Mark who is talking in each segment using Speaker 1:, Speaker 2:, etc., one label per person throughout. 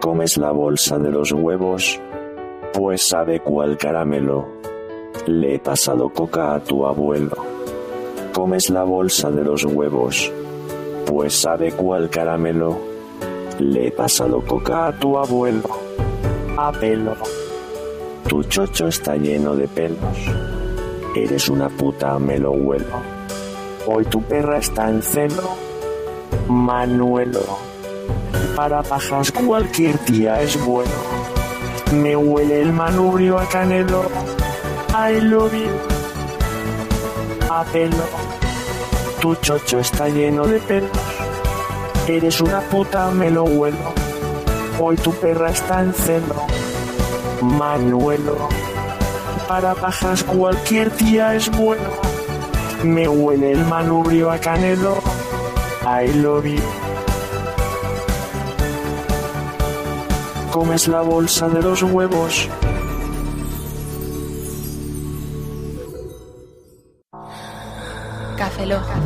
Speaker 1: comes la bolsa de los huevos? Pues sabe cuál caramelo. Le he pasado coca a tu abuelo. ¿Comes la bolsa de los huevos? Pues sabe cuál caramelo. Le he pasado coca a tu abuelo. A pelo. Tu chocho está lleno de pelos. Eres una puta, me lo huelo. Hoy tu perra está en celo. Manuelo. Para pajas cualquier tía es bueno. Me huele el manubrio a canelo. I love you. A pelo. Tu chocho está lleno de pelos. Eres una puta, me lo huelo. Hoy tu perra está en celo. Manuelo. Para pajas cualquier tía es bueno. Me huele el manubrio a canelo. I love you. Comes la bolsa de los huevos.
Speaker 2: Café Loja.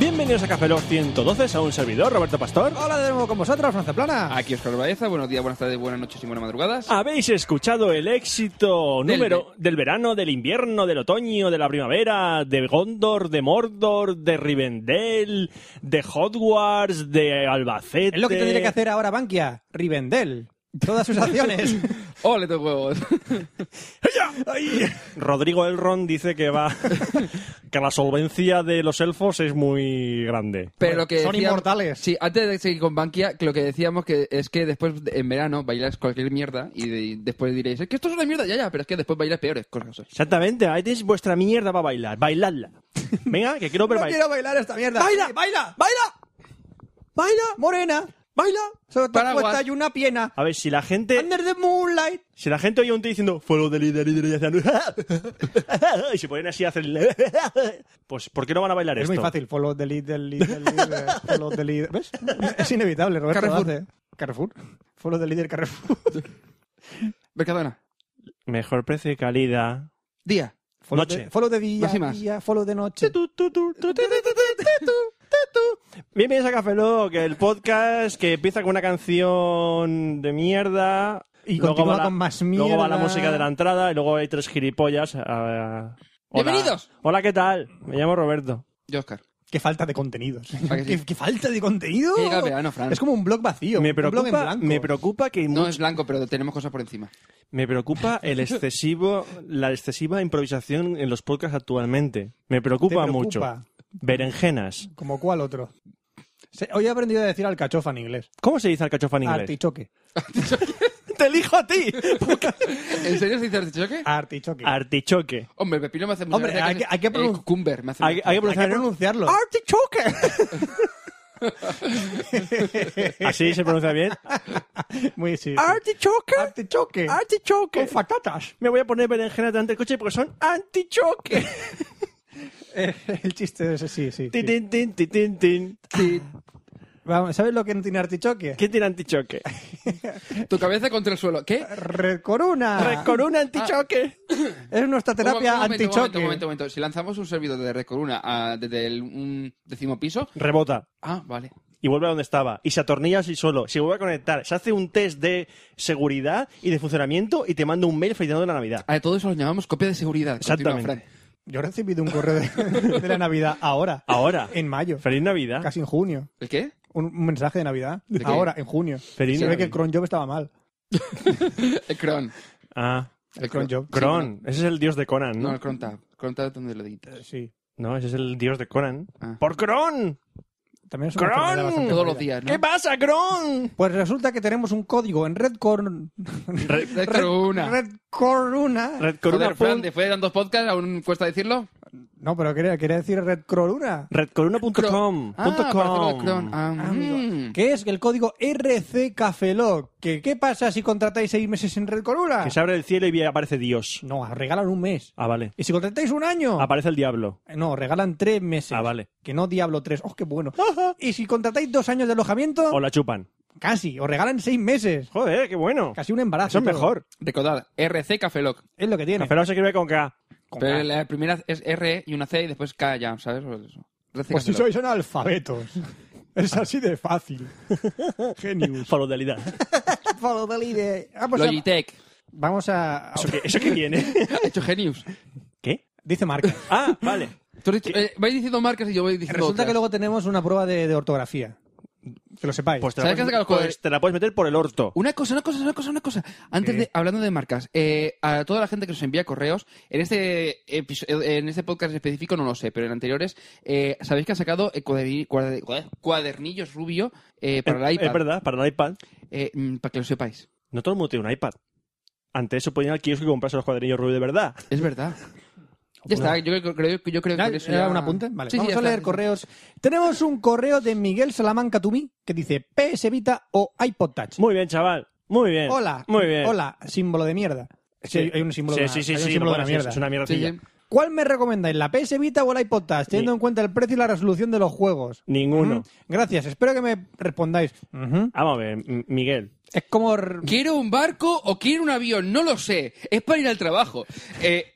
Speaker 3: Bienvenidos a Café Lock 112, a un servidor, Roberto Pastor.
Speaker 4: Hola de nuevo con vosotros, Franza Plana.
Speaker 5: Aquí Oscar Baeza, buenos días, buenas tardes, buenas noches y buenas madrugadas.
Speaker 4: Ah.
Speaker 3: Habéis escuchado el éxito
Speaker 5: Del
Speaker 3: número del verano, del invierno, del otoño, de la primavera, de Gondor, de Mordor, de Rivendell, de Hogwarts, de Albacete.
Speaker 4: Es lo que tendría que hacer ahora Bankia, Rivendell. Todas sus acciones.
Speaker 5: ¡Ole tus huevos!
Speaker 3: Ay. Rodrigo Elrond dice que va que la solvencia de los elfos es muy grande.
Speaker 5: Pero lo que
Speaker 4: Son
Speaker 5: decíamos-
Speaker 4: inmortales.
Speaker 5: Sí, antes de seguir con Bankia, lo que decíamos que es que después en verano bailas cualquier mierda y, de- y después diréis, es que esto es una mierda, ya, ya, pero es que después bailas peores cosas.
Speaker 3: Exactamente, ahí tenéis vuestra mierda para bailar, bailadla. Venga, que quiero ver
Speaker 4: no
Speaker 3: bailar.
Speaker 4: quiero bailar esta mierda.
Speaker 3: Baila,
Speaker 4: Sí, baila, baila. Baila, morena. Baila. Sobre tu
Speaker 5: Paraguas.
Speaker 4: cuesta y una pierna.
Speaker 3: A ver, si la gente
Speaker 4: Under the moonlight.
Speaker 3: Si la gente oye un tío diciendo follow the líder, líder, y hacían y se ponen así a hacer el pues ¿por qué no van a bailar
Speaker 4: Es
Speaker 3: esto?
Speaker 4: muy fácil. Follow the lead, the lead, the lead, eh, follow the lead. ¿Ves? Es inevitable, Roberto. lo
Speaker 5: Carrefour.
Speaker 4: hace. Carrefour. Follow the leader Carrefour.
Speaker 5: Mercadona,
Speaker 3: Mejor precio y calidad.
Speaker 5: día.
Speaker 4: Follow
Speaker 3: Noche.
Speaker 4: De, follow de día,
Speaker 5: Más y más.
Speaker 4: día, follow de noche.
Speaker 3: Tu, tu, tu, tu, tu, tu, tu, tu, tu, tu. Bienvenidos a Café Lock, el podcast que empieza con una canción de mierda
Speaker 4: Y
Speaker 3: luego va,
Speaker 4: continúa
Speaker 3: la,
Speaker 4: con más
Speaker 3: luego va la
Speaker 4: mierda.
Speaker 3: música de la entrada y luego hay tres gilipollas. ah, hola.
Speaker 5: ¡Bienvenidos!
Speaker 3: Hola, ¿qué tal? Me llamo Roberto.
Speaker 5: Yo, Oscar.
Speaker 4: Qué falta de contenidos.
Speaker 5: ¿A que sí?
Speaker 4: ¿Qué, qué falta de contenido?
Speaker 5: Que llega el verano, Fran.
Speaker 4: Es como un blog vacío.
Speaker 3: Me
Speaker 4: un blog en
Speaker 3: preocupa,
Speaker 4: blanco.
Speaker 3: me preocupa que
Speaker 5: No
Speaker 3: muchos-
Speaker 5: es blanco, pero tenemos cosas por encima.
Speaker 3: Me preocupa el excesivo, la excesiva improvisación en los podcasts actualmente. Me preocupa,
Speaker 4: Te
Speaker 3: mucho.
Speaker 4: preocupa.
Speaker 3: Berenjenas.
Speaker 4: ¿Como cuál otro? Se- Hoy he aprendido a decir alcachofa en inglés.
Speaker 3: ¿Cómo se dice alcachofa en inglés?
Speaker 4: Artichoque.
Speaker 3: ¡Te elijo a ti!
Speaker 5: ¿En serio se dice artichoque?
Speaker 4: Artichoque.
Speaker 3: Artichoque.
Speaker 5: Hombre, pepino me hace mucha
Speaker 4: Hombre,
Speaker 5: gracia
Speaker 4: hay
Speaker 5: se-
Speaker 4: que- hay que
Speaker 5: eh,
Speaker 4: pronun-
Speaker 5: cucumber me hace
Speaker 3: Hay,
Speaker 5: mucha
Speaker 3: hay que
Speaker 4: Hay que
Speaker 3: pronunciar...
Speaker 4: pronunciarlo.
Speaker 3: ¡Artichoque! ¿Así se pronuncia bien?
Speaker 4: Muy sí. sí.
Speaker 3: ¡Artichoque!
Speaker 4: Artichoque.
Speaker 3: ¡Artichoque!
Speaker 4: Con patatas.
Speaker 3: Me voy a poner berenjenas delante del coche porque son antichoque.
Speaker 4: Eh, El chiste es sí, sí.
Speaker 3: Tin,
Speaker 4: sí.
Speaker 3: tin, tin, tin, tin, tin.
Speaker 4: Vamos, ¿Sabes lo que no tiene artichoque?
Speaker 3: ¿Qué tiene antichoque?
Speaker 5: gracia. Tu cabeza contra el suelo. ¿Qué?
Speaker 4: Red corona.
Speaker 3: Con un antichoque.
Speaker 4: es nuestra terapia
Speaker 5: Un momento, un momento,
Speaker 4: antichoque.
Speaker 5: Un momento, un momento. Si lanzamos un servidor de Red Corona a- desde el un décimo piso.
Speaker 3: Rebota.
Speaker 5: Ah, vale.
Speaker 3: y vuelve a donde estaba y se atornilla así solo, se vuelve a conectar, se hace un test de seguridad y de funcionamiento y te manda un mail felicitando la Navidad.
Speaker 5: A todo eso lo llamamos copia de seguridad. Continúa,
Speaker 3: Exactamente.
Speaker 5: Fran.
Speaker 4: Yo he recibido un correo de, de la Navidad ahora.
Speaker 3: Ahora,
Speaker 4: En mayo.
Speaker 3: feliz Navidad.
Speaker 4: Casi en junio.
Speaker 5: ¿El qué?
Speaker 4: Un, un mensaje de Navidad.
Speaker 5: qué?
Speaker 4: ahora, en junio.
Speaker 3: Feliz
Speaker 4: Se ve
Speaker 3: Navidad.
Speaker 4: que el cronjob estaba mal.
Speaker 5: El Cron.
Speaker 3: Ah,
Speaker 4: El cronjob.
Speaker 3: Cron, ese es el dios de Conan, ¿no?
Speaker 5: No, el Cron Tab. Cron Tab donde lo editas.
Speaker 4: Eh, Sí.
Speaker 3: No, ese es el dios de Conan.
Speaker 5: Ah.
Speaker 3: ¡Por Cron!
Speaker 4: También es una enfermedad
Speaker 3: ¡Cron!
Speaker 4: bastante
Speaker 5: Todos los
Speaker 4: jodida.
Speaker 5: días, ¿no?
Speaker 3: ¿Qué pasa, Cron?
Speaker 4: Pues resulta que tenemos un código en Red Corn...
Speaker 5: Red Corona.
Speaker 4: Red Corona.
Speaker 3: Red Corona
Speaker 5: Joder, Fran,
Speaker 3: fue un-
Speaker 5: después de tantos podcasts, aún cuesta decirlo.
Speaker 4: No, pero quería, quería decir Red Crow Luna.
Speaker 3: Redcoruna.com.
Speaker 5: Ah,
Speaker 3: punto
Speaker 5: para hacerlo
Speaker 3: com.
Speaker 5: de Cron. Ah,
Speaker 4: Ah,
Speaker 5: mm.
Speaker 4: amigo. Que es el código RC Cafeloc. ¿Qué, ¿Qué pasa si contratáis seis meses en Red Corona?
Speaker 3: Que se abre el cielo y aparece Dios.
Speaker 4: No, regalan un mes.
Speaker 3: Ah, vale.
Speaker 4: ¿Y si contratáis un año?
Speaker 3: Aparece el diablo.
Speaker 4: No, regalan tres meses.
Speaker 3: Ah, vale.
Speaker 4: Que no Diablo 3. ¡Oh, qué bueno! y si contratáis dos años de alojamiento,
Speaker 3: O la chupan.
Speaker 4: casi. Os regalan seis meses.
Speaker 3: Joder, qué bueno.
Speaker 4: Casi un embarazo.
Speaker 3: Eso es
Speaker 4: y todo.
Speaker 3: mejor.
Speaker 5: Recordad, RC Cafeloc.
Speaker 4: Es lo que tiene.
Speaker 3: Café Lock se escribe con K.
Speaker 4: Con
Speaker 5: Pero
Speaker 4: K.
Speaker 5: la primera es R y una C y después K ya, ¿sabes? Pues eso. RC
Speaker 4: Pues si
Speaker 5: Cafeloc.
Speaker 4: sois analfabetos. Es así de fácil. Genius.
Speaker 3: Feudalidad.
Speaker 4: Follow the leader. Ah, pues a-
Speaker 5: Logitech.
Speaker 4: vamos a...
Speaker 3: ¿Eso qué, ¿Eso qué viene?
Speaker 5: Ha hecho Genius.
Speaker 3: ¿Qué?
Speaker 4: Dice marca.
Speaker 3: Ah, vale.
Speaker 5: Tú has dicho- eh, vais diciendo marcas y yo voy diciendo
Speaker 4: Resulta
Speaker 5: otras.
Speaker 4: que luego tenemos una prueba de, de ortografía. Que lo sepáis.
Speaker 3: Pues te
Speaker 5: ¿Sabes
Speaker 3: la,
Speaker 5: qué
Speaker 3: puedes,
Speaker 5: hace que los
Speaker 3: pues
Speaker 5: jugadores-
Speaker 3: te la puedes meter por el orto.
Speaker 5: Una cosa, una cosa, una cosa, una cosa. Antes de, hablando de marcas, eh, a toda la gente que nos envía correos, en este episo- en este podcast específico no lo sé, pero en anteriores, eh, sabéis que han sacado eh, cuaderni- cuader- cuadernillos rubio eh, para el
Speaker 3: Es-
Speaker 5: iPad.
Speaker 3: Es verdad, para el iPad.
Speaker 5: Eh, mm, para que lo sepáis.
Speaker 3: No todo el mundo tiene un iPad. Ante eso podían al kiosco y comprarse los cuadernillos rubio de verdad.
Speaker 5: Es verdad. ya está, yo creo, creo- yo creo que
Speaker 4: ¿Ya?
Speaker 5: con pues, eso
Speaker 4: ¿Era
Speaker 5: ya-
Speaker 4: un apunte? Vale.
Speaker 5: Sí, sí,
Speaker 4: Vamos
Speaker 5: ya
Speaker 4: a
Speaker 5: está.
Speaker 4: leer correos. Tenemos un correo de Miguel Salamanca Tumí que dice PS Vita o iPod Touch.
Speaker 3: Muy bien, chaval. Muy bien.
Speaker 4: Hola.
Speaker 3: Muy bien.
Speaker 4: Hola, símbolo de mierda. Sí, hay un símbolo
Speaker 3: sí,
Speaker 4: de una-
Speaker 3: sí, sí,
Speaker 4: hay un
Speaker 3: sí,
Speaker 4: símbolo de
Speaker 3: bueno,
Speaker 4: una
Speaker 3: sí,
Speaker 4: mierda.
Speaker 3: Es una mierda.
Speaker 5: Sí, sí.
Speaker 4: ¿Cuál me recomendáis, la PS Vita o el iPod Touch, teniendo
Speaker 3: Ni-
Speaker 4: en cuenta el precio y la resolución de los juegos?
Speaker 3: Ninguno.
Speaker 4: Ujú. Gracias, espero que me respondáis. Ujú.
Speaker 3: Vamos a ver, M- Miguel.
Speaker 4: Es como... r-
Speaker 5: ¿Quiero un barco o quiero un avión? No lo sé. Es para ir al trabajo. Eh,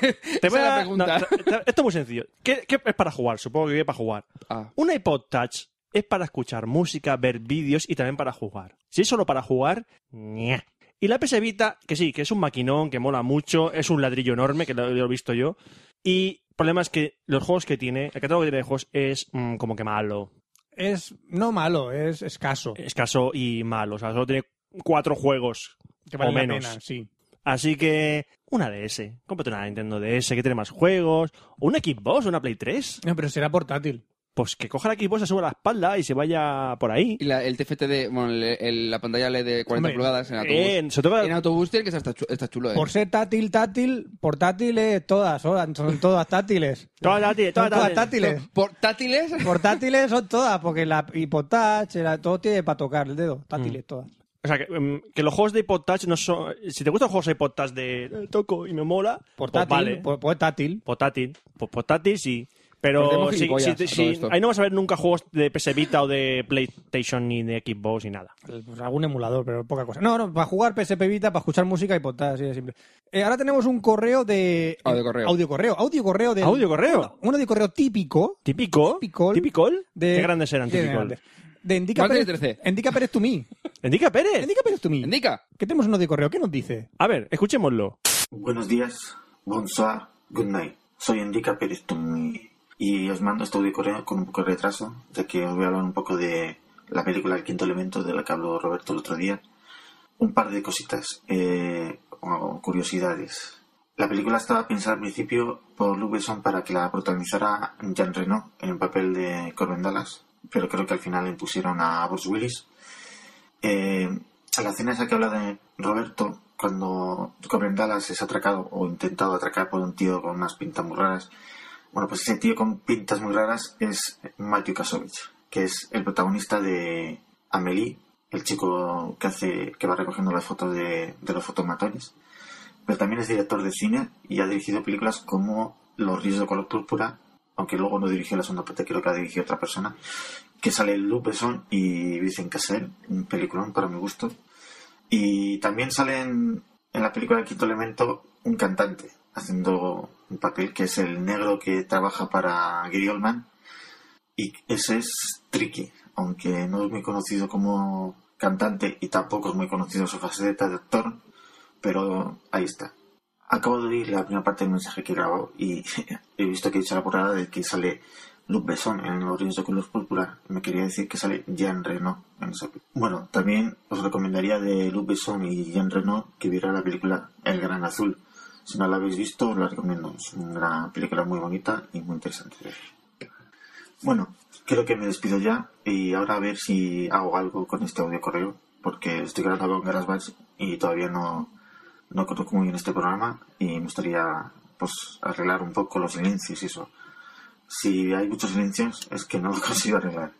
Speaker 3: Te
Speaker 5: esa
Speaker 3: voy
Speaker 5: es la
Speaker 3: a-
Speaker 5: pregunta.
Speaker 3: no, te- esto es muy sencillo. ¿Qué, qué es para jugar? Supongo que es para jugar.
Speaker 5: Ah.
Speaker 3: Un iPod Touch es para escuchar música, ver vídeos y también para jugar. Si es solo para jugar, ña. Y la PS Vita, que sí, que es un maquinón, que mola mucho, es un ladrillo enorme, que lo, lo he visto yo. Y el problema es que los juegos que tiene, el catálogo que tiene de juegos es mm, como que malo,
Speaker 4: Es no malo, es escaso.
Speaker 3: Eh, escaso y malo. O sea, solo tiene cuatro juegos
Speaker 4: Que vale
Speaker 3: o
Speaker 4: la
Speaker 3: menos.
Speaker 4: pena, sí.
Speaker 3: Así que una DS. Cómprate una Nintendo DS que tiene más juegos. O una Xbox o una Play 3.
Speaker 4: No, pero será portátil.
Speaker 3: Pues que coja la Xbox, se suba a la espalda y se vaya por ahí.
Speaker 5: Y la- el TFT de. Bueno, el- el- la pantalla LED de 40
Speaker 4: Hombre,
Speaker 5: pulgadas en autobús.
Speaker 3: Eh, se toca-
Speaker 5: En autobús tiene que estar chu- está chulo, eh.
Speaker 4: Por ser táctil, táctil, portátiles, todas, son son todas táctiles.
Speaker 3: Todas táctiles,
Speaker 4: Son
Speaker 3: todas
Speaker 4: todas
Speaker 3: táctiles.
Speaker 4: táctiles.
Speaker 5: ¿Portátiles?
Speaker 4: Portátiles son todas, porque la hipotouch, la- todo tiene para tocar el dedo. Táctiles,
Speaker 3: Mm.
Speaker 4: todas.
Speaker 3: O sea, que, em, que los juegos de iPod Touch no son... Si te gustan los juegos de iPod Touch de eh, toco y me mola, pues
Speaker 4: Portátil,
Speaker 3: vale.
Speaker 4: po- pues táctil.
Speaker 3: Portátil. Pues portátil sí. Pero
Speaker 5: Parecemos
Speaker 3: sí,
Speaker 5: gilipollas
Speaker 3: sí,
Speaker 5: a todo
Speaker 3: sí,
Speaker 5: esto.
Speaker 3: ahí no vas a ver nunca juegos de PS Vita o de PlayStation ni de Xbox ni nada.
Speaker 4: Pues algún emulador, pero poca cosa. No, no, para jugar PSP Vita, para escuchar música y portátil, así de simple. Eh, ahora tenemos un correo de...
Speaker 5: Audio correo.
Speaker 4: Audio correo. Audio correo de...
Speaker 3: Audio correo.
Speaker 4: Un audio correo típico
Speaker 3: Típico.
Speaker 4: Típico. de...
Speaker 3: Qué grandes eran
Speaker 4: Sí, de
Speaker 3: típico.
Speaker 4: grandes. De Endica
Speaker 5: Martes
Speaker 4: Pérez...
Speaker 5: y trece.
Speaker 4: Endica Pérez to me.
Speaker 3: Endica Pérez.
Speaker 4: Endica Pérez to me.
Speaker 5: Indica.
Speaker 4: Que tenemos un audio correo. ¿Qué nos dice?
Speaker 3: A ver, escuchémoslo.
Speaker 2: Buenos días, bonsoir, good night. Soy Indica Pérez Tumí y os mando este audio correo con un poco de retraso, ya que os voy a hablar un poco de la película El Quinto Elemento de la que habló Roberto el otro día. Un par de cositas eh, o curiosidades. La película estaba pensada al principio por Luke Besson para que la protagonizara Jean Reno en el papel de Corbin Dallas, pero creo que al final le impusieron a Bruce Willis eh, a la escena esa que habla de Roberto, cuando Corbin Dallas es atracado o intentado atracar por un tío con unas pintas muy raras. Bueno, pues ese tío con pintas muy raras es Matthew Kasovich, que es el protagonista de Amelie, el chico que hace que va recogiendo las fotos de, de los fotomatones. Pero también es director de cine y ha dirigido películas como Los Ríos de color púrpura, aunque luego no dirigió la segunda parte, creo que la dirigió otra persona que sale Luc Besson y Vincent Cassel, un peliculón para mi gusto. Y también sale en, en la película El Quinto Elemento un cantante haciendo un papel que es el negro que trabaja para Gary Oldman. Y ese es Tricky, aunque no es muy conocido como cantante y tampoco es muy conocido su faceta de actor, pero ahí está. Acabo de oír la primera parte del mensaje que he grabado y he visto que he hecho la portada de que sale Luc Besson en Los Ríos de Color Púrpura. Me quería decir que sale Jean Reno en esa película. Bueno, también os recomendaría de Luc Besson y Jean Reno que viera la película El Gran Azul. Si no la habéis visto, os la recomiendo. Es una película muy bonita y muy interesante. de ver. Bueno, creo que me despido ya y ahora a ver si hago algo con este audio correo porque estoy grabando con GarageBand y todavía no, no conozco muy bien este programa y me gustaría pues arreglar un poco los silencios y eso. Si hay muchos silencios, es que no los consigo arreglar.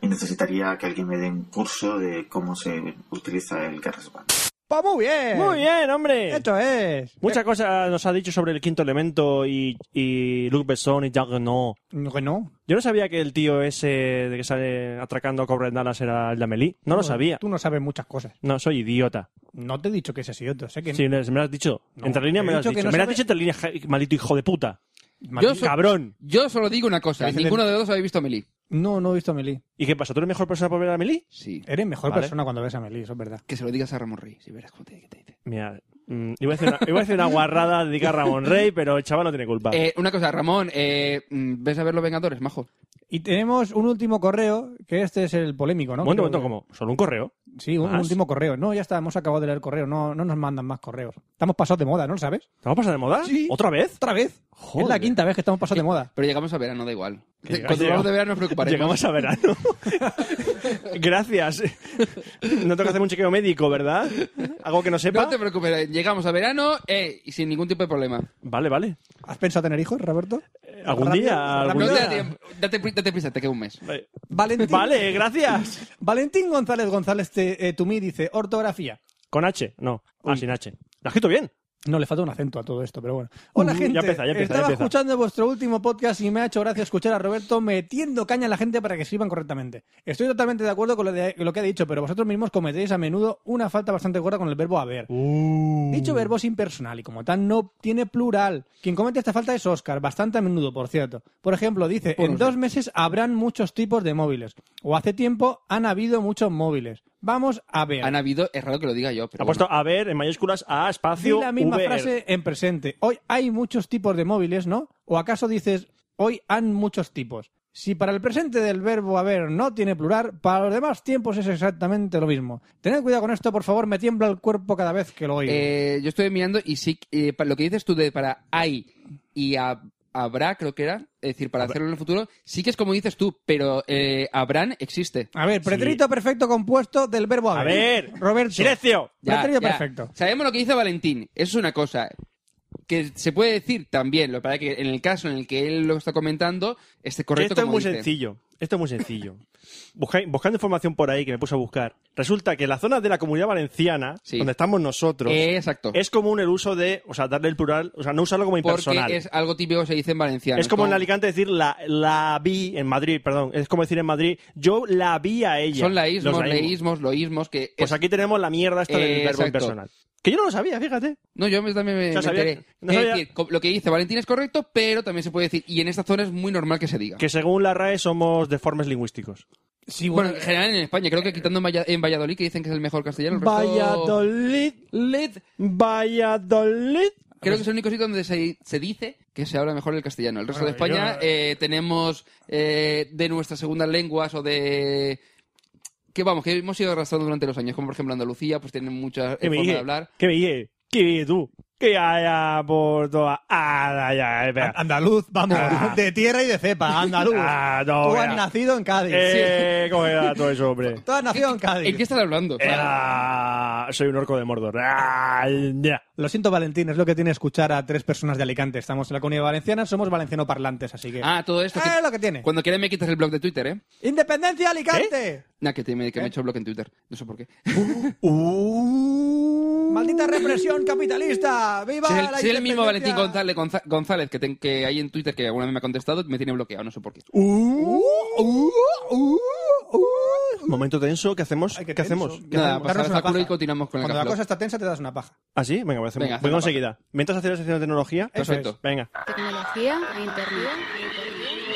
Speaker 2: Y necesitaría que alguien me dé un curso de cómo se utiliza el GarageBand.
Speaker 4: ¡Pues muy bien!
Speaker 3: Muy bien, hombre.
Speaker 4: Esto es.
Speaker 3: Muchas cosas nos ha dicho sobre el quinto elemento y, y Luc Besson y Jean Reno.
Speaker 4: No, que no.
Speaker 3: Yo no sabía que el tío ese de que sale atracando a cobra en Dallas era el de Amelie. No lo sabía.
Speaker 4: Tú no sabes muchas cosas.
Speaker 3: No, soy idiota.
Speaker 4: No te he dicho que ese idiota. Sé que
Speaker 3: Sí, me lo has dicho.
Speaker 4: No,
Speaker 3: entre líneas
Speaker 4: he
Speaker 3: me lo has
Speaker 4: dicho que
Speaker 3: dicho.
Speaker 4: no
Speaker 3: me lo has
Speaker 4: sabe-
Speaker 3: dicho entre líneas, ja- maldito hijo de puta.
Speaker 4: Maldito-
Speaker 5: Yo soy-
Speaker 3: Cabrón.
Speaker 5: Yo solo digo una cosa.
Speaker 4: Gracias,
Speaker 5: Ninguno
Speaker 4: Len.
Speaker 5: de los dos habéis visto a Meli.
Speaker 4: No, no he visto a Meli.
Speaker 3: ¿Y qué pasa? ¿Tú eres mejor persona por ver a Amelie?
Speaker 5: Sí.
Speaker 4: Eres mejor
Speaker 3: Vale.
Speaker 4: persona cuando ves a Meli, eso es verdad.
Speaker 5: Que se lo digas a Ramón Rey. Si verás cómo te, qué te dice.
Speaker 3: Mira, mm, iba, a decir una, iba a decir una guarrada dedicada a Ramón Rey, pero el chaval no tiene culpa.
Speaker 5: Eh, una cosa, Ramón, eh, mm, ¿ves a ver los Vengadores, majo?
Speaker 4: Y tenemos un último correo, que este es el polémico, ¿no?
Speaker 3: momento,
Speaker 4: Creo
Speaker 3: momento,
Speaker 4: que-
Speaker 3: como solo un correo.
Speaker 4: Sí, un
Speaker 3: ¿Más?
Speaker 4: último correo. No, ya está, hemos acabado de leer correo. No, no nos mandan más correos. Estamos pasados de moda, ¿no lo sabes?
Speaker 3: ¿Te vamos a pasar de moda?
Speaker 4: Sí.
Speaker 3: ¿Otra vez?
Speaker 4: ¿Otra vez? Es la
Speaker 3: Joder.
Speaker 4: quinta vez que estamos pasados de moda.
Speaker 5: Pero llegamos a verano, da igual.
Speaker 3: Que llega-
Speaker 5: Cuando
Speaker 3: llega-
Speaker 5: llegamos de verano nos preocuparemos.
Speaker 3: Llegamos a verano. Gracias. No tengo que hacer un chequeo médico, ¿verdad? Algo que no sepa.
Speaker 5: No te preocupes, eh, llegamos a verano eh, y sin ningún tipo de problema.
Speaker 3: Vale, vale.
Speaker 4: ¿Has pensado tener hijos, Roberto?
Speaker 3: algún
Speaker 4: Rápido,
Speaker 3: día, algún
Speaker 5: No
Speaker 4: rápido.
Speaker 5: te da
Speaker 3: día.
Speaker 5: tiempo. Date, pri- date prisa, te queda un mes.
Speaker 3: Vale.
Speaker 4: Valentín,
Speaker 3: Vale, gracias.
Speaker 4: Valentín González González te, eh, Tumí dice ortografía.
Speaker 3: Con H, no. Ah, sin H. ¿Lo has escrito bien?
Speaker 4: No le falta un acento a todo esto, pero bueno. Hola,
Speaker 3: Uh,
Speaker 4: gente.
Speaker 3: ya empieza, ya empieza, ya
Speaker 4: Estaba
Speaker 3: empieza.
Speaker 4: escuchando vuestro último podcast y me ha hecho gracia escuchar a Roberto metiendo caña a la gente para que escriban correctamente. Estoy totalmente de acuerdo con lo, de- lo que ha dicho, pero vosotros mismos cometéis a menudo una falta bastante gorda con el verbo haber. Dicho
Speaker 5: Mm.
Speaker 4: verbo es impersonal y como tal no tiene plural. Quien comete esta falta es Oscar, bastante a menudo, por cierto. Por ejemplo, dice, en dos meses habrán muchos tipos de móviles. O hace tiempo han habido muchos móviles. Vamos a ver.
Speaker 5: Han habido, es raro que lo diga yo, pero
Speaker 3: Ha puesto a ver en mayúsculas a
Speaker 4: Di
Speaker 3: espacio
Speaker 4: la misma
Speaker 3: VR.
Speaker 4: frase en presente. Hoy hay muchos tipos de móviles, ¿no? ¿O acaso dices, hoy han muchos tipos? Si para el presente del verbo haber no tiene plural, para los demás tiempos es exactamente lo mismo. Tened cuidado con esto, por favor, me tiembla el cuerpo cada vez que lo oigo.
Speaker 5: Eh, yo estoy mirando y sí, eh, pa- lo que dices tú de para hay y hab- habrá, creo que era, es decir, para hacerlo en el futuro, sí que es como dices tú, pero eh, habrán existe.
Speaker 4: a ver, pretérito perfecto compuesto del verbo
Speaker 3: A
Speaker 4: haber.
Speaker 3: ver.
Speaker 4: Roberto.
Speaker 3: ¡Silencio!
Speaker 4: Pretérito perfecto.
Speaker 5: Sabemos lo que dice Valentín, eso es una cosa que se puede decir también, lo que pasa que en el caso en el que él lo está comentando, este correcto
Speaker 3: esto es
Speaker 5: como
Speaker 3: muy
Speaker 5: dice.
Speaker 3: sencillo. Esto es muy sencillo. Busca- buscando información por ahí que me puse a buscar. Resulta que la zona de la comunidad valenciana,
Speaker 5: Sí.
Speaker 3: donde estamos nosotros,
Speaker 5: Eh, exacto.
Speaker 3: es común el uso de, o sea, darle el plural, o sea, no usarlo como
Speaker 5: porque
Speaker 3: impersonal.
Speaker 5: es algo típico que se dice en valenciano.
Speaker 3: Es como en Alicante decir la, la vi en Madrid, perdón. Es como decir en Madrid, yo la vi a ella.
Speaker 5: Son
Speaker 3: Los
Speaker 5: laísmos,
Speaker 3: laísmos.
Speaker 5: leísmos, loísmos, que...
Speaker 3: Pues
Speaker 5: es-
Speaker 3: aquí tenemos la mierda esta del
Speaker 5: Eh,
Speaker 3: verbo
Speaker 5: exacto.
Speaker 3: impersonal. Que yo no lo sabía, fíjate.
Speaker 5: No, yo me- también me,
Speaker 3: O sea,
Speaker 5: me
Speaker 3: sabía-
Speaker 5: enteré.
Speaker 3: no
Speaker 5: es
Speaker 3: sabía-
Speaker 5: decir, co- lo que dice Valentín es correcto, pero también se puede decir, y en esta zona es muy normal que se diga.
Speaker 3: Que según la RAE somos deformes lingüísticos.
Speaker 4: Sí,
Speaker 5: Bueno, en general en España, creo que quitando en Valla- en Valladolid, que dicen que es el mejor castellano. el resto-
Speaker 3: Valladolid,
Speaker 5: Lid.
Speaker 3: Valladolid.
Speaker 5: Creo que es el único sitio donde se, se dice que se habla mejor el castellano. El resto de
Speaker 4: Bueno,
Speaker 5: España
Speaker 4: yo-
Speaker 5: eh, tenemos eh, de nuestras segundas lenguas o de... Que vamos, que hemos ido arrastrando durante los años, como por ejemplo Andalucía, pues tienen muchas
Speaker 3: ¿Qué
Speaker 5: eh,
Speaker 3: me
Speaker 5: formas de
Speaker 3: dije?
Speaker 5: hablar.
Speaker 3: ¿Qué me dije? ¿Qué dije tú? Que haya por toda... Ah, ya, ya, espera.
Speaker 4: Andaluz, vamos,
Speaker 3: Ah.
Speaker 4: de tierra y de cepa, andaluz.
Speaker 3: Ah, no,
Speaker 4: Tú
Speaker 3: vea.
Speaker 4: has nacido en Cádiz.
Speaker 3: Eh, ¿cómo era todo eso, hombre?
Speaker 4: Tú has nacido en Cádiz.
Speaker 5: ¿En qué estás hablando?
Speaker 3: Eh, Ah, soy un orco de Mordor. Ah, ya.
Speaker 4: Lo siento, Valentín, es lo que tiene escuchar a tres personas de Alicante. Estamos en la comunidad valenciana, somos valenciano parlantes, así que.
Speaker 5: Ah, todo esto.
Speaker 4: Ah, es lo que tiene.
Speaker 5: Cuando quieras me quitas el blog de Twitter, ¿eh?
Speaker 4: ¡Independencia Alicante!
Speaker 5: Nah, que, te- me, que me he hecho blog en Twitter. No sé por qué.
Speaker 3: Uh.
Speaker 4: ¡Maldita represión capitalista! ¡Viva
Speaker 5: Si es el,
Speaker 4: la
Speaker 5: si es el mismo Valentín
Speaker 4: independencia!
Speaker 5: González, Gonza- González que, ten- que hay en Twitter que alguna vez me ha contestado, me tiene bloqueado, no sé por qué.
Speaker 4: Uh, uh, uh, uh.
Speaker 3: Momento tenso, ¿qué hacemos?
Speaker 4: Ay,
Speaker 3: ¿Qué,
Speaker 4: qué tenso. pues
Speaker 3: hacemos?
Speaker 4: ¿Qué
Speaker 5: Nada,
Speaker 4: hacemos?
Speaker 5: pasar
Speaker 4: Darnos
Speaker 5: el
Speaker 4: una
Speaker 5: sacudo
Speaker 4: paja.
Speaker 5: y continuamos con el
Speaker 4: Cuando la
Speaker 5: café.
Speaker 4: cosa está tensa, te das una paja.
Speaker 3: ¿Ah, sí? Venga, pues hacemos.
Speaker 5: Venga,
Speaker 3: Vengo
Speaker 5: hacemos la
Speaker 3: enseguida. Mientras hacer la sección de tecnología.
Speaker 4: Eso
Speaker 5: Perfecto.
Speaker 4: es.
Speaker 3: Venga.
Speaker 6: Tecnología e Internet.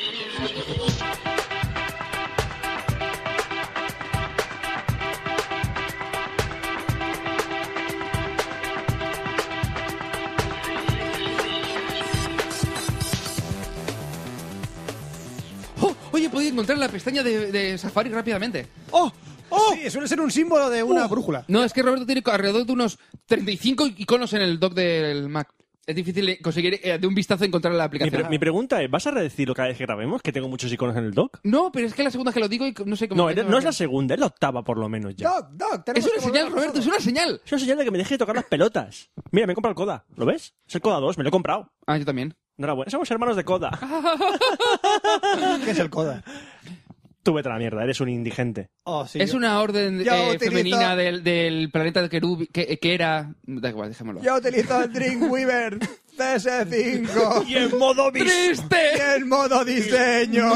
Speaker 5: ¡Oh! Oye, he podido encontrar la pestaña de, de Safari rápidamente.
Speaker 4: ¡Oh! ¡Oh! Sí, suele ser un símbolo de una brújula.
Speaker 5: No, es que Roberto tiene alrededor de unos 35 iconos en el dock del Mac. Es difícil conseguir eh, de un vistazo encontrar la
Speaker 3: Mi,
Speaker 5: aplicación.
Speaker 3: pre- mi pregunta es, ¿vas a redecirlo cada vez que grabemos? Que tengo muchos iconos en el doc.
Speaker 5: No, pero es que la segunda que lo digo y no sé cómo.
Speaker 3: No, es- no es la segunda, es la octava por lo menos ya.
Speaker 7: Doc, Doc,
Speaker 5: Es
Speaker 7: tenemos que
Speaker 5: una
Speaker 7: volver
Speaker 5: señal,
Speaker 7: a
Speaker 5: Roberto, es
Speaker 7: nosotros.
Speaker 5: una señal.
Speaker 3: Es una señal de que me deje de tocar las pelotas. Mira, me he comprado el Coda, ¿lo ves? Es el Coda 2, me lo he comprado.
Speaker 5: Ah, yo también.
Speaker 3: Enhorabuena, somos hermanos de Coda.
Speaker 4: Ah.
Speaker 7: ¿Qué es el coda?
Speaker 3: Tú vete a la mierda, eres un indigente.
Speaker 7: Oh, sí,
Speaker 5: es
Speaker 7: yo-
Speaker 5: una orden
Speaker 7: Yo
Speaker 5: eh,
Speaker 7: utilizo-
Speaker 5: femenina del, del planeta de Querub, que, que era. Da igual, dejémoslo.
Speaker 7: Yo utilizo el Dreamweaver CS5
Speaker 3: Y en modo bis.
Speaker 7: y
Speaker 5: ¡Triste!
Speaker 7: el modo diseño.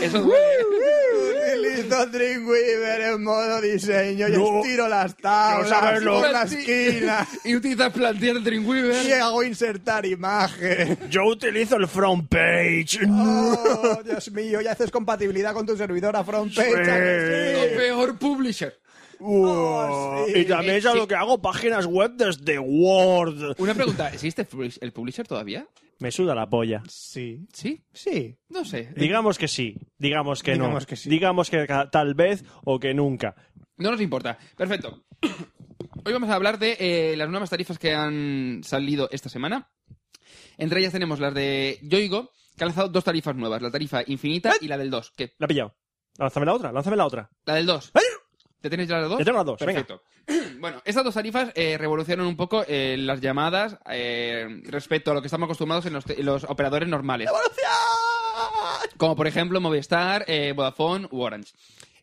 Speaker 5: Eso duele. ¿eh?
Speaker 7: Utilizo Dreamweaver en modo diseño y
Speaker 3: No.
Speaker 7: estiro las tablas
Speaker 3: No sabes lo-
Speaker 7: por la
Speaker 5: Sí.
Speaker 7: esquina
Speaker 5: Y utilizas plantear el Dreamweaver.
Speaker 7: y hago insertar imagen.
Speaker 3: Yo utilizo el front page.
Speaker 7: Oh, Dios mío, ya haces compatibilidad con tu servidora FrontPage. ¿a
Speaker 5: O
Speaker 7: que sí?
Speaker 5: peor, publisher.
Speaker 7: Oh, sí.
Speaker 3: Y también es a lo que hago páginas web desde Word.
Speaker 5: Una pregunta, ¿existe publish- el publisher todavía?
Speaker 3: Me suda la polla.
Speaker 7: Sí.
Speaker 5: ¿Sí?
Speaker 7: Sí.
Speaker 5: No sé.
Speaker 3: Digamos que sí, digamos que
Speaker 7: Digamos
Speaker 3: no.
Speaker 7: que sí.
Speaker 3: Digamos que ca- tal vez o que nunca.
Speaker 5: No nos importa. Perfecto. Hoy vamos a hablar de eh, las nuevas tarifas que han salido esta semana. Entre ellas tenemos las de Yoigo, que ha lanzado dos tarifas nuevas, la tarifa infinita y la del 2. ¿Qué?
Speaker 3: La he pillado. Lánzame la otra, lánzame la otra.
Speaker 5: La del 2. ¿Te tenéis ya la dos?
Speaker 3: Ya tengo las dos, venga.
Speaker 5: Perfecto. Bueno, estas dos tarifas eh, revolucionan un poco eh, las llamadas eh, respecto a lo que estamos acostumbrados en los, te- en los operadores normales. Como por ejemplo Movistar, eh, Vodafone u Orange.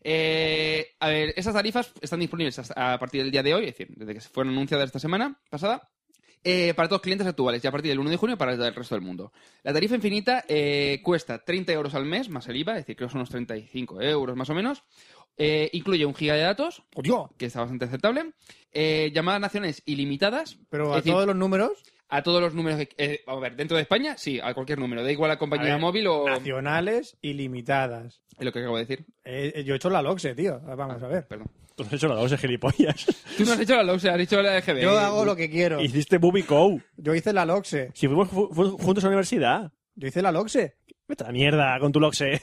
Speaker 5: Eh, a ver, esas tarifas están disponibles hasta- a partir del día de hoy, es decir, desde que se fueron anunciadas esta semana pasada, eh, para todos los clientes actuales y a partir del 1 de junio para el resto del mundo. La tarifa infinita eh, cuesta 30 euros al mes más el IVA, es decir, creo que son unos 35 euros más o menos. Eh, incluye un giga de datos, que está bastante aceptable. Eh, llamadas naciones ilimitadas.
Speaker 4: Pero
Speaker 5: es
Speaker 4: a
Speaker 5: decir,
Speaker 4: todos los números
Speaker 5: a todos los números. que- eh, vamos a ver, dentro de España, sí, a cualquier número. Da igual a compañía
Speaker 4: A ver,
Speaker 5: móvil o.
Speaker 4: nacionales ilimitadas.
Speaker 5: Es lo que acabo de decir.
Speaker 4: Eh, yo he hecho la LOXE, tío. Vamos a ver.
Speaker 5: Perdón.
Speaker 3: Tú has hecho la dos de gilipollas.
Speaker 5: Tú no has hecho la LOX, has hecho la LGB.
Speaker 4: Yo hago lo que quiero.
Speaker 3: Hiciste Booby Co.
Speaker 4: Yo hice la LOXE.
Speaker 3: Si fuimos fu- fu- juntos a la universidad.
Speaker 4: Yo hice la LOXE.
Speaker 3: Vete a la mierda con tu loxe.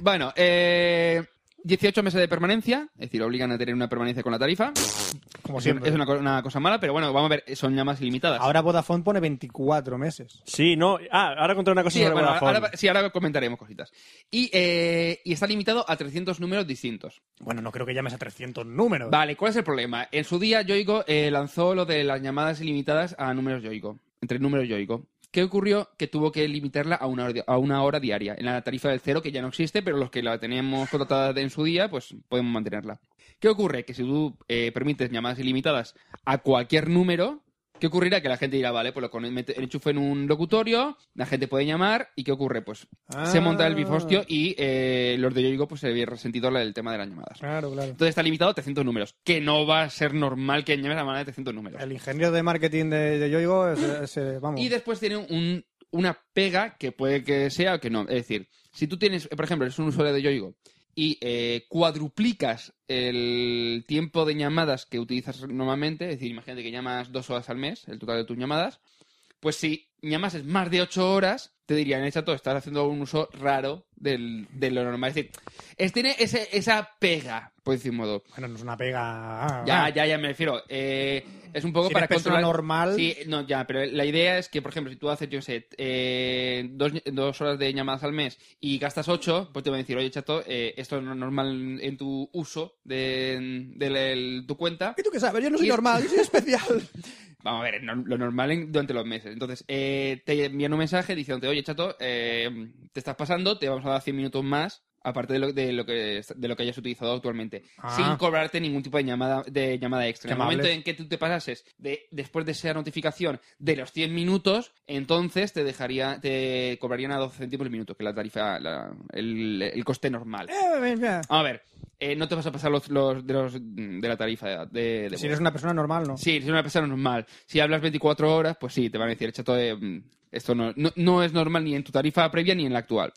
Speaker 5: Bueno, eh, 18 meses de permanencia, es decir, obligan a tener una permanencia con la tarifa.
Speaker 4: Como
Speaker 5: Es
Speaker 4: siempre.
Speaker 5: una- Es una, co- una cosa mala, pero bueno, vamos a ver, son llamadas ilimitadas.
Speaker 4: Ahora Vodafone pone 24 meses.
Speaker 3: Sí, no. Ah, ahora contaré una cosa
Speaker 5: Sí,
Speaker 3: sobre
Speaker 5: bueno,
Speaker 3: Vodafone.
Speaker 5: ahora, sí, ahora comentaremos cositas. Y, eh, y está limitado a 300 números distintos.
Speaker 4: Bueno, no creo que llames a 300 números.
Speaker 5: Vale, ¿cuál es el problema? En su día, Yoigo eh, lanzó lo de las llamadas ilimitadas a números Yoigo, entre números Yoigo. ¿Qué ocurrió? Que tuvo que limitarla a una, hora, di- a una hora diaria, en la tarifa del cero, que ya no existe, pero los que la teníamos contratada de- en su día, pues podemos mantenerla. ¿Qué ocurre? Que si tú eh, permites llamadas ilimitadas a cualquier número, ¿qué ocurrirá? Que la gente dirá, vale, pues lo con- mete- enchufe en un locutorio, la gente puede llamar, ¿y qué ocurre? Pues se monta el
Speaker 4: Ah,
Speaker 5: bifostio y eh, los de Yoigo pues, se ve resentido el tema de las llamadas.
Speaker 4: Claro, claro.
Speaker 5: Entonces está limitado a 300 números, que no va a ser normal que añades la manera de 300 números.
Speaker 4: El ingeniero de marketing de, de Yoigo es, es- vamos.
Speaker 5: Y después tiene un, una pega que puede que sea o que no. Es decir, si tú tienes, por ejemplo, eres un usuario de Yoigo y eh, cuadruplicas el tiempo de llamadas que utilizas normalmente, es decir, imagínate que llamas dos horas al mes, el total de tus llamadas, pues si llamases más de ocho horas, te dirían, exacto, estás haciendo un uso raro del, de lo normal. Es decir, es- tiene ese- esa pega, por decir un modo.
Speaker 4: Bueno, no es una pega. Ah,
Speaker 5: Ya, ya, ya me refiero. Eh, es un poco
Speaker 4: Si
Speaker 5: para
Speaker 4: eres persona
Speaker 5: controlar.
Speaker 4: normal-
Speaker 5: Sí, no, ya, pero la idea es que, por ejemplo, si tú haces, yo qué sé, eh, dos, dos horas de llamadas al mes y gastas ocho, pues te van a decir, oye, chato, eh, esto no es normal en tu uso de, de la- el- tu cuenta.
Speaker 7: ¿Y tú qué sabes? Yo no soy
Speaker 5: Y-
Speaker 7: normal, yo soy especial.
Speaker 5: Vamos a ver, es nor- lo normal en- durante los meses. Entonces, eh, te envían un mensaje diciéndote, oye, chato, eh, te estás pasando, te vamos a dar 100 minutos más. Aparte de lo, de lo que de lo que hayas utilizado actualmente,
Speaker 4: Ah.
Speaker 5: sin cobrarte ningún tipo de llamada de llamada extra.
Speaker 4: Qué
Speaker 5: en el momento
Speaker 4: amables.
Speaker 5: en que tú te pasases de, después de esa notificación de los 100 minutos, entonces te dejaría te cobrarían a 12 céntimos el minuto, que es la tarifa la- el, el coste normal.
Speaker 4: Eh, ven, ven.
Speaker 5: A ver, eh, no te vas a pasar los, los- de, los- de la tarifa de, de- de
Speaker 4: Si eres una persona normal, ¿no?
Speaker 5: Sí, si eres una persona normal. Si hablas 24 horas, pues sí, te van a decir, chato, eh, mm, esto no, no, no es normal ni en tu tarifa previa ni en la actual.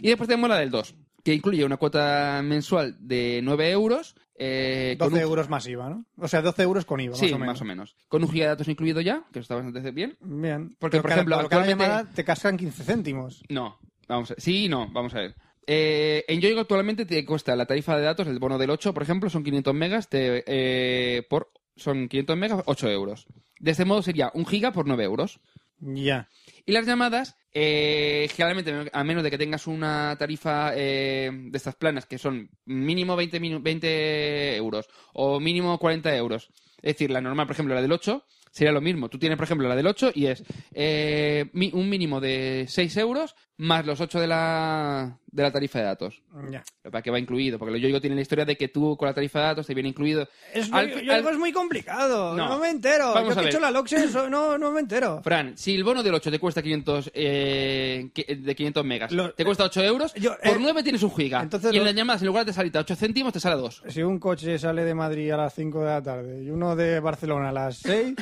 Speaker 5: Y después tenemos la del 2, que incluye una cuota mensual de 9 euros. eh, con
Speaker 4: 12
Speaker 5: un-
Speaker 4: euros más IVA, ¿no? O sea, 12 euros con IVA,
Speaker 5: Sí,
Speaker 4: más o menos.
Speaker 5: Con un giga de datos incluido ya, que está bastante bien.
Speaker 4: Bien.
Speaker 5: Porque,
Speaker 4: Pero
Speaker 5: por
Speaker 4: cada-
Speaker 5: ejemplo,
Speaker 4: por cada
Speaker 5: actualmente-
Speaker 4: llamada te cascan 15 céntimos.
Speaker 5: No, vamos a ver. Sí, y no, vamos a ver. Eh, en Yoigo actualmente te cuesta la tarifa de datos, el bono del 8, por ejemplo, son 500 megas te- eh, por son 500 megas, 8 euros. De este modo sería un giga por 9 euros.
Speaker 4: Ya.
Speaker 5: Y las llamadas, eh, generalmente, a menos de que tengas una tarifa eh, de estas planas, que son mínimo 20, minu- 20 euros o mínimo 40 euros, es decir, la normal, por ejemplo, la del 8, sería lo mismo. Tú tienes, por ejemplo, la del 8 y es eh, mi- un mínimo de 6 euros más los 8 de la, de la tarifa de datos.
Speaker 4: ya.
Speaker 5: Lo que pasa es que va incluido, porque yo digo tiene la historia de que tú con la tarifa de datos te viene incluido.
Speaker 4: Es,
Speaker 5: Al-
Speaker 4: yo- yo
Speaker 5: al-
Speaker 4: digo, es muy complicado.
Speaker 5: No.
Speaker 4: No, me entero.
Speaker 5: Vamos
Speaker 4: Yo
Speaker 5: a
Speaker 4: que he
Speaker 5: ver.
Speaker 4: hecho la Loxen, so- no, no me entero.
Speaker 5: Fran, si el bono del 8 te cuesta 500, eh, que- de 500 megas,
Speaker 4: Lo-
Speaker 5: te cuesta 8 euros,
Speaker 4: Yo, eh,
Speaker 5: por 9 tienes un giga.
Speaker 4: entonces
Speaker 5: y en
Speaker 4: lo-
Speaker 5: las llamadas, en lugar de salirte a 8 céntimos, te sale a 2.
Speaker 4: Si un coche sale de Madrid a las 5 de la tarde y uno de Barcelona a las 6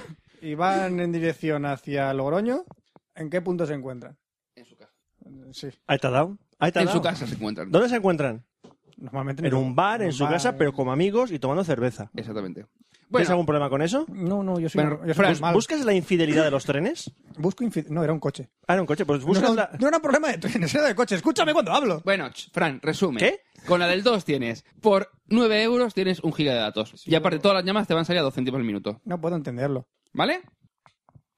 Speaker 4: y van en dirección hacia Logroño, ¿en qué punto se encuentran?
Speaker 5: En su casa.
Speaker 4: Sí,
Speaker 3: Ahí te ha dado. Ahí te ha
Speaker 5: En su
Speaker 3: dado.
Speaker 5: casa se encuentran.
Speaker 3: ¿Dónde se encuentran?
Speaker 4: normalmente
Speaker 3: En
Speaker 4: no.
Speaker 3: un bar, en su
Speaker 4: bar.
Speaker 3: casa, pero como amigos y tomando cerveza.
Speaker 5: Exactamente.
Speaker 3: ¿Tienes
Speaker 5: Bueno,
Speaker 3: algún problema con eso?
Speaker 4: No, no, yo soy,
Speaker 5: Bueno,
Speaker 4: yo soy
Speaker 5: Fran,
Speaker 4: normal.
Speaker 3: ¿Buscas la infidelidad de los trenes?
Speaker 4: Busco infi- No, era un coche.
Speaker 3: Ah, no, un coche. Pues
Speaker 4: No era,
Speaker 3: buscas
Speaker 4: un,
Speaker 3: la...
Speaker 4: no era un problema de trenes, era de coche. Escúchame cuando hablo.
Speaker 5: bueno, ch, Fran, resume.
Speaker 3: ¿Qué?
Speaker 5: Con la del 2 tienes, por 9 euros tienes un giga de datos. y aparte, todas las llamadas te van a salir a 2 céntimos al minuto.
Speaker 4: No puedo entenderlo.
Speaker 5: ¿Vale?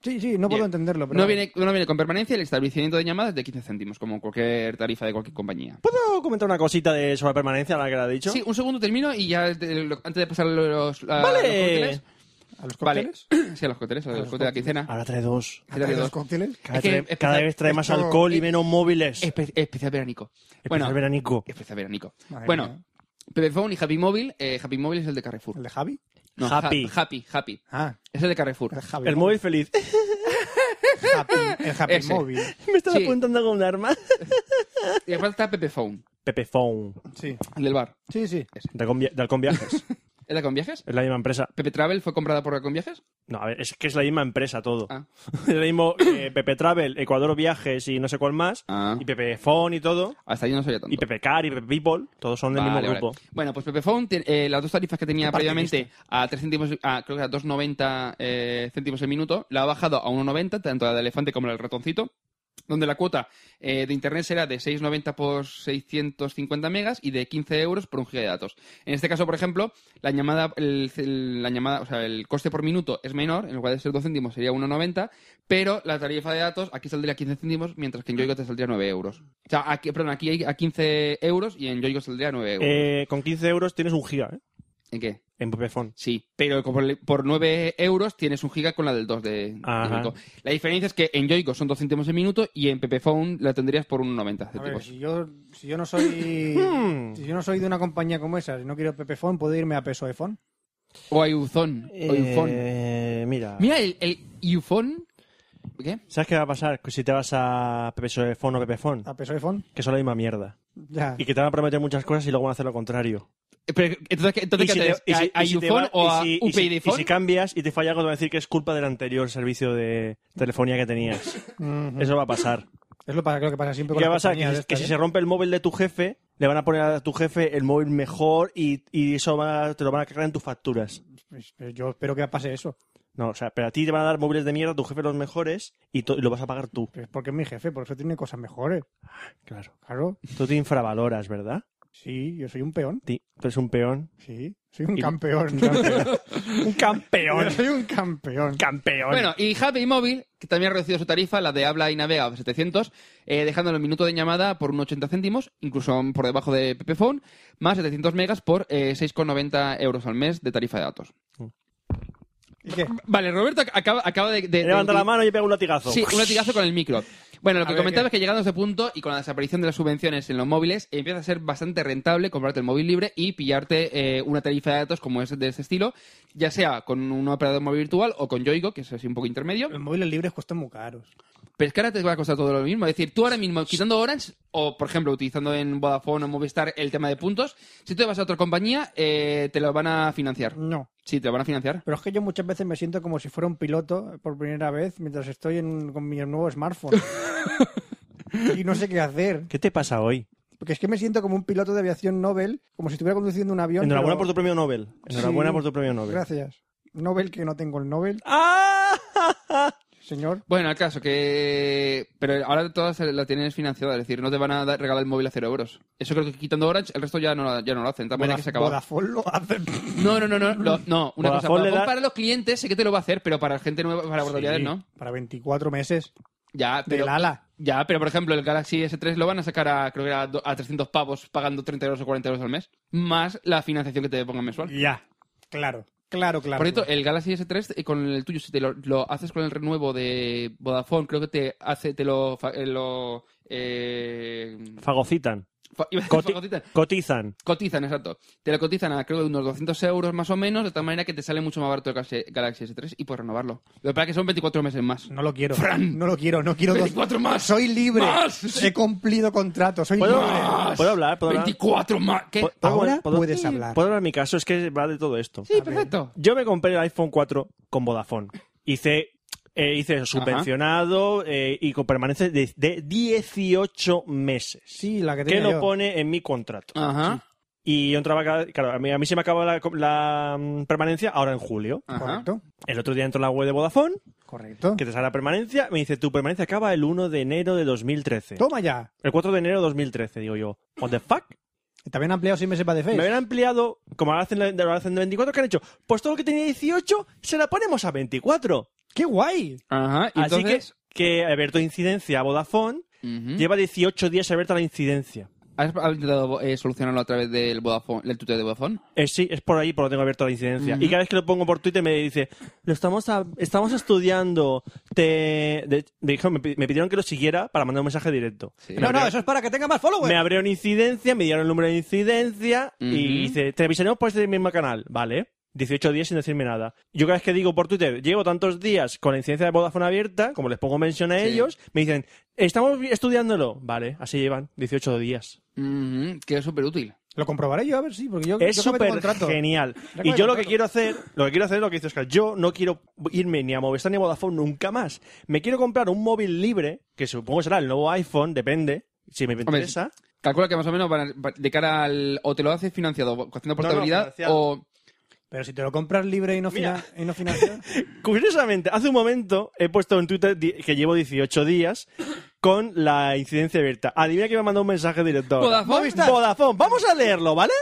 Speaker 4: Sí, sí, no puedo
Speaker 5: Bien.
Speaker 4: entenderlo. Pero
Speaker 5: No viene, no viene con permanencia el establecimiento de llamadas de 15 céntimos, como cualquier tarifa de cualquier compañía.
Speaker 3: ¿Puedo comentar una cosita de sobre permanencia, la que la he dicho?
Speaker 5: Sí, un segundo termino y ya de- lo- antes de pasar a los, a
Speaker 3: Vale.
Speaker 5: los cócteles.
Speaker 4: ¿A los
Speaker 5: Vale.
Speaker 4: cócteles?
Speaker 5: Sí, a los cócteles, a los cócteles de la quincena.
Speaker 3: Ahora trae dos.
Speaker 5: ¿Qué tal,
Speaker 4: ¿A los
Speaker 5: Diego?
Speaker 4: cócteles?
Speaker 3: Cada,
Speaker 5: Es que
Speaker 3: trae-
Speaker 5: empezar-
Speaker 3: cada vez trae más
Speaker 4: esto-
Speaker 3: alcohol y
Speaker 5: eh,
Speaker 3: menos móviles.
Speaker 5: Espe- especial veranico.
Speaker 3: Especial
Speaker 5: bueno.
Speaker 3: veranico.
Speaker 5: Especial veranico.
Speaker 4: Madre mía.
Speaker 5: bueno, Pepephone y Happy Mobile. eh, Happy Mobile es el de Carrefour.
Speaker 4: ¿El de Javi?
Speaker 5: No,
Speaker 3: Happy.
Speaker 5: Ja- happy, Happy.
Speaker 4: Ah,
Speaker 5: Es el de Carrefour.
Speaker 4: el Javi.
Speaker 3: El móvil feliz.
Speaker 4: Happy, el Happy
Speaker 5: Ese.
Speaker 4: móvil.
Speaker 3: Me estaba
Speaker 5: Sí.
Speaker 3: apuntando con un arma.
Speaker 5: Y aparte está Pepephone,
Speaker 3: Pepe Phone.
Speaker 4: Sí,
Speaker 5: el del bar.
Speaker 4: sí, sí.
Speaker 3: De Alcon Via- de Alcon Viajes.
Speaker 5: ¿Es la con viajes?
Speaker 3: es la misma empresa.
Speaker 5: ¿Pepe Travel fue comprada por la con viajes?
Speaker 3: No, a ver, es que es la misma empresa todo.
Speaker 5: Ah.
Speaker 3: Es lo mismo eh, Pepe Travel, Ecuador Viajes y no sé cuál más.
Speaker 5: Ah.
Speaker 3: Y Pepe Phone y todo.
Speaker 5: Hasta yo no sabía tanto.
Speaker 3: Y Pepe Car y Pepe People. Todos son del
Speaker 5: Vale,
Speaker 3: mismo
Speaker 5: vale.
Speaker 3: grupo.
Speaker 5: Bueno, pues Pepephone, tie- eh, las dos tarifas que tenía previamente a 3 céntimos, a, creo que a 2,90 eh, céntimos el minuto, la ha bajado a 1,90, tanto la del elefante como la del ratoncito, donde la cuota eh, de internet será de 6,90 por 650 megas y de 15 euros por un giga de datos. En este caso, por ejemplo, la llamada, el, el- la llamada, o sea, el coste por minuto es menor, en lugar de ser 2 céntimos sería 1,90, pero la tarifa de datos aquí saldría 15 céntimos, mientras que en Yoigo te saldría 9 euros. O sea, aquí, perdón, aquí hay a 15 euros y en Yoigo saldría 9 euros.
Speaker 3: Eh, con 15 euros tienes un giga, ¿eh?
Speaker 5: ¿En qué?
Speaker 3: En Pepe Phone.
Speaker 5: Sí, pero como le- por 9 euros tienes un giga con la del 2 de, de
Speaker 3: Ajá.
Speaker 5: Yoigo. La diferencia es que en Yoigo son 2 céntimos el minuto y en Pepephone la tendrías por 1,90
Speaker 4: A ver,
Speaker 5: céntimos.
Speaker 4: si yo, si yo no soy
Speaker 3: Hmm.
Speaker 4: si yo no soy de una compañía como esa, si no quiero Pepefon, puedo irme a Pesoefon.
Speaker 5: O a Ufón. O Ufón.
Speaker 3: Eh, mira.
Speaker 5: Mira, el, el Ufón... ¿Qué?
Speaker 3: ¿Sabes qué va a pasar si te vas a Pepe Phone o Pepe Phone?
Speaker 4: A Pesoefon.
Speaker 3: Que son la misma mierda.
Speaker 4: Ya.
Speaker 3: Y que te van a prometer muchas cosas y luego van a hacer lo contrario.
Speaker 5: Eh, pero, entonces, ¿qué- entonces ¿qué haces?
Speaker 3: y si-
Speaker 5: ¿A, a
Speaker 3: y si te
Speaker 5: Ufón
Speaker 3: va-
Speaker 5: o a
Speaker 3: y si- y si- y
Speaker 5: UPyDphone?
Speaker 3: si cambias y te falla algo, te van a decir que es culpa del anterior servicio de telefonía que tenías.
Speaker 4: Ujú.
Speaker 3: Eso va a pasar.
Speaker 4: Es lo, pa- lo que pasa
Speaker 3: ¿Y
Speaker 4: siempre con
Speaker 3: ¿Qué va a
Speaker 4: las
Speaker 3: pasar? Que,
Speaker 4: compañías
Speaker 3: si-
Speaker 4: estas,
Speaker 3: que si
Speaker 4: ¿eh?
Speaker 3: se rompe el móvil de tu jefe, le van a poner a tu jefe el móvil mejor y, y eso va a- te lo van a cargar en tus facturas.
Speaker 4: Pues, eh, Yo espero que pase eso.
Speaker 3: No, o sea, pero a ti te van a dar móviles de mierda, tu jefe los mejores y, to- y lo vas a pagar tú.
Speaker 4: Pero es porque es mi jefe, por eso tiene cosas mejores.
Speaker 3: Claro.
Speaker 4: Claro.
Speaker 3: Tú te infravaloras, ¿verdad?
Speaker 4: Sí, yo soy un peón.
Speaker 3: Ti- Tú eres un peón.
Speaker 4: Sí, soy un
Speaker 3: Y-
Speaker 4: campeón.
Speaker 3: Un campeón.
Speaker 4: Yo soy un campeón.
Speaker 3: campeón.
Speaker 5: Bueno, y Happy Móvil, que también ha reducido su tarifa, la de habla y navega a 700, eh, dejándolo en minuto de llamada por un 80 céntimos, incluso por debajo de Pepephone, más 700 megas por eh, 6,90 euros al mes de tarifa de datos.
Speaker 4: ¿Y qué?
Speaker 5: Vale, Roberto ac- acaba, acaba de,
Speaker 4: Eh,
Speaker 5: de- de-
Speaker 3: Levanta la mano y pega un latigazo.
Speaker 5: Sí, un latigazo con el micro. Bueno, lo
Speaker 4: A
Speaker 5: que
Speaker 4: ver,
Speaker 5: comentaba
Speaker 4: ¿qué?
Speaker 5: es que llegando a este punto y con la desaparición de las subvenciones en los móviles, empieza a ser bastante rentable comprarte el móvil libre y pillarte eh, una tarifa de datos como es de este estilo, ya sea con un operador móvil virtual o con Yoigo, que es así un poco intermedio.
Speaker 4: Los móviles libres cuestan muy caros.
Speaker 5: Pero es que ahora te va a costar todo lo mismo. Es decir, tú ahora mismo, quitando Orange, o por ejemplo, utilizando en Vodafone o Movistar el tema de puntos, si tú te vas a otra compañía, eh, te lo van a financiar.
Speaker 4: No.
Speaker 5: Sí, te lo van a financiar.
Speaker 4: Pero es que yo muchas veces me siento como si fuera un piloto por primera vez mientras estoy en- con mi nuevo smartphone. y no sé qué hacer.
Speaker 3: ¿Qué te pasa hoy?
Speaker 4: Porque es que me siento como un piloto de aviación Nobel, como si estuviera conduciendo un avión.
Speaker 3: Enhorabuena
Speaker 4: pero-
Speaker 3: por tu premio Nobel. Enhorabuena
Speaker 4: Sí.
Speaker 3: por tu premio Nobel.
Speaker 4: Gracias. Nobel, que no tengo el Nobel.
Speaker 3: ¡Ah!
Speaker 4: señor.
Speaker 5: Bueno, al caso que... Pero ahora todas la tienes financiada, es decir, no te van a dar- regalar el móvil a cero euros. Eso creo que quitando Orange, el resto ya no, la- ya no lo hacen. También hay que se acabó.
Speaker 4: Vodafone lo hace.
Speaker 5: No, no, no, no, lo- no, una cosa.
Speaker 3: Vodafone le
Speaker 5: Vodafone
Speaker 3: da-
Speaker 5: para los clientes sé que te lo va a hacer, pero para gente nueva, para guardavidas,
Speaker 4: Sí,
Speaker 5: no.
Speaker 4: Para 24 meses
Speaker 5: Ya,
Speaker 4: del
Speaker 5: pero...
Speaker 4: ala.
Speaker 5: Ya, pero por ejemplo, el Galaxy S3 lo van a sacar a, creo que a, do- a 300 pavos pagando 30 euros o 40 euros al mes, más la financiación que te pongan mensual.
Speaker 4: Ya. Claro, claro, claro.
Speaker 5: Por cierto, eh, el Galaxy S3 y con el tuyo, si te lo, lo haces con el renuevo de Vodafone, creo que te hace, te lo, fa- eh, lo, eh,
Speaker 3: Fagocitan.
Speaker 5: fa- iba a decir
Speaker 3: Coti-
Speaker 5: fagocitan.
Speaker 3: Cotizan.
Speaker 5: Cotizan, exacto. Te lo cotizan a creo que unos 200 euros más o menos, de tal manera que te sale mucho más barato el Galaxy- Galaxy S3 y puedes renovarlo. Lo que pasa es que son 24 meses más.
Speaker 4: no lo quiero.
Speaker 5: Fran.
Speaker 4: No lo quiero, no quiero. dos-
Speaker 5: 24 más.
Speaker 4: Soy libre.
Speaker 5: Más.
Speaker 4: He cumplido contrato, soy
Speaker 3: ¿Puedo,
Speaker 4: libre.
Speaker 3: ¿puedo hablar? ¿Puedo hablar?
Speaker 5: 24 más. ¿Qué?
Speaker 3: ¿Puedo-
Speaker 4: Eh, Ahora
Speaker 3: puedo-
Speaker 4: puedes hablar.
Speaker 3: ¿Puedo hablar mi caso? Es que va de todo esto.
Speaker 5: Sí, perfecto.
Speaker 3: Yo me compré el iPhone 4 con Vodafone. Hice, eh, hice subvencionado eh, y con permanencia de, de 18 meses.
Speaker 4: Sí, la que
Speaker 3: Que
Speaker 4: tenía
Speaker 3: lo
Speaker 4: yo.
Speaker 3: pone en mi contrato.
Speaker 5: Ajá.
Speaker 3: Y yo entraba, cada- claro, a mí, a mí se me acaba la, la, mm, permanencia ahora en julio.
Speaker 5: Ajá.
Speaker 4: Correcto,
Speaker 3: El otro día entro a la web de Vodafone,
Speaker 4: correcto.
Speaker 3: que te sale la permanencia, me dice, tu permanencia acaba el 1 de enero de 2013.
Speaker 4: Toma ya.
Speaker 3: El 4 de enero de 2013, digo yo. ¿What the fuck?
Speaker 4: También han ampliado 6 meses para
Speaker 3: Me
Speaker 4: Deface.
Speaker 3: habían ampliado, como ahora hacen, la- lo hacen de 24, que han hecho, pues todo lo que tenía 18 se la ponemos a 24.
Speaker 4: ¡Qué guay!
Speaker 5: Ajá. ¿Y
Speaker 3: Así
Speaker 5: entonces? ¿Mm?
Speaker 3: que, que abierto incidencia a Vodafone,
Speaker 5: Ujú.
Speaker 3: lleva 18 días abierta la incidencia.
Speaker 5: ¿Has has intentado eh, solucionarlo a través del Vodafone, del tutorial de Vodafone?
Speaker 3: Eh, sí, es por ahí por lo tengo abierta la incidencia.
Speaker 5: Ujú.
Speaker 3: Y cada vez que lo pongo por Twitter me dice, lo estamos, a- estamos estudiando, te... de- me, dijo- me pi- me pidieron que lo siguiera para mandar un mensaje directo.
Speaker 5: Sí.
Speaker 3: Me
Speaker 4: No, no,
Speaker 3: abrió-
Speaker 4: eso es para que tenga más followers.
Speaker 3: Me abrieron incidencia, me dieron el número de incidencia
Speaker 5: Ujú.
Speaker 3: y dice, te avisaremos por este mismo canal, ¿vale? 18 días sin decirme nada. Yo cada vez que digo por Twitter, llevo tantos días con la incidencia de Vodafone abierta, como les pongo mención a
Speaker 5: Sí.
Speaker 3: ellos, me dicen, estamos vi- estudiándolo. Vale, así llevan 18 días.
Speaker 5: Ujú, Que es súper útil.
Speaker 4: Lo comprobaré yo, a ver, sí, porque yo,
Speaker 3: Es
Speaker 4: yo acabé tu
Speaker 3: súper
Speaker 4: contrato.
Speaker 3: genial.
Speaker 4: Ya
Speaker 3: Y
Speaker 4: acabé
Speaker 3: yo lo
Speaker 4: tu
Speaker 3: que
Speaker 4: contrato.
Speaker 3: quiero hacer, lo que quiero hacer es lo que dice Oscar. Yo no quiero irme ni a Movistar ni a Vodafone nunca más. Me quiero comprar un móvil libre, que supongo será el nuevo iPhone, depende, si me interesa.
Speaker 5: Calcula que más o menos van a- de cara al. O te lo haces financiado, haciendo
Speaker 3: no,
Speaker 5: portabilidad,
Speaker 3: financiado.
Speaker 5: o.
Speaker 4: Pero si te lo compras libre y no,
Speaker 3: Mira.
Speaker 4: fina- y no financiado.
Speaker 3: Curiosamente, hace un momento he puesto en Twitter di- que llevo 18 días con la incidencia abierta. Adivina que me ha mandado un mensaje directo. ahora.
Speaker 5: ¿Vodafone?
Speaker 3: Vodafone. Vamos a leerlo, ¿vale?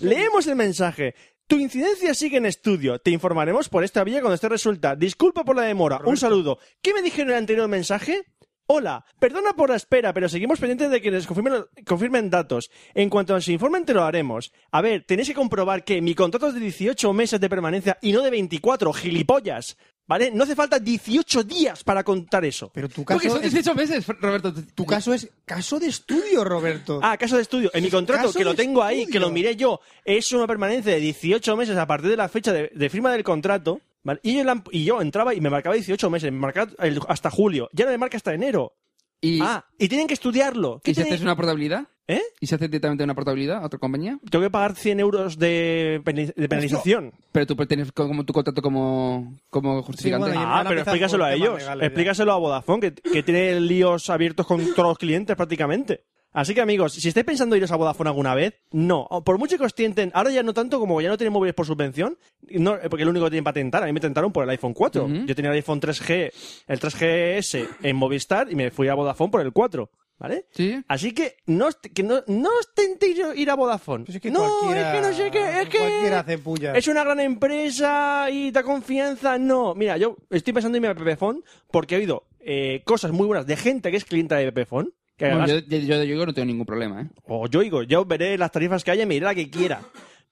Speaker 3: Leemos el mensaje. Tu incidencia sigue en estudio. Te informaremos por esta vía cuando este resulta. Disculpa por la demora. Un saludo. ¿Qué me dijeron en el anterior mensaje? Hola, perdona por la espera, pero seguimos pendientes de que les confirmen, confirmen datos. En cuanto nos informen, te lo haremos. A ver, tenéis que comprobar que mi contrato es de 18 meses de permanencia y no de 24, gilipollas. ¿Vale? No hace falta 18 días para contar eso.
Speaker 4: Pero tu
Speaker 5: Porque
Speaker 4: caso,
Speaker 5: son
Speaker 4: es,
Speaker 5: 18 meses, Roberto.
Speaker 4: tu caso es caso de estudio, Roberto.
Speaker 3: Ah, caso de estudio. En mi contrato,
Speaker 4: Caso
Speaker 3: que lo
Speaker 4: de
Speaker 3: tengo ahí,
Speaker 4: estudio.
Speaker 3: que lo miré yo, es una permanencia de 18 meses a partir de la fecha de, de firma del contrato. ¿vale? Y, yo la- y yo entraba y me marcaba 18 meses, me marcaba el- hasta julio. Ya no me marca hasta enero.
Speaker 5: Y,
Speaker 3: ah, y tienen que estudiarlo. ¿Qué
Speaker 5: ¿Y si
Speaker 3: tienen-
Speaker 5: haces una portabilidad?
Speaker 3: ¿Eh?
Speaker 5: ¿Y si haces directamente una portabilidad a otra compañía?
Speaker 3: Tengo que pagar 100 euros de, peni- de penalización.
Speaker 5: Pero tú tienes co- como tu contrato como, como justificante.
Speaker 4: Sí, bueno,
Speaker 3: Ah,
Speaker 4: van a
Speaker 3: pero
Speaker 4: empezar
Speaker 3: explícaselo
Speaker 4: por
Speaker 3: a
Speaker 4: temas
Speaker 3: ellos.
Speaker 4: legales ya.
Speaker 3: explícaselo a Vodafone, que, que tiene líos abiertos con todos los clientes prácticamente. Así que amigos, si estáis pensando iros a Vodafone alguna vez, no. Por mucho que os tienten, ahora ya no tanto como ya no tienen móviles por subvención, no, eh, porque es lo único que tienen para tentar. A mí me tentaron por el iPhone 4.
Speaker 5: Ujú.
Speaker 3: Yo tenía el iPhone 3G, el 3GS en Movistar y me fui a Vodafone por el 4. ¿Vale?
Speaker 5: Sí.
Speaker 3: Así que no os, que no, no os tentéis ir a Vodafone.
Speaker 4: Pues es que
Speaker 3: no, es
Speaker 4: cualquiera-
Speaker 3: que no sé qué, es que...
Speaker 4: Cualquiera hace puya.
Speaker 3: Es una gran empresa y da confianza. No, mira, yo estoy pensando en mi Pepefon porque he oído eh, cosas muy buenas de gente que es clienta de Pepefon. Que
Speaker 5: Bueno,
Speaker 3: además-
Speaker 5: yo, yo, yo- yo no tengo ningún problema, ¿eh?
Speaker 3: o yo digo, yo veré las tarifas que haya y me iré la que quiera.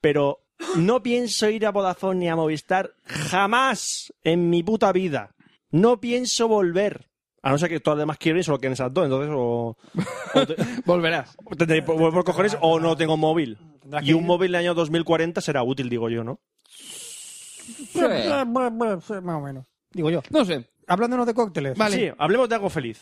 Speaker 3: Pero no pienso ir a Vodafone ni a Movistar jamás en mi puta vida. No pienso volver. A no ser que todas las demás quieran y solo queden esas dos. Entonces, o, o te-
Speaker 5: Volverás.
Speaker 3: tendré- vuelvo por cojones o no tengo móvil.
Speaker 4: Tendrás que
Speaker 3: Y un
Speaker 4: ir-
Speaker 3: móvil del año 2040 será útil, digo yo, ¿no?
Speaker 5: Sí.
Speaker 4: Más o menos. Digo yo.
Speaker 5: No sé.
Speaker 4: Hablándonos de cócteles.
Speaker 5: Vale.
Speaker 3: Sí, hablemos de algo feliz.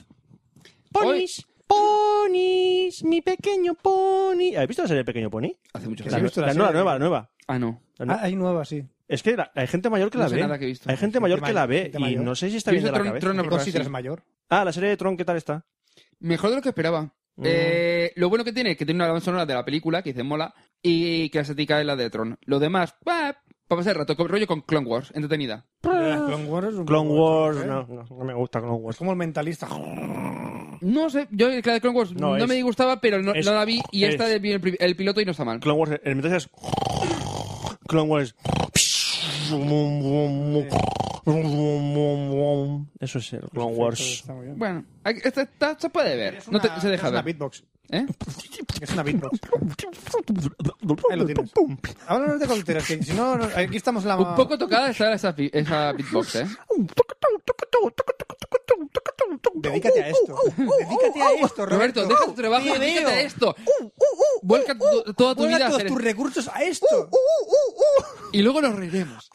Speaker 5: Ponis,
Speaker 3: ponis, mi pequeño pony. ¿Habéis visto la serie Pequeño Pony?
Speaker 5: Hace mucho
Speaker 4: Que
Speaker 5: tiempo.
Speaker 4: sí. visto la
Speaker 3: nueva,
Speaker 4: serie.
Speaker 3: nueva, la nueva.
Speaker 5: Ah, no.
Speaker 3: La
Speaker 4: Ah,
Speaker 3: nueva.
Speaker 4: hay nuevas, sí.
Speaker 3: Es que la- hay gente mayor que la
Speaker 5: No sé
Speaker 3: ve.
Speaker 5: nada que he visto.
Speaker 3: Hay gente mayor que la ve
Speaker 4: Gente
Speaker 3: y
Speaker 4: mayor.
Speaker 3: no sé si está
Speaker 5: Yo he
Speaker 3: bien de
Speaker 5: visto
Speaker 3: la
Speaker 5: Tron-
Speaker 3: cabeza.
Speaker 5: Tron- No,
Speaker 4: ¿Te
Speaker 5: pero
Speaker 4: consideras
Speaker 5: sí.
Speaker 4: mayor?
Speaker 3: Ah, la serie de Tron, ¿qué tal está?
Speaker 5: Mejor de lo que esperaba.
Speaker 3: Mm.
Speaker 5: Eh, lo bueno que tiene es que tiene una banda sonora de la película que dice mola y que la estética es la de Tron. Lo demás, bah, Para pasar el rato, con- rollo con Clone Wars, entretenida.
Speaker 4: Clone Wars es un
Speaker 3: Clone
Speaker 4: poco
Speaker 3: Wars,
Speaker 4: eso, ¿eh?
Speaker 3: no, no, no me gusta Clone
Speaker 4: Es
Speaker 3: Wars.
Speaker 4: como el mentalista.
Speaker 5: No sé, yo la de Clone Wars
Speaker 3: No,
Speaker 5: no,
Speaker 3: es-
Speaker 5: me gustaba, pero no,
Speaker 3: es-
Speaker 5: no la vi y esta
Speaker 3: es-
Speaker 5: vi el, pri- el piloto y no está mal.
Speaker 3: Clone Wars, el mensaje es. Clone Wars. Eso es el Clone
Speaker 5: Pues
Speaker 3: Wars.
Speaker 4: Está muy bien.
Speaker 5: Bueno, hay- esta, esta se puede ver, no te-
Speaker 4: Una-
Speaker 5: se deja
Speaker 4: Ah, Es una
Speaker 5: ver.
Speaker 4: beatbox.
Speaker 5: ¿Eh?
Speaker 4: Es una beatbox. Ahí lo tienes. Háblanos de tonteras, que si no, no- aquí estamos la...
Speaker 5: Un poco tocada está esa, pi- esa beatbox, ¿eh?
Speaker 4: Dedícate
Speaker 5: uh,
Speaker 4: a esto. Dedícate a esto, Roberto. Uh,
Speaker 5: Roberto, deja tu trabajo,
Speaker 4: Te
Speaker 5: dedícate
Speaker 4: veo.
Speaker 5: a esto. Vuelca tu- toda tu
Speaker 4: uh, Vuelca
Speaker 5: vida a
Speaker 4: todos
Speaker 5: hacer
Speaker 4: tus
Speaker 5: esto. Uh,
Speaker 4: recursos a esto.
Speaker 5: Y luego nos reiremos.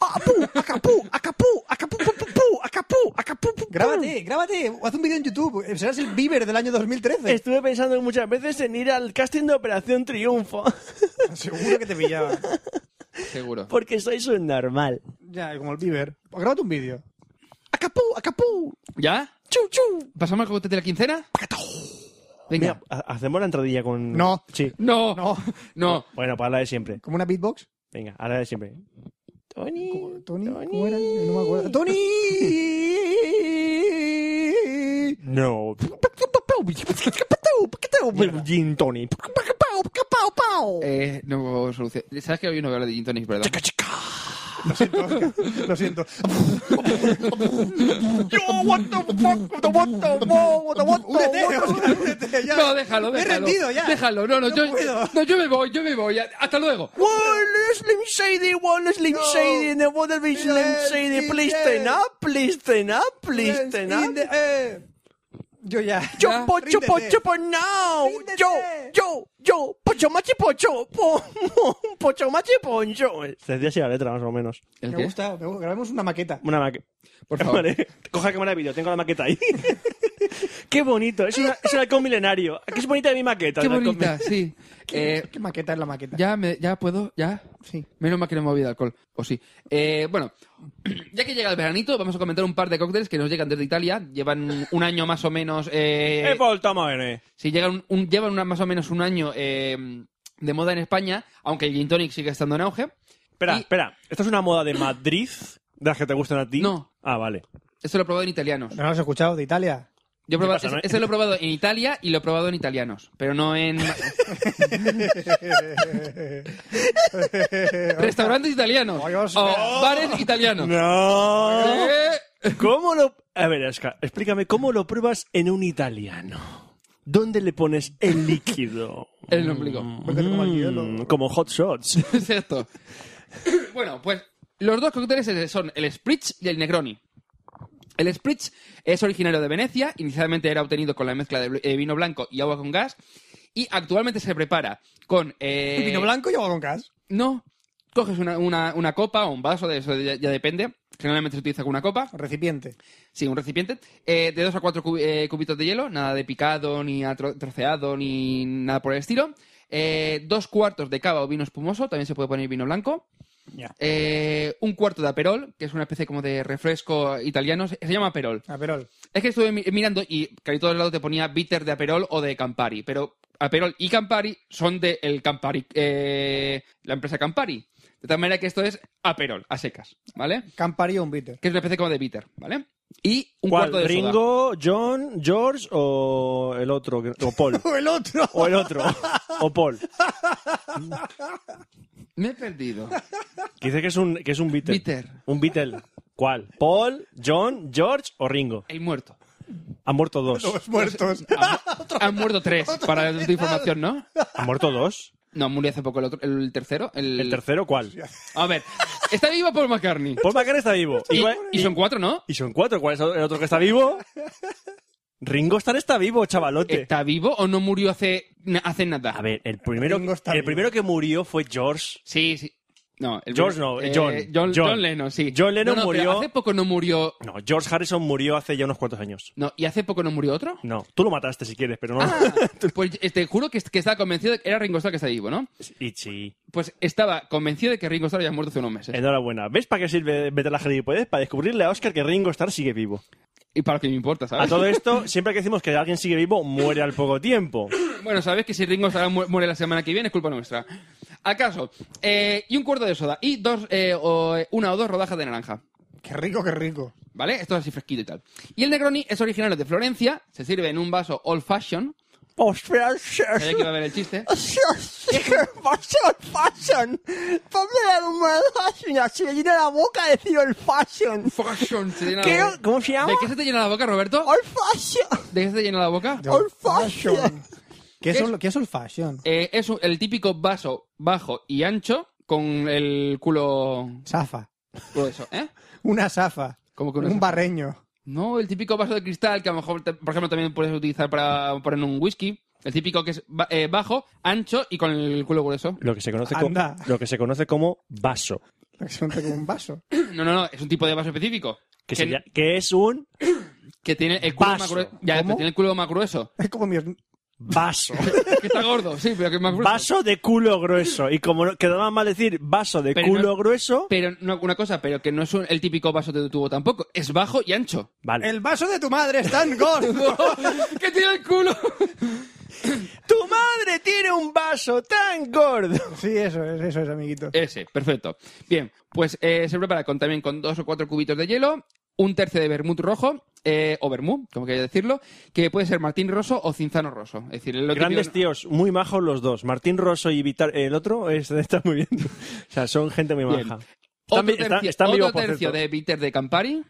Speaker 4: Grábate, grábate. o Haz un vídeo en YouTube. Eh, Serás el Bieber del año 2013.
Speaker 3: Estuve pensando muchas veces en ir al casting de Operación Triunfo,
Speaker 4: Seguro que te pillaba.
Speaker 5: Seguro.
Speaker 3: porque soy un normal.
Speaker 4: Ya, como el Bieber. Pues grábate un vídeo.
Speaker 3: ¡Acapú, acapú!
Speaker 5: ¿Ya?
Speaker 3: ¡Chu, chu!
Speaker 5: ¿Pasamos al juguete de la quincena?
Speaker 3: Mira,
Speaker 5: Venga.
Speaker 3: ha- hacemos la entradilla con.
Speaker 4: No.
Speaker 3: Sí.
Speaker 5: No, no,
Speaker 4: No.
Speaker 5: no.
Speaker 3: Bueno, para la de siempre.
Speaker 4: Como una beatbox.
Speaker 3: Venga, ahora de siempre. Tony.
Speaker 4: Tony, ¿cómo era? No me acuerdo. ¡Tony!
Speaker 3: No. Gin Tony.
Speaker 5: Eh, no solución. ¿Sabes que hoy no voy a hablar de Gin Tonics, verdad?
Speaker 4: Lo siento, Oscar, lo siento.
Speaker 7: Únete,
Speaker 4: Únete, ya.
Speaker 5: No, déjalo, déjalo.
Speaker 4: Me he rendido ya.
Speaker 5: Déjalo, no, no,
Speaker 4: No
Speaker 5: yo,
Speaker 4: puedo.
Speaker 5: no, yo me voy, yo me voy. Hasta luego.
Speaker 3: One Slim Shady, one Slim Shady, the water be Slim Shady. Please turn up, please turn up, please turn up.
Speaker 4: In the- eh, Este, Yo ya.
Speaker 3: Chopo,
Speaker 4: Ya,
Speaker 3: chopo,
Speaker 4: ríndete.
Speaker 3: chopo, now.
Speaker 4: Ríndete.
Speaker 3: Yo, yo, yo. Pocho machi, pocho. Po, pocho machi, poncho. Se decía así la letra, más o menos.
Speaker 5: ¿El
Speaker 4: Me gusta, me gusta. Grabemos una maqueta.
Speaker 3: Una maqueta.
Speaker 5: Por favor.
Speaker 3: Vale. Coja cámara de vídeo, tengo la maqueta ahí. Qué bonito, es, una, es un halcón milenario. Aquí es bonita mi maqueta.
Speaker 5: Qué
Speaker 3: el halcón
Speaker 5: bonita,
Speaker 3: mil-
Speaker 5: sí. Eh,
Speaker 4: ¿Qué maqueta es la maqueta?
Speaker 5: ya, me, ya puedo, ya.
Speaker 4: Sí.
Speaker 5: Menos mal que no hemos bebido alcohol. O sí. Eh, bueno, ya que llega el veranito, vamos a comentar un par de cócteles que nos llegan desde Italia. Llevan un año más o menos. Eh,
Speaker 3: Eh, Paul, toma, vene.
Speaker 5: si llegan un- un- llevan una- más o menos un año eh, de moda en España, aunque el gin tonic sigue estando en auge.
Speaker 3: Espera,
Speaker 5: Y-
Speaker 3: espera. ¿Esto es una moda de Madrid? ¿De las que te gustan a ti?
Speaker 5: No.
Speaker 3: Ah, vale.
Speaker 5: Esto lo he probado en italianos.
Speaker 4: ¿No lo has escuchado de Italia?
Speaker 5: Yo he probado-
Speaker 3: pasa, no?
Speaker 5: ese- ese lo he probado en Italia y lo he probado en italianos, pero no en restaurantes italianos
Speaker 4: Ay,
Speaker 5: o
Speaker 4: Oscar.
Speaker 5: bares italianos.
Speaker 3: No.
Speaker 5: Eh,
Speaker 3: ¿Cómo lo.? A ver, Aska, explícame, ¿cómo lo pruebas en un italiano? ¿Dónde le pones el líquido?
Speaker 5: El ombligo.
Speaker 4: Porque como el hielo.
Speaker 3: Mm, como hot shots.
Speaker 5: Exacto. bueno, pues los dos cócteles son el Spritz y el Negroni. El Spritz es originario de Venecia, inicialmente era obtenido con la mezcla de bl- eh, vino blanco y agua con gas, y actualmente se prepara con... eh,
Speaker 4: Vino blanco y agua con gas.
Speaker 5: No, coges una, una- una copa o un vaso, de eso ya, ya depende. Generalmente se utiliza con una copa,
Speaker 4: Recipiente.
Speaker 5: sí, un recipiente, eh, de dos a cuatro cu- eh, cubitos de hielo, nada de picado, ni atro- troceado, ni nada por el estilo. Eh, dos cuartos de cava o vino espumoso, también se puede poner vino blanco.
Speaker 4: Ya.
Speaker 5: Eh, un cuarto de aperol, que es una especie como de refresco italiano, se, se llama aperol.
Speaker 4: Aperol.
Speaker 5: Es que estuve mi- mirando y casi todos lados te ponía bitter de aperol o de Campari, pero aperol y Campari son de el Campari, eh, la empresa Campari. De tal manera que esto es aperol, a secas, ¿vale?
Speaker 4: Campari o un bitter.
Speaker 5: Que es una especie como de bitter, ¿vale? Y un
Speaker 3: ¿Cuál?
Speaker 5: cuarto de soda.
Speaker 3: ¿Ringo, John, George o el otro? que- O Paul.
Speaker 4: ¡O el otro!
Speaker 3: O el otro. O Paul.
Speaker 5: Me he perdido.
Speaker 3: Que dice que es un, que es un Beatle.
Speaker 5: Bitter.
Speaker 3: Un Beatle. ¿Cuál? ¿Paul, John, George o Ringo?
Speaker 5: El muerto.
Speaker 3: Han muerto dos.
Speaker 4: Los muertos.
Speaker 5: Han muerto tres, para tu información, ¿no?
Speaker 3: ¿Han muerto dos?
Speaker 5: No, murió hace poco el, otro, el tercero. El...
Speaker 3: ¿El tercero cuál?
Speaker 5: A ver, está viva Paul McCartney.
Speaker 3: Paul McCartney está vivo.
Speaker 5: Y,
Speaker 3: Igual-
Speaker 5: y son cuatro, ¿no?
Speaker 3: y son cuatro. ¿Cuál es el otro que está vivo? Ringo Starr está vivo, chavalote.
Speaker 5: ¿Está vivo o no murió hace, na- hace nada?
Speaker 3: A ver, el primero,
Speaker 4: Ringo está
Speaker 3: el
Speaker 4: vivo.
Speaker 3: primero que murió fue George.
Speaker 5: Sí, sí. No, el
Speaker 3: George no, eh, John,
Speaker 5: John,
Speaker 3: John.
Speaker 5: John Lennon, sí.
Speaker 3: John Lennon
Speaker 5: No, no, pero
Speaker 3: murió-
Speaker 5: Hace poco no murió.
Speaker 3: No, George Harrison murió hace ya unos cuantos años.
Speaker 5: No, ¿y hace poco no murió otro?
Speaker 3: No, tú lo mataste si quieres, pero no.
Speaker 5: Ah, pues eh, te juro que, es- que estaba convencido de que era Ringo Starr que está vivo, ¿no?
Speaker 3: Y sí.
Speaker 5: Pues estaba convencido de que Ringo Starr había muerto hace unos meses.
Speaker 3: Enhorabuena. ¿Ves para qué sirve meter la gilipollez? Para descubrirle a Oscar que Ringo Starr sigue vivo.
Speaker 5: Y para lo que me importa,
Speaker 3: A
Speaker 5: ¿sabes?
Speaker 3: todo esto, siempre que decimos que alguien sigue vivo, muere al poco tiempo.
Speaker 5: Bueno, sabes que si Ringo Starr mu- muere la semana que viene es culpa nuestra. Al caso, eh, y un cuarto de soda y dos, eh, o, eh, una o dos rodajas de naranja.
Speaker 4: Qué rico, qué rico.
Speaker 5: ¿Vale? Esto es así fresquito y tal. Y el Negroni es originario de Florencia, se sirve en un vaso old fashion. Sabía que iba a ver el chiste.
Speaker 8: fashion, fashion. Ponme la número fashion, así me llena la boca decir el fashion.
Speaker 5: Fashion, se llena la
Speaker 8: ¿Qué?
Speaker 5: boca.
Speaker 8: ¿Cómo se llama?
Speaker 5: ¿De qué se te llena la boca, Roberto?
Speaker 8: All fashion.
Speaker 5: ¿De qué se te llena la boca?
Speaker 8: All fashion.
Speaker 4: ¿Qué es,
Speaker 5: ¿Qué
Speaker 4: ol- ¿Qué es old fashion?
Speaker 5: Eh, es un- el típico vaso bajo y ancho con el culo
Speaker 4: Safa.
Speaker 5: grueso, ¿eh?
Speaker 4: Una safa.
Speaker 5: Como que una
Speaker 4: Un
Speaker 5: safa.
Speaker 4: barreño.
Speaker 5: No, el típico vaso de cristal que a lo mejor, te- por ejemplo, también puedes utilizar para poner un whisky. El típico que es ba- eh, bajo, ancho y con el culo grueso.
Speaker 3: Lo que, se conoce como,
Speaker 4: Anda.
Speaker 3: lo que se conoce como vaso.
Speaker 4: Lo que se monta como un vaso.
Speaker 5: No, no, no, es un tipo de vaso específico.
Speaker 3: Que,
Speaker 5: Que,
Speaker 3: se llama- que es un
Speaker 5: que tiene el culo
Speaker 3: Vaso.
Speaker 5: más grueso. Ya,
Speaker 4: ¿Cómo?
Speaker 5: pero tiene el culo más grueso.
Speaker 4: Es como mi...
Speaker 3: vaso.
Speaker 5: que está gordo, sí, pero que es más grueso.
Speaker 3: vaso de culo grueso. Y como no- quedaba mal decir vaso de
Speaker 5: Pero
Speaker 3: culo
Speaker 5: no-
Speaker 3: grueso.
Speaker 5: Pero no, una cosa, pero que no es un- el típico vaso de tubo tampoco. Es bajo y ancho.
Speaker 3: Vale.
Speaker 4: El vaso de tu madre está en gordo.
Speaker 5: ¡Que tiene el culo!
Speaker 3: ¡Tu madre tiene un vaso tan gordo!
Speaker 4: Sí, eso es, eso es, amiguito.
Speaker 5: Ese, perfecto. Bien, pues eh, se prepara con, también con dos o cuatro cubitos de hielo, un tercio de vermut rojo, eh, o vermú, como quería decirlo, que puede ser martín roso o cinzano roso. Es decir, lo
Speaker 3: Grandes
Speaker 5: típico-
Speaker 3: tíos, muy majos los dos. Martín Rosso y Vitar. El otro es- está muy bien. O sea, son gente muy
Speaker 5: Bien.
Speaker 3: maja. Están,
Speaker 5: Otro
Speaker 3: vi- están-
Speaker 5: tercio,
Speaker 3: están
Speaker 5: otro
Speaker 3: vivos, por
Speaker 5: tercio
Speaker 3: cierto.
Speaker 5: de bitter de Campari.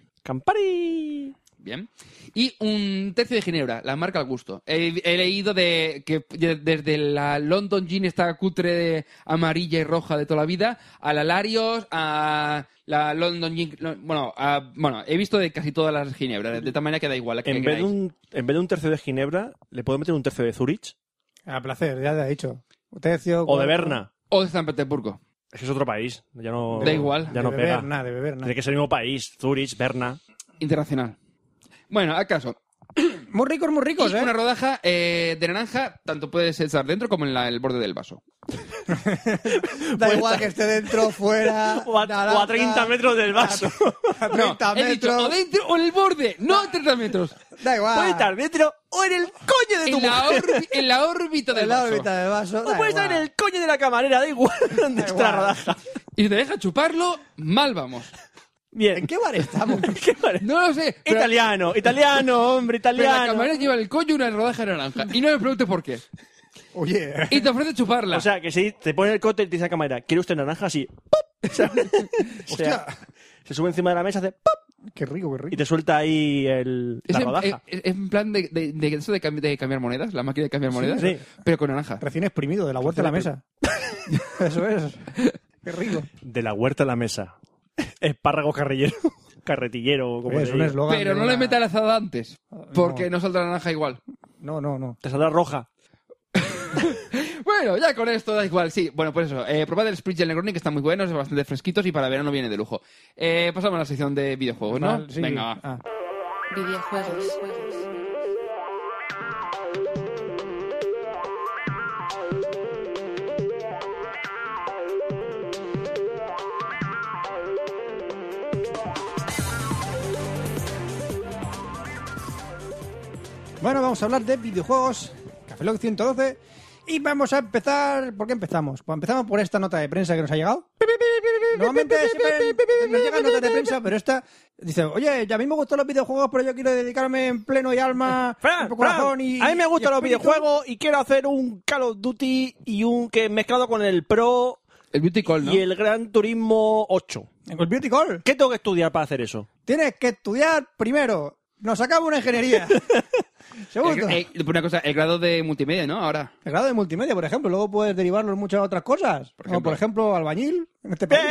Speaker 3: Campari.
Speaker 5: Bien. Y un tercio de Ginebra, la marca al gusto. He, he leído de que de- desde la London Gin esta cutre de amarilla y roja de toda la vida, a la Larios, a la London Gin... lo- Bueno, a- bueno he visto de casi todas las Ginebras, de tal manera que da igual la que
Speaker 3: En vez, de
Speaker 5: queráis.
Speaker 3: un, en vez de un tercio de Ginebra, ¿le puedo meter un tercio de Zurich?
Speaker 4: A placer, ya te he dicho. Tercio,
Speaker 3: ¿O de
Speaker 4: cuarto.
Speaker 3: Berna?
Speaker 5: O de San Petersburgo.
Speaker 3: Es que es otro país. Ya no,
Speaker 5: Da igual.
Speaker 3: Ya no
Speaker 4: de
Speaker 3: pega.
Speaker 4: beber nada, de beber nada.
Speaker 3: Tiene que ser el mismo país. Zurich, Berna.
Speaker 5: Internacional. Bueno, acaso.
Speaker 4: Muy ricos, muy ricos, ¿eh?
Speaker 5: Una rodaja eh, de naranja, tanto puedes estar dentro como en la- el borde del vaso.
Speaker 4: Da igual que esté dentro, fuera.
Speaker 3: O a, o a 30 metros del vaso.
Speaker 4: A
Speaker 5: No,
Speaker 4: 30
Speaker 5: he dicho, o
Speaker 4: metros.
Speaker 5: dentro o en el borde, no a 30 metros.
Speaker 4: Da igual.
Speaker 8: Puede estar dentro o en el coño de tu
Speaker 5: En la,
Speaker 8: mujer.
Speaker 5: orbi- en la órbita del
Speaker 4: En la
Speaker 5: vaso.
Speaker 4: órbita del vaso.
Speaker 3: Pues
Speaker 8: O
Speaker 4: da
Speaker 8: puede estar en
Speaker 4: igual.
Speaker 8: el coño de la camarera, da igual donde esté la
Speaker 4: igual.
Speaker 8: rodaja.
Speaker 5: Y si te deja chuparlo, mal vamos.
Speaker 3: Bien.
Speaker 4: ¿En qué bar estamos?
Speaker 3: ¿Qué parece?
Speaker 5: No lo sé. Pero,
Speaker 3: Italiano, italiano, hombre,
Speaker 5: pero la
Speaker 3: italiano.
Speaker 5: camarera lleva el coño una rodaja de naranja. Y no me preguntes por qué.
Speaker 4: Oye,
Speaker 5: Y te ofrece chuparla.
Speaker 3: O sea, que si te pone el cóctel y te dice la camarera, ¿quiere usted naranja? Así. ¡pop! O sea, o sea, se sube encima de la mesa, hace ¡pop!
Speaker 4: qué rico, qué
Speaker 3: y
Speaker 4: rico.
Speaker 3: te suelta ahí el, eh,
Speaker 5: es,
Speaker 3: la
Speaker 5: en,
Speaker 3: rodaja.
Speaker 5: es- es en plan de, de- de eso de, cambi- de cambiar monedas, la máquina de cambiar monedas,
Speaker 3: sí.
Speaker 5: pero con naranja.
Speaker 4: Recién exprimido, de la huerta a la mesa. Eso es. Qué rico.
Speaker 3: De la huerta a la mesa. Espárrago carrillero. Carretillero, como
Speaker 4: Es
Speaker 3: se
Speaker 4: un
Speaker 3: diga.
Speaker 4: eslogan.
Speaker 5: Pero
Speaker 4: de
Speaker 5: no
Speaker 4: una-
Speaker 5: le meta la azada antes, porque
Speaker 4: no.
Speaker 5: no, saldrá naranja igual.
Speaker 4: No, no, no.
Speaker 3: Te saldrá roja.
Speaker 5: Bueno, ya con esto da igual, sí. Bueno, pues eso. Eh, probad el Spritz y el Negroni, que están muy buenos, bastante fresquitos y para verano viene de lujo. Eh, pasamos a la sección de videojuegos, Pues ¿no?
Speaker 4: Mal, sí.
Speaker 5: Venga, va.
Speaker 4: Ah.
Speaker 6: Videojuegos.
Speaker 4: Bueno, vamos a hablar de videojuegos, Café Lock 112, y vamos a empezar... ¿Por qué empezamos? Pues empezamos por esta nota de prensa que nos ha llegado. Normalmente siempre nos llegan notas de prensa, pero esta dice, oye, ya a mí me gustan los videojuegos, pero yo quiero dedicarme en pleno y alma,
Speaker 3: Eh, Fran,
Speaker 4: en
Speaker 3: Fran, a mí me gustan los videojuegos y quiero hacer un Call of Duty y un que mezclado con el Pro
Speaker 5: El Beauty Call, ¿no?
Speaker 3: y el Gran Turismo 8.
Speaker 4: En el Beauty Call
Speaker 3: ¿Qué tengo que estudiar para hacer eso?
Speaker 4: tienes que estudiar primero. Nos acaba una ingeniería. Segundo.
Speaker 5: El- el- eh, una cosa, el grado de multimedia, ¿no? Ahora.
Speaker 4: El grado de multimedia, por ejemplo, luego puedes derivarlo en muchas otras cosas.
Speaker 5: Por
Speaker 4: Como por ejemplo, albañil. En este país,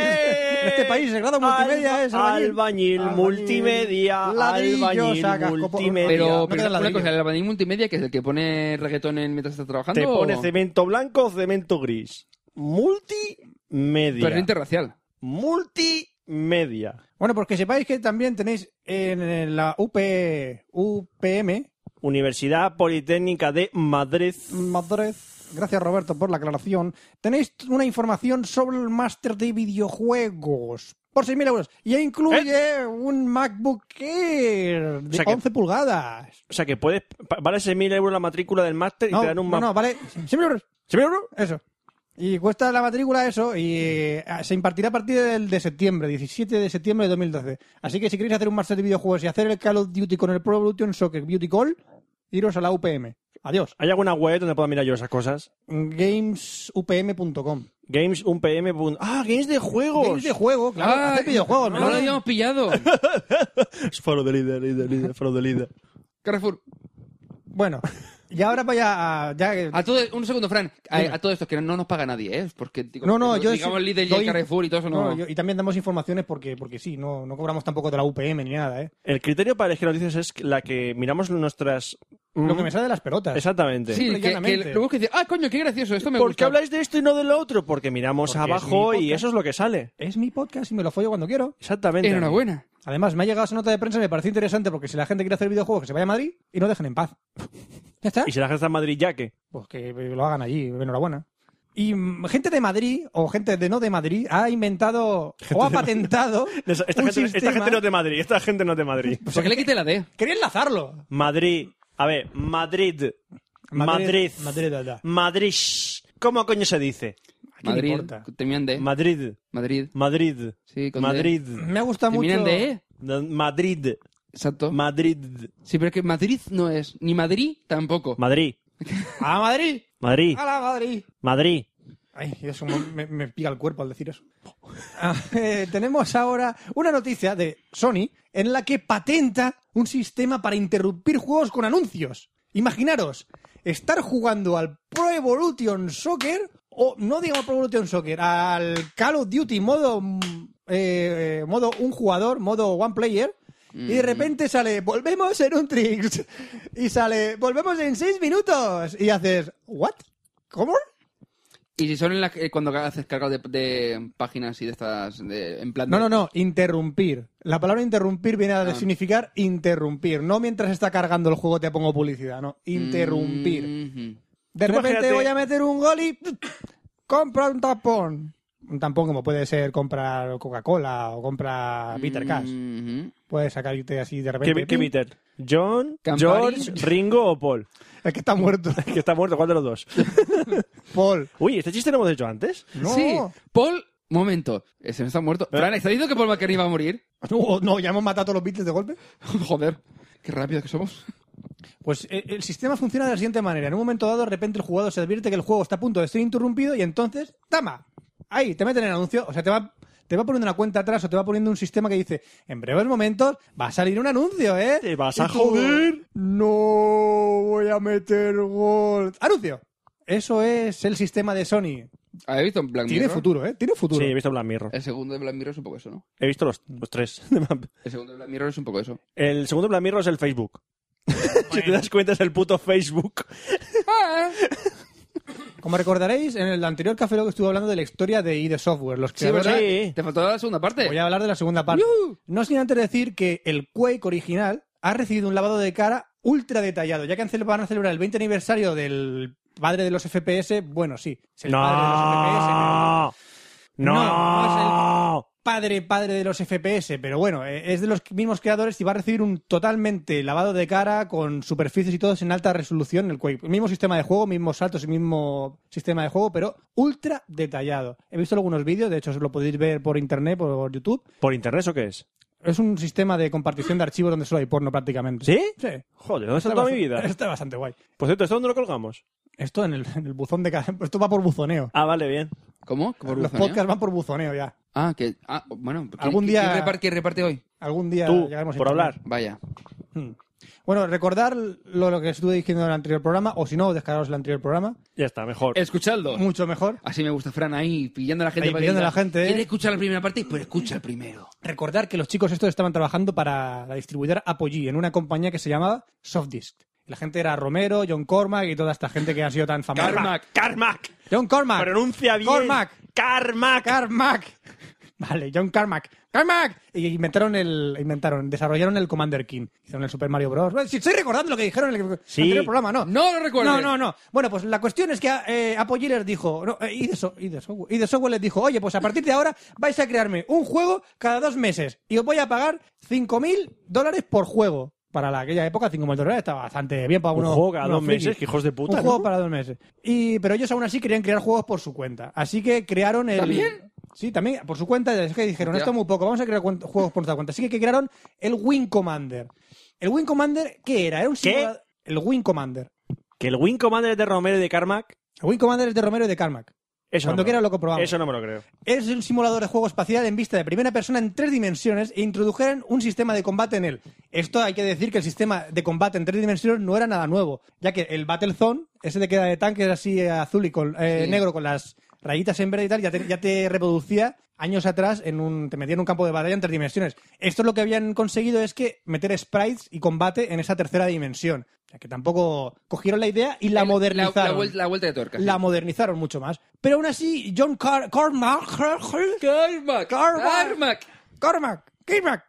Speaker 4: en este país el grado de
Speaker 3: ¡Eh! Alba-
Speaker 4: multimedia
Speaker 3: ¿eh?
Speaker 4: es albañil.
Speaker 3: albañil, multimedia,
Speaker 4: ladrillo,
Speaker 3: albañil,
Speaker 4: sacas, copo-
Speaker 3: multimedia.
Speaker 5: Pero,
Speaker 4: Eh, no
Speaker 5: pero
Speaker 4: queda
Speaker 5: una
Speaker 4: ladrillo.
Speaker 5: cosa, el albañil multimedia, que es el que pone reggaetón en- mientras está trabajando.
Speaker 3: Te pone
Speaker 5: o-
Speaker 3: cemento blanco o cemento gris. Multimedia.
Speaker 5: Pero es interracial.
Speaker 3: Multimedia.
Speaker 4: Bueno, porque sepáis que también tenéis en la UP, UPM,
Speaker 3: Universidad Politécnica de Madrid.
Speaker 4: Madrid, gracias Roberto por la aclaración, tenéis una información sobre el máster de videojuegos. Por 6.000 euros. Y incluye un MacBook Air de
Speaker 3: ¿Eh? sea que-
Speaker 4: 11 pulgadas.
Speaker 3: O sea que puedes. pa- Vale 6.000 euros la matrícula del máster y te dan un
Speaker 4: no,
Speaker 3: máster.
Speaker 4: no, vale. 100.000 euros.
Speaker 3: ¿6.000 euros?
Speaker 4: Eso. Y cuesta la matrícula eso y eh, se impartirá a partir del de septiembre, 17 de septiembre de 2012. Así que si queréis hacer un máster de videojuegos y hacer el Call of Duty con el Pro Evolution Soccer Beauty Call, iros a la UPM. Adiós.
Speaker 3: ¿Hay alguna web donde pueda mirar yo esas cosas?
Speaker 4: Gamesupm.com.
Speaker 3: Games, un PM. Ah, games de juegos.
Speaker 4: Games de juego, claro.
Speaker 5: Ah,
Speaker 4: hacer videojuegos,
Speaker 5: No
Speaker 4: ¿no?
Speaker 5: lo habíamos pillado.
Speaker 3: Foro de líder, líder, líder, foro de líder.
Speaker 5: Carrefour.
Speaker 4: Bueno, y ahora vaya a... Ya, que-
Speaker 5: A todo, un segundo, Fran. A, a todo esto, que no nos paga nadie, ¿eh? Porque, digo,
Speaker 4: no, no,
Speaker 5: pero
Speaker 4: yo...
Speaker 5: Digamos
Speaker 4: sí-
Speaker 5: Lidl y
Speaker 4: doy-
Speaker 5: el Carrefour y todo eso no...
Speaker 4: yo- y también damos informaciones porque, porque sí, no, no cobramos tampoco de la UPM ni nada, ¿eh?
Speaker 3: El criterio para elegir noticias es la que miramos nuestras. Mm,
Speaker 4: Lo que me sale de las pelotas.
Speaker 3: Exactamente.
Speaker 5: Sí, que- que,
Speaker 4: llanamente.
Speaker 5: luego que dice, ah, coño, qué gracioso, esto me
Speaker 3: ¿Por
Speaker 5: gusta.
Speaker 3: qué habláis de esto y no de lo otro? Porque miramos
Speaker 4: Porque es mi
Speaker 3: abajo y
Speaker 4: podcast.
Speaker 3: eso es lo que sale.
Speaker 4: Es mi podcast y me lo follo cuando quiero.
Speaker 3: Exactamente.
Speaker 5: Enhorabuena.
Speaker 4: Además, me ha llegado esa nota de prensa y me pareció interesante porque si la gente quiere hacer videojuegos, que se vaya a Madrid y no dejen en paz. ¿Ya está?
Speaker 3: Y si la gente está en Madrid, ya que.
Speaker 4: Pues que lo hagan allí, enhorabuena. Y mm, gente de Madrid, o gente de no de Madrid, ha inventado o ha patentado
Speaker 3: Esta
Speaker 4: un
Speaker 3: gente, esta
Speaker 4: sistema-
Speaker 3: gente no es de Madrid, esta gente no es de Madrid.
Speaker 5: ¿Por qué le quité la D?
Speaker 4: Quería enlazarlo.
Speaker 3: Madrid. A ver, Madrid. Madrid.
Speaker 4: Madrid, Madrid, da, da.
Speaker 3: Madrid. ¿Cómo coño se dice?
Speaker 4: ¿A quién le
Speaker 5: Madrid.
Speaker 4: importa?
Speaker 5: Terminan de
Speaker 3: Madrid.
Speaker 5: Madrid.
Speaker 3: Madrid.
Speaker 5: Sí, con D.
Speaker 3: Madrid.
Speaker 4: Me ha gustado mucho.
Speaker 5: Terminan de E.
Speaker 3: Madrid.
Speaker 5: Exacto.
Speaker 3: Madrid.
Speaker 5: sí, pero que Madrid no es. Ni Madrid tampoco.
Speaker 3: Madrid.
Speaker 4: ¡A Madrid!
Speaker 3: Madrid.
Speaker 4: ¡A la Madrid!
Speaker 3: Madrid.
Speaker 4: Ay, eso me, me- me pica el cuerpo al decir eso. Ah, eh, tenemos ahora una noticia de Sony en la que patenta un sistema para interrumpir juegos con anuncios. Imaginaros, estar jugando al Pro Evolution Soccer, o no digamos Pro Evolution Soccer, al Call of Duty modo, mm, eh, eh, modo un jugador, modo one player, y de repente sale, volvemos en un tricks, y sale, volvemos en seis minutos, y haces, ¿what? ¿Cómo?
Speaker 5: Y si son en la, eh, cuando haces cargas de, de páginas y de estas. de- en plan.
Speaker 4: No,
Speaker 5: de-
Speaker 4: no, no, interrumpir. La palabra interrumpir viene a significar interrumpir. No mientras está cargando el juego te pongo publicidad, no. Interrumpir.
Speaker 5: Mhm.
Speaker 4: De
Speaker 3: Tú
Speaker 4: repente
Speaker 3: imagínate-
Speaker 4: voy a meter un gol y compra un tampón. Un tampón como puede ser comprar Coca-Cola o comprar
Speaker 5: Mm.
Speaker 4: Peter Cash.
Speaker 5: Mhm.
Speaker 4: Puedes sacarte así de repente.
Speaker 3: ¿Qué, qué Peter? ¿John,
Speaker 5: Campari.
Speaker 3: George, Ringo o Paul?
Speaker 4: Es que está muerto.
Speaker 3: Que está muerto, ¿cuál de los dos?
Speaker 4: Paul.
Speaker 3: Uy, ¿este chiste lo hemos hecho antes?
Speaker 4: No.
Speaker 5: Sí, Paul. Momento, ese me está muerto. Fran, ¿estás diciendo que Paul McCartney va a morir?
Speaker 4: No, no, ya hemos matado a todos los Beatles de golpe.
Speaker 5: Joder, qué rápido que somos.
Speaker 4: Pues eh, el sistema funciona de la siguiente manera. En un momento dado, de repente el jugador se advierte que el juego está a punto de ser interrumpido y entonces, ¡tama! Ahí, te meten el anuncio. O sea, te va, te va poniendo una cuenta atrás o te va poniendo un sistema que dice, en breves momentos va a salir un anuncio, ¿eh?
Speaker 3: Te vas a
Speaker 4: Y tú,
Speaker 3: joder.
Speaker 4: No voy a meter gol. ¡Anuncio! Eso es el sistema de Sony.
Speaker 5: ¿Habéis visto en Black
Speaker 4: Tiene
Speaker 5: Mirror?
Speaker 4: futuro, ¿eh? Tiene futuro.
Speaker 3: Sí, he visto Black Mirror.
Speaker 5: El segundo de Black Mirror es un poco eso, ¿no?
Speaker 3: He visto los, los tres.
Speaker 5: El segundo de Black Mirror es un poco eso.
Speaker 3: El segundo Black Mirror es el Facebook. si te das cuenta, es el puto Facebook.
Speaker 4: Ah. Como recordaréis, en el anterior café Lock estuve hablando de la historia de ID Software, los
Speaker 5: Sí,
Speaker 4: creadores
Speaker 5: ¿verdad?
Speaker 3: sí.
Speaker 5: Te faltó la segunda parte.
Speaker 4: Voy a hablar de la segunda parte.
Speaker 5: ¡Yuhu!
Speaker 4: No sin antes decir que el Quake original ha recibido un lavado de cara ultra detallado, ya que han cele- van a celebrar el 20 aniversario del padre de los FPS. Bueno, sí, es el padre de los FPS. pero-
Speaker 3: No. No.
Speaker 4: No, no Padre, padre de los FPS, pero bueno, eh, es de los mismos creadores y va a recibir un totalmente lavado de cara con superficies y todos en alta resolución el Quake. Mismo sistema de juego, mismos saltos y mismo sistema de juego, pero ultra detallado. He visto algunos vídeos, de hecho, os lo podéis ver por internet, por YouTube.
Speaker 3: ¿Por internet o qué es?
Speaker 4: Es un sistema de compartición de archivos donde solo hay porno prácticamente.
Speaker 3: ¿Sí?
Speaker 4: Sí.
Speaker 3: Joder, ¿dónde está
Speaker 4: Está
Speaker 3: toda
Speaker 4: bast-
Speaker 3: mi vida?
Speaker 4: Está bastante guay.
Speaker 3: Por cierto, ¿esto dónde lo colgamos?
Speaker 4: Esto en el, en el buzón de cada... Esto va por buzoneo.
Speaker 3: Ah, vale, bien.
Speaker 5: ¿Cómo? ¿Que por
Speaker 4: Los
Speaker 5: buzoneo?
Speaker 4: podcasts van por buzoneo ya.
Speaker 5: Ah, que. Ah, bueno. ¿quién-
Speaker 4: Algún
Speaker 5: quién-
Speaker 4: día-
Speaker 5: ¿Quién reparte, quién reparte hoy?
Speaker 4: Algún día
Speaker 3: Tú,
Speaker 4: llegaremos a
Speaker 3: por
Speaker 4: internet.
Speaker 3: hablar.
Speaker 5: Vaya.
Speaker 4: Hmm. Bueno, recordar lo, lo que estuve diciendo en el anterior programa, o si no, descargaros el anterior programa.
Speaker 3: Ya está, mejor.
Speaker 5: Escuchadlo.
Speaker 4: Mucho mejor.
Speaker 5: Así me gusta, Fran, ahí pillando a la gente.
Speaker 4: Ahí
Speaker 5: para
Speaker 4: pillando
Speaker 5: que
Speaker 4: a la
Speaker 5: diga,
Speaker 4: gente, ¿eh?
Speaker 5: ¿Quieres escuchar la primera parte? Pues escucha el primero.
Speaker 4: Recordar que los chicos estos estaban trabajando para la distribuidora Apogee en una compañía que se llamaba Softdisk. La gente era Romero, John Cormack y toda esta gente que ha sido tan famosa.
Speaker 5: Carmack.
Speaker 3: Carmack.
Speaker 4: John Cormack.
Speaker 3: Pronuncia bien.
Speaker 4: Cormac.
Speaker 3: Carmack.
Speaker 4: Carmack. Vale, John Carmack. ¡Carmack! Y inventaron el. Inventaron, desarrollaron el Commander King. Hicieron el Super Mario Bros. Bueno, Si estoy recordando lo que dijeron en el
Speaker 3: Sí.
Speaker 4: anterior programa, ¿no?
Speaker 5: No lo recuerdo.
Speaker 4: No, no, no. Bueno, pues la cuestión es que eh, Apogee les dijo. No, eh, y, de so- y de software, y de software les dijo, oye, pues a partir de ahora vais a crearme un juego cada dos meses y os voy a pagar 5.000 dólares por juego. Para la- aquella época, 5 dólares está bastante bien para
Speaker 3: Un
Speaker 4: uno.
Speaker 3: juego cada
Speaker 4: unos
Speaker 3: dos meses,
Speaker 4: frikis.
Speaker 3: que hijos de puta,
Speaker 4: Un
Speaker 3: ¿no?
Speaker 4: juego para dos meses. Y, pero ellos aún así querían crear juegos por su cuenta. Así que crearon el.
Speaker 5: ¿También?
Speaker 4: Sí, también, por su cuenta, es que dijeron,
Speaker 5: Hostia.
Speaker 4: esto es muy poco, vamos a crear cuen- juegos por nuestra cuenta. Así que crearon el Wing Commander. ¿El Wing Commander qué era? Era un
Speaker 3: ¿Qué?
Speaker 4: simulador- El Wing Commander.
Speaker 3: Que el Win Commander es de Romero y de Carmack.
Speaker 4: El Wing Commander es de Romero y de Carmack.
Speaker 3: Eso
Speaker 4: Cuando
Speaker 3: no me
Speaker 4: quiera lo comprobamos.
Speaker 3: Eso no me lo creo.
Speaker 4: Es un simulador de juego espacial en vista de primera persona en tres dimensiones e introdujeron un sistema de combate en él. Esto hay que decir que el sistema de combate en tres dimensiones no era nada nuevo, ya que el Battlezone, ese de queda de tanques así eh, azul y con, eh,
Speaker 5: Sí.
Speaker 4: negro con las rayitas en verde y tal, ya te, ya te reproducía años atrás en un te metía en un campo de batalla en tres dimensiones. Esto lo que habían conseguido es que meter sprites y combate en esa tercera dimensión, ya que tampoco cogieron la idea y la
Speaker 5: El-
Speaker 4: modernizaron
Speaker 5: La, vuelta, la vuelta de tuerca. sí.
Speaker 4: la modernizaron mucho más. Pero aún así, John Car Carmack,
Speaker 5: Carmack. Carmack.
Speaker 4: Carmack, Carmack,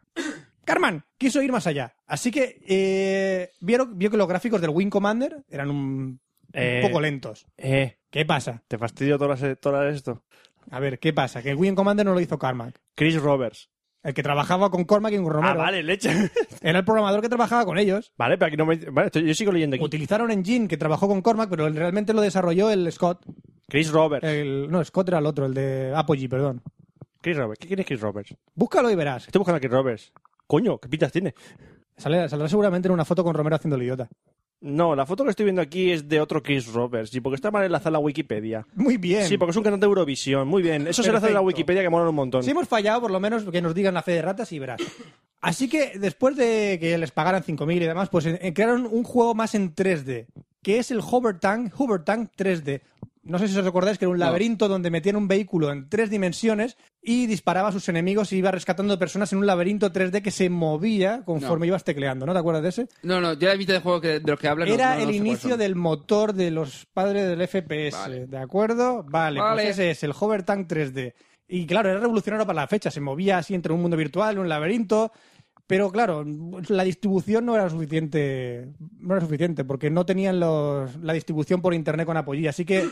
Speaker 4: Carman, quiso ir más allá. Así que eh, vieron, vio que los gráficos del Wing Commander eran un,
Speaker 3: Eh.
Speaker 4: un poco lentos.
Speaker 3: Eh,
Speaker 4: ¿Qué pasa?
Speaker 3: te fastidio todo, las- todo esto.
Speaker 4: A ver, ¿qué pasa? Que el Wing Commander no lo hizo Carmack.
Speaker 3: Chris Roberts.
Speaker 4: El que trabajaba con Cormac y con Romero
Speaker 3: Ah, vale, leche.
Speaker 4: era el programador que trabajaba con ellos.
Speaker 3: vale, pero aquí no me... Vale, estoy- yo sigo leyendo aquí.
Speaker 4: Utilizaron Engine que trabajó con Cormac, pero realmente lo desarrolló el Scott.
Speaker 3: Chris Roberts.
Speaker 4: El, no, Scott era el otro, el de Apogee, perdón.
Speaker 3: Chris Roberts. ¿Qué quieres Chris Roberts?
Speaker 4: Búscalo y verás.
Speaker 3: Estoy buscando a Chris Roberts. Coño, ¿qué pintas tiene?
Speaker 4: Sale- saldrá seguramente en una foto con Romero haciendo el idiota.
Speaker 3: No, la foto que estoy viendo aquí es de otro Chris Roberts. Y porque está mal enlazada la Wikipedia.
Speaker 4: Muy bien.
Speaker 3: Sí, porque es un cantante de Eurovisión. Muy bien. Eso se enlaza de la
Speaker 4: Perfecto.
Speaker 3: Wikipedia que mola un montón.
Speaker 4: Si hemos fallado, por lo menos que nos digan la fe de ratas y verás. Así que después de que les pagaran 5.000 y demás, pues eh, eh, crearon un juego más en 3D, que es el Hover Tank, Hover Tank 3D. No sé si os acordáis que era un
Speaker 5: No.
Speaker 4: laberinto donde metían un vehículo en tres dimensiones y disparaba a sus enemigos y iba rescatando personas en un laberinto 3D que se movía conforme ibas tecleando. ¿No te acuerdas de ese?
Speaker 5: No, no, yo la mitad de juego que, de los que hablan no-
Speaker 4: Era
Speaker 5: no- no
Speaker 4: el
Speaker 5: sé cuáles
Speaker 4: inicio
Speaker 5: son.
Speaker 4: del motor de los padres del FPS,
Speaker 5: Vale.
Speaker 4: ¿de acuerdo? Vale,
Speaker 5: Vale.
Speaker 4: pues ese es el Hover Tank 3D. Y claro, era revolucionario para la fecha, se movía así entre un mundo virtual, un laberinto, pero claro, la distribución no era suficiente, no era suficiente porque no tenían los, la distribución por internet con apoyo, así que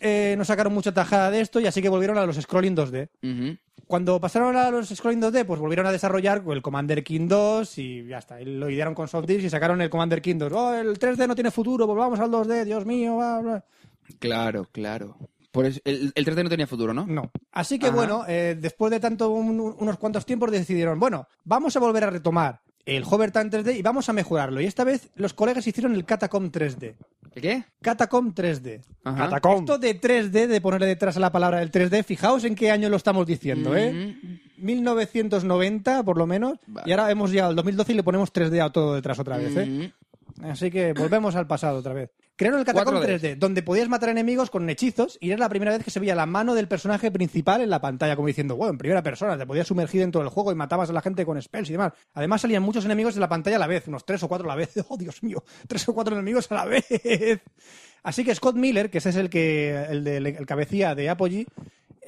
Speaker 4: eh, no sacaron mucha tajada de esto y así que volvieron a los scrolling 2D.
Speaker 5: Ujú.
Speaker 4: Cuando pasaron a los Scrolling 2D, pues volvieron a desarrollar el Commander King 2 y ya está. Y Lo idearon con Soft Disc y sacaron el Commander King 2. Oh, el 3D no tiene futuro, volvamos al 2D, Dios mío, bla, bla.
Speaker 5: Claro, claro. Por eso, el, el 3D no tenía futuro, ¿no?
Speaker 4: No. Así que
Speaker 5: Ajá.
Speaker 4: bueno, eh, después de tanto un- unos cuantos tiempos decidieron, bueno, vamos a volver a retomar el Hover Tank 3D y vamos a mejorarlo. Y esta vez los colegas hicieron el Catacomb 3D.
Speaker 5: ¿El qué?
Speaker 4: Catacomb 3D.
Speaker 5: Ajá.
Speaker 3: Catacomb.
Speaker 4: Esto de 3D, de ponerle detrás a la palabra el 3D, fijaos en qué año lo estamos diciendo, ¿eh?
Speaker 5: Ujú.
Speaker 4: 1990, por lo menos.
Speaker 5: Vale. Mm.
Speaker 4: Y ahora hemos llegado al 2012 y le ponemos 3D a todo detrás otra vez, ¿eh?
Speaker 5: Ujú.
Speaker 4: Así que volvemos al pasado otra vez. Crearon el Catacomb
Speaker 5: 4D.
Speaker 4: 3D, donde podías matar enemigos con hechizos y era la primera vez que se veía la mano del personaje principal en la pantalla, como diciendo, wow, en primera persona, te podías sumergir dentro del juego y matabas a la gente con spells y demás. Además salían muchos enemigos de la pantalla a la vez, unos tres o cuatro a la vez. ¡Oh, Dios mío! Tres o cuatro enemigos a la vez. Así que Scott Miller, que ese es el que el, de- el cabecía de Apogee,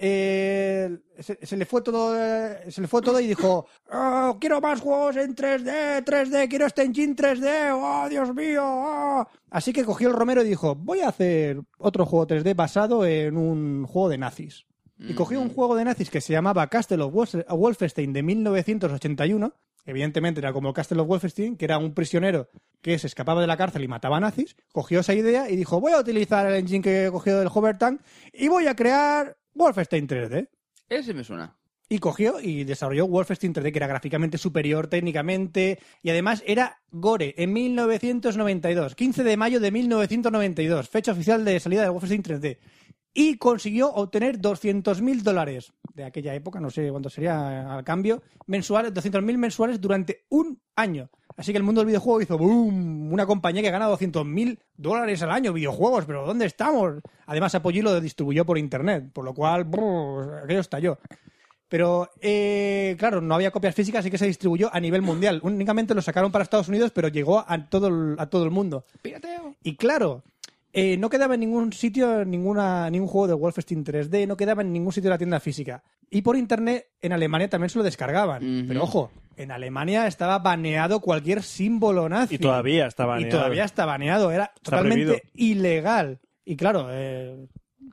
Speaker 4: eh, se, se le fue todo eh, se le fue todo y dijo "Oh, quiero más juegos en 3D 3D quiero este engine 3D oh Dios mío oh". así que cogió el Romero y dijo voy a hacer otro juego 3D basado en un juego de nazis y cogió un juego de nazis que se llamaba Castle of Wolf- Wolfenstein de 1981 evidentemente era como Castle of Wolfenstein que era un prisionero que se escapaba de la cárcel y mataba nazis, cogió esa idea y dijo, voy a utilizar el engine que he cogido del Hover Tank y voy a crear Wolfenstein 3D.
Speaker 5: Ese me suena.
Speaker 4: Y cogió y desarrolló Wolfenstein 3D, que era gráficamente superior técnicamente, y además era Gore en 1992, 15 de mayo de 1992, fecha oficial de salida de Wolfenstein 3D. Y consiguió obtener 200.000 dólares de aquella época, no sé cuánto sería al cambio, mensuales, 200.000 mensuales durante un año. Así que el mundo del videojuego hizo boom, una compañía que gana 200.000 dólares al año, videojuegos, pero ¿dónde estamos? Además, Apogee lo distribuyó por internet, por lo cual, brr, aquello estalló. Pero, eh, claro, no había copias físicas, así que se distribuyó a nivel mundial. Únicamente lo sacaron para Estados Unidos, pero llegó a todo el, a todo el mundo.
Speaker 5: Pirateo.
Speaker 4: Y claro, eh, no quedaba en ningún sitio, ninguna, ningún juego de Wolfenstein 3D, no quedaba en ningún sitio de la tienda física. Y por internet, en Alemania también se lo descargaban.
Speaker 5: Ujú.
Speaker 4: Pero ojo, en Alemania estaba baneado cualquier símbolo nazi.
Speaker 3: Y todavía está
Speaker 4: Y
Speaker 3: baneado.
Speaker 4: todavía está baneado, era totalmente
Speaker 3: prohibido.
Speaker 4: ilegal. Y claro, eh,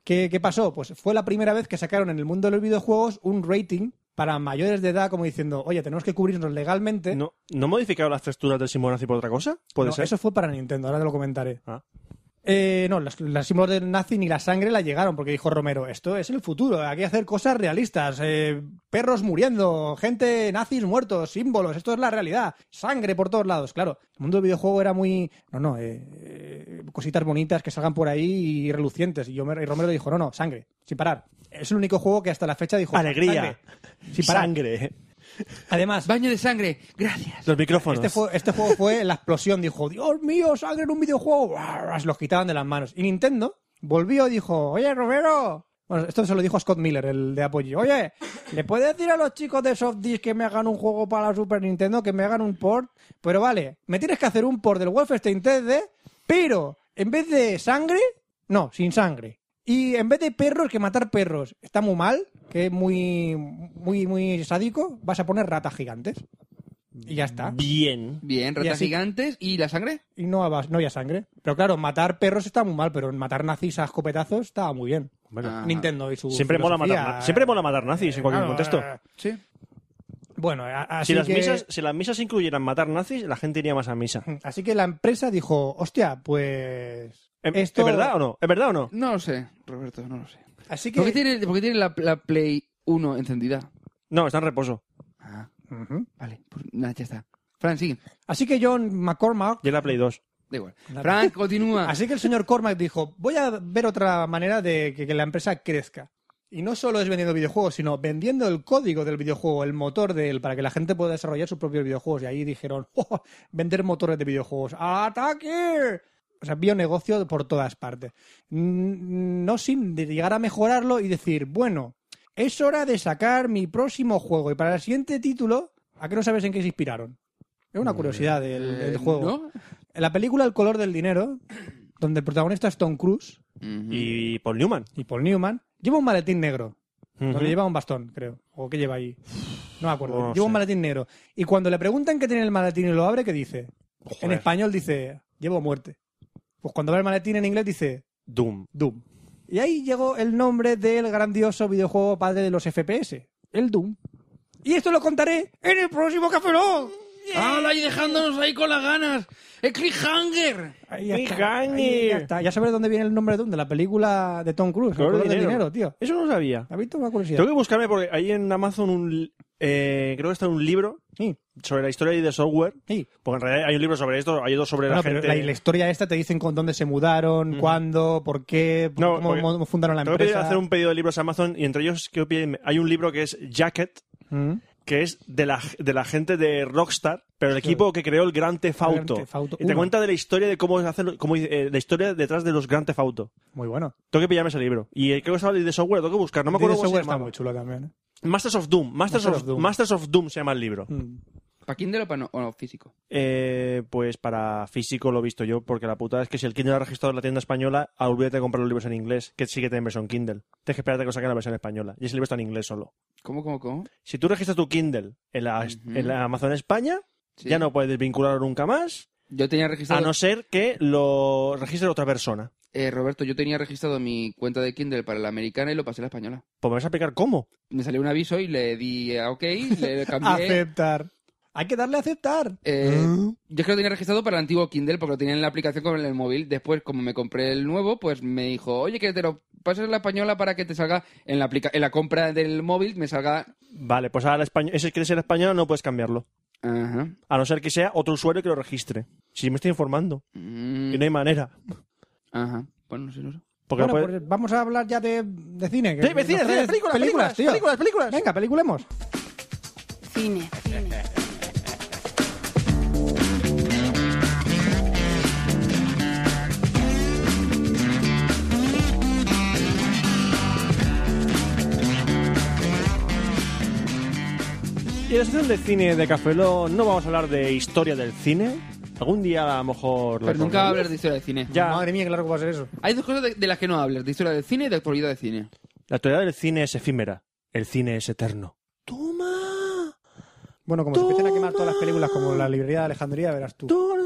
Speaker 4: ¿qué, qué pasó? Pues fue la primera vez que sacaron en el mundo de los videojuegos un rating para mayores de edad, como diciendo, oye, tenemos que cubrirnos legalmente.
Speaker 3: ¿No, ¿No modificaron las texturas del Simonazi por otra cosa? ¿Puede
Speaker 4: ¿eh? No,
Speaker 3: ser?
Speaker 4: Eso fue para Nintendo, ahora te lo comentaré.
Speaker 3: Ah.
Speaker 4: Eh, no, los, los símbolos del nazi ni la sangre la llegaron, porque dijo Romero, esto es el futuro, hay que hacer cosas realistas, eh, perros muriendo, gente nazis muertos, símbolos, esto es la realidad, sangre por todos lados, claro. El mundo del videojuego era muy, no, no, eh, eh, cositas bonitas que salgan por ahí y relucientes, y, yo, y Romero dijo, no, no, sangre, sin parar. Es el único juego que hasta la fecha dijo...
Speaker 3: Alegría.
Speaker 4: Sangre, sin parar.
Speaker 3: Sangre.
Speaker 4: Además,
Speaker 5: Baño de sangre, gracias.
Speaker 3: Los micrófonos.
Speaker 4: este, fue- este juego fue la explosión. Dijo, Dios mío, sangre en un videojuego. Guau, se Los quitaban de las manos. Y Nintendo volvió y dijo, oye, Romero. Bueno, esto se lo dijo a Scott Miller, el de apoyo. Oye, ¿le puedes decir a los chicos de Softdisk que me hagan un juego para la Super Nintendo, que me hagan un port? Pero vale, me tienes que hacer un port del Wolfenstein 3D, pero en vez de sangre, no, sin sangre. Y en vez de perros, que matar perros está muy mal, que es muy, muy, muy sádico, vas a poner ratas gigantes. Y ya está
Speaker 3: Bien.
Speaker 5: Bien, ratas
Speaker 4: así-
Speaker 5: gigantes y la sangre.
Speaker 4: y no, habas- no había sangre. Pero claro, matar perros está muy mal, pero matar nazis a escopetazos estaba muy bien.
Speaker 3: Bueno,
Speaker 5: Ah. Ajá.
Speaker 4: Nintendo y su
Speaker 3: siempre, mola
Speaker 4: filosofía.
Speaker 3: matar, na- siempre mola matar nazis en cualquier
Speaker 4: Claro,
Speaker 3: contexto.
Speaker 4: eh,
Speaker 5: Sí.
Speaker 4: Bueno, eh, a- así
Speaker 3: Si las,
Speaker 4: que...
Speaker 3: misas, si las misas incluyeran matar nazis, la gente iría más a misa.
Speaker 4: Así que la empresa dijo, hostia, pues...
Speaker 3: ¿Es,
Speaker 4: Esto-
Speaker 3: ¿es verdad o no? ¿Es verdad o no?
Speaker 5: No lo sé, Roberto, no lo sé.
Speaker 4: Así que...
Speaker 5: ¿Por qué tiene, por qué tiene la, la Play 1 encendida?
Speaker 3: No, está en reposo.
Speaker 5: Ah,
Speaker 4: Ujú.
Speaker 5: vale, pues nada, ya está. Fran, sigue.
Speaker 4: Así que John McCormack...
Speaker 3: Y en la Play 2.
Speaker 5: Da igual.
Speaker 4: Nada.
Speaker 5: Fran, continúa.
Speaker 4: Así que el señor Cormack dijo, voy a ver otra manera de que, que la empresa crezca. Y no solo es vendiendo videojuegos, sino vendiendo el código del videojuego, el motor de él, para que la gente pueda desarrollar sus propios videojuegos. Y ahí dijeron, "Oh, vender motores de videojuegos. ¡Ataque! O sea, vio negocio por todas partes. Mm, No sin de llegar a mejorarlo y decir, bueno, es hora de sacar mi próximo juego. Y para el siguiente título, ¿a qué no sabes en qué se inspiraron? Es una curiosidad del, del
Speaker 5: Mm, Eh,
Speaker 4: juego.
Speaker 5: ¿no?
Speaker 4: En la película El color del dinero, donde el protagonista es Tom Cruise
Speaker 5: Ujú.
Speaker 3: Y Paul Newman.
Speaker 4: y Paul Newman, lleva un maletín negro.
Speaker 3: Ujú. Oh,
Speaker 4: Donde lleva un bastón, creo. ¿O qué lleva ahí? No me acuerdo.
Speaker 3: No
Speaker 4: lleva un
Speaker 3: sé.
Speaker 4: maletín negro. Y cuando le preguntan qué tiene en el maletín y lo abre, ¿qué dice? En
Speaker 3: Joder.
Speaker 4: español dice, llevo muerte. Pues cuando abre el maletín en inglés dice,
Speaker 3: Doom.
Speaker 4: Doom. Y ahí llegó el nombre del grandioso videojuego padre de los FPS, el Doom. Y esto lo contaré en el próximo Café Lock.
Speaker 5: ¡Hala! Y dejándonos ahí con las ganas. ¡El cliffhanger!
Speaker 4: Ahí ya,
Speaker 3: Big
Speaker 4: está,
Speaker 3: Gang.
Speaker 4: ahí ya está. Ya sabes dónde viene el nombre de Doom, de la película de Tom Cruise, El
Speaker 3: Color
Speaker 4: color
Speaker 3: de
Speaker 4: del
Speaker 3: dinero.
Speaker 4: dinero, tío.
Speaker 3: Eso no lo sabía.
Speaker 4: ¿Has visto una curiosidad?
Speaker 3: Tengo que buscarme porque ahí en Amazon un, li- eh, creo que está un libro
Speaker 4: Sí,
Speaker 3: sobre la historia de software.
Speaker 4: sí.
Speaker 3: Porque en realidad hay un libro sobre esto, hay dos sobre
Speaker 4: No,
Speaker 3: la
Speaker 4: pero
Speaker 3: gente.
Speaker 4: la, la historia esta te dicen con dónde se mudaron, cuándo, por qué, por-
Speaker 3: No,
Speaker 4: cómo,
Speaker 3: porque-
Speaker 4: cómo fundaron la
Speaker 3: Tengo que
Speaker 4: empresa.
Speaker 3: hacer un pedido de libros a Amazon y entre ellos creo que hay un libro que es Jacket,
Speaker 4: Mm.
Speaker 3: que es de la, de la gente de Rockstar, pero el equipo que creó el Gran Tefauto.
Speaker 4: Grand Theft Auto
Speaker 3: Y te
Speaker 4: uno.
Speaker 3: cuenta de la historia de cómo hacen, cómo, eh, la historia detrás de los Gran Tefauto.
Speaker 4: Muy bueno.
Speaker 3: Tengo que pillarme ese libro. Y eh, creo que estaba el de software, tengo que buscar, no me acuerdo cómo
Speaker 4: Dice
Speaker 3: se
Speaker 4: software está
Speaker 3: llamaba.
Speaker 4: muy chulo también. ¿eh?
Speaker 3: Masters of Doom, Masters,
Speaker 4: Masters
Speaker 3: of,
Speaker 4: of Doom.
Speaker 3: Masters of Doom se llama el libro.
Speaker 4: Mm.
Speaker 5: ¿Para Kindle o para no? o no, físico?
Speaker 3: Eh, pues para físico lo he visto yo, porque la putada es que si el Kindle lo ha registrado en la tienda española, ah, olvídate de comprar los libros en inglés, que sí que tienen versión Kindle. Tienes que esperarte a que lo saquen en la versión española. Y ese libro está en inglés solo.
Speaker 5: ¿Cómo, cómo, cómo?
Speaker 3: Si tú registras tu Kindle en la,
Speaker 5: Ujú.
Speaker 3: en la Amazon España,
Speaker 5: Sí.
Speaker 3: ya no puedes vincularlo nunca más,
Speaker 5: Yo tenía
Speaker 3: a
Speaker 5: registrado.
Speaker 3: no ser que lo registre otra persona.
Speaker 5: Eh, Roberto, yo tenía registrado mi cuenta de Kindle para la americana y lo pasé a la española.
Speaker 3: Pues me vas a explicar cómo.
Speaker 5: Me salió un aviso y le di a OK, le cambié.
Speaker 4: Aceptar. Hay que darle a aceptar.
Speaker 5: Eh,
Speaker 3: Ah.
Speaker 5: yo creo que lo tenía registrado para el antiguo Kindle porque lo tenía en la aplicación con el móvil. Después, como me compré el nuevo, pues me dijo, oye, que te lo pases a la española para que te salga en la, aplica en la compra del móvil, me salga...
Speaker 3: Vale, pues ahora el español, ese que es el español no puedes cambiarlo.
Speaker 5: Ajá.
Speaker 3: A no ser que sea otro usuario que lo registre. Si me estoy informando,
Speaker 5: Mm,
Speaker 3: y no hay manera.
Speaker 5: Ajá. Bueno, no sé, no sé.
Speaker 3: Porque no
Speaker 4: Bueno,
Speaker 3: puedes-
Speaker 4: pues vamos a hablar ya de, de cine. que
Speaker 3: Sí, vecina,
Speaker 4: nos traes
Speaker 3: sí, películas, películas,
Speaker 4: tío.
Speaker 3: películas, películas.
Speaker 4: Venga, peliculemos.
Speaker 6: Cine. cine.
Speaker 3: pues, Y en la sección de cine de Cafeló no vamos a hablar de historia del cine. Algún día a lo mejor... la
Speaker 5: Pero nunca
Speaker 3: tocaremos.
Speaker 5: hablar de historia de cine.
Speaker 3: Ya.
Speaker 4: Madre mía, claro que va a ser eso.
Speaker 5: Hay dos cosas de, de las que no hablas, de historia del cine y de actualidad de cine.
Speaker 3: La actualidad del cine es efímera. El cine es eterno. ¡Toma!
Speaker 4: Bueno, como se empiecen a quemar todas las películas como la librería de Alejandría, verás tú.
Speaker 3: ¡Toma!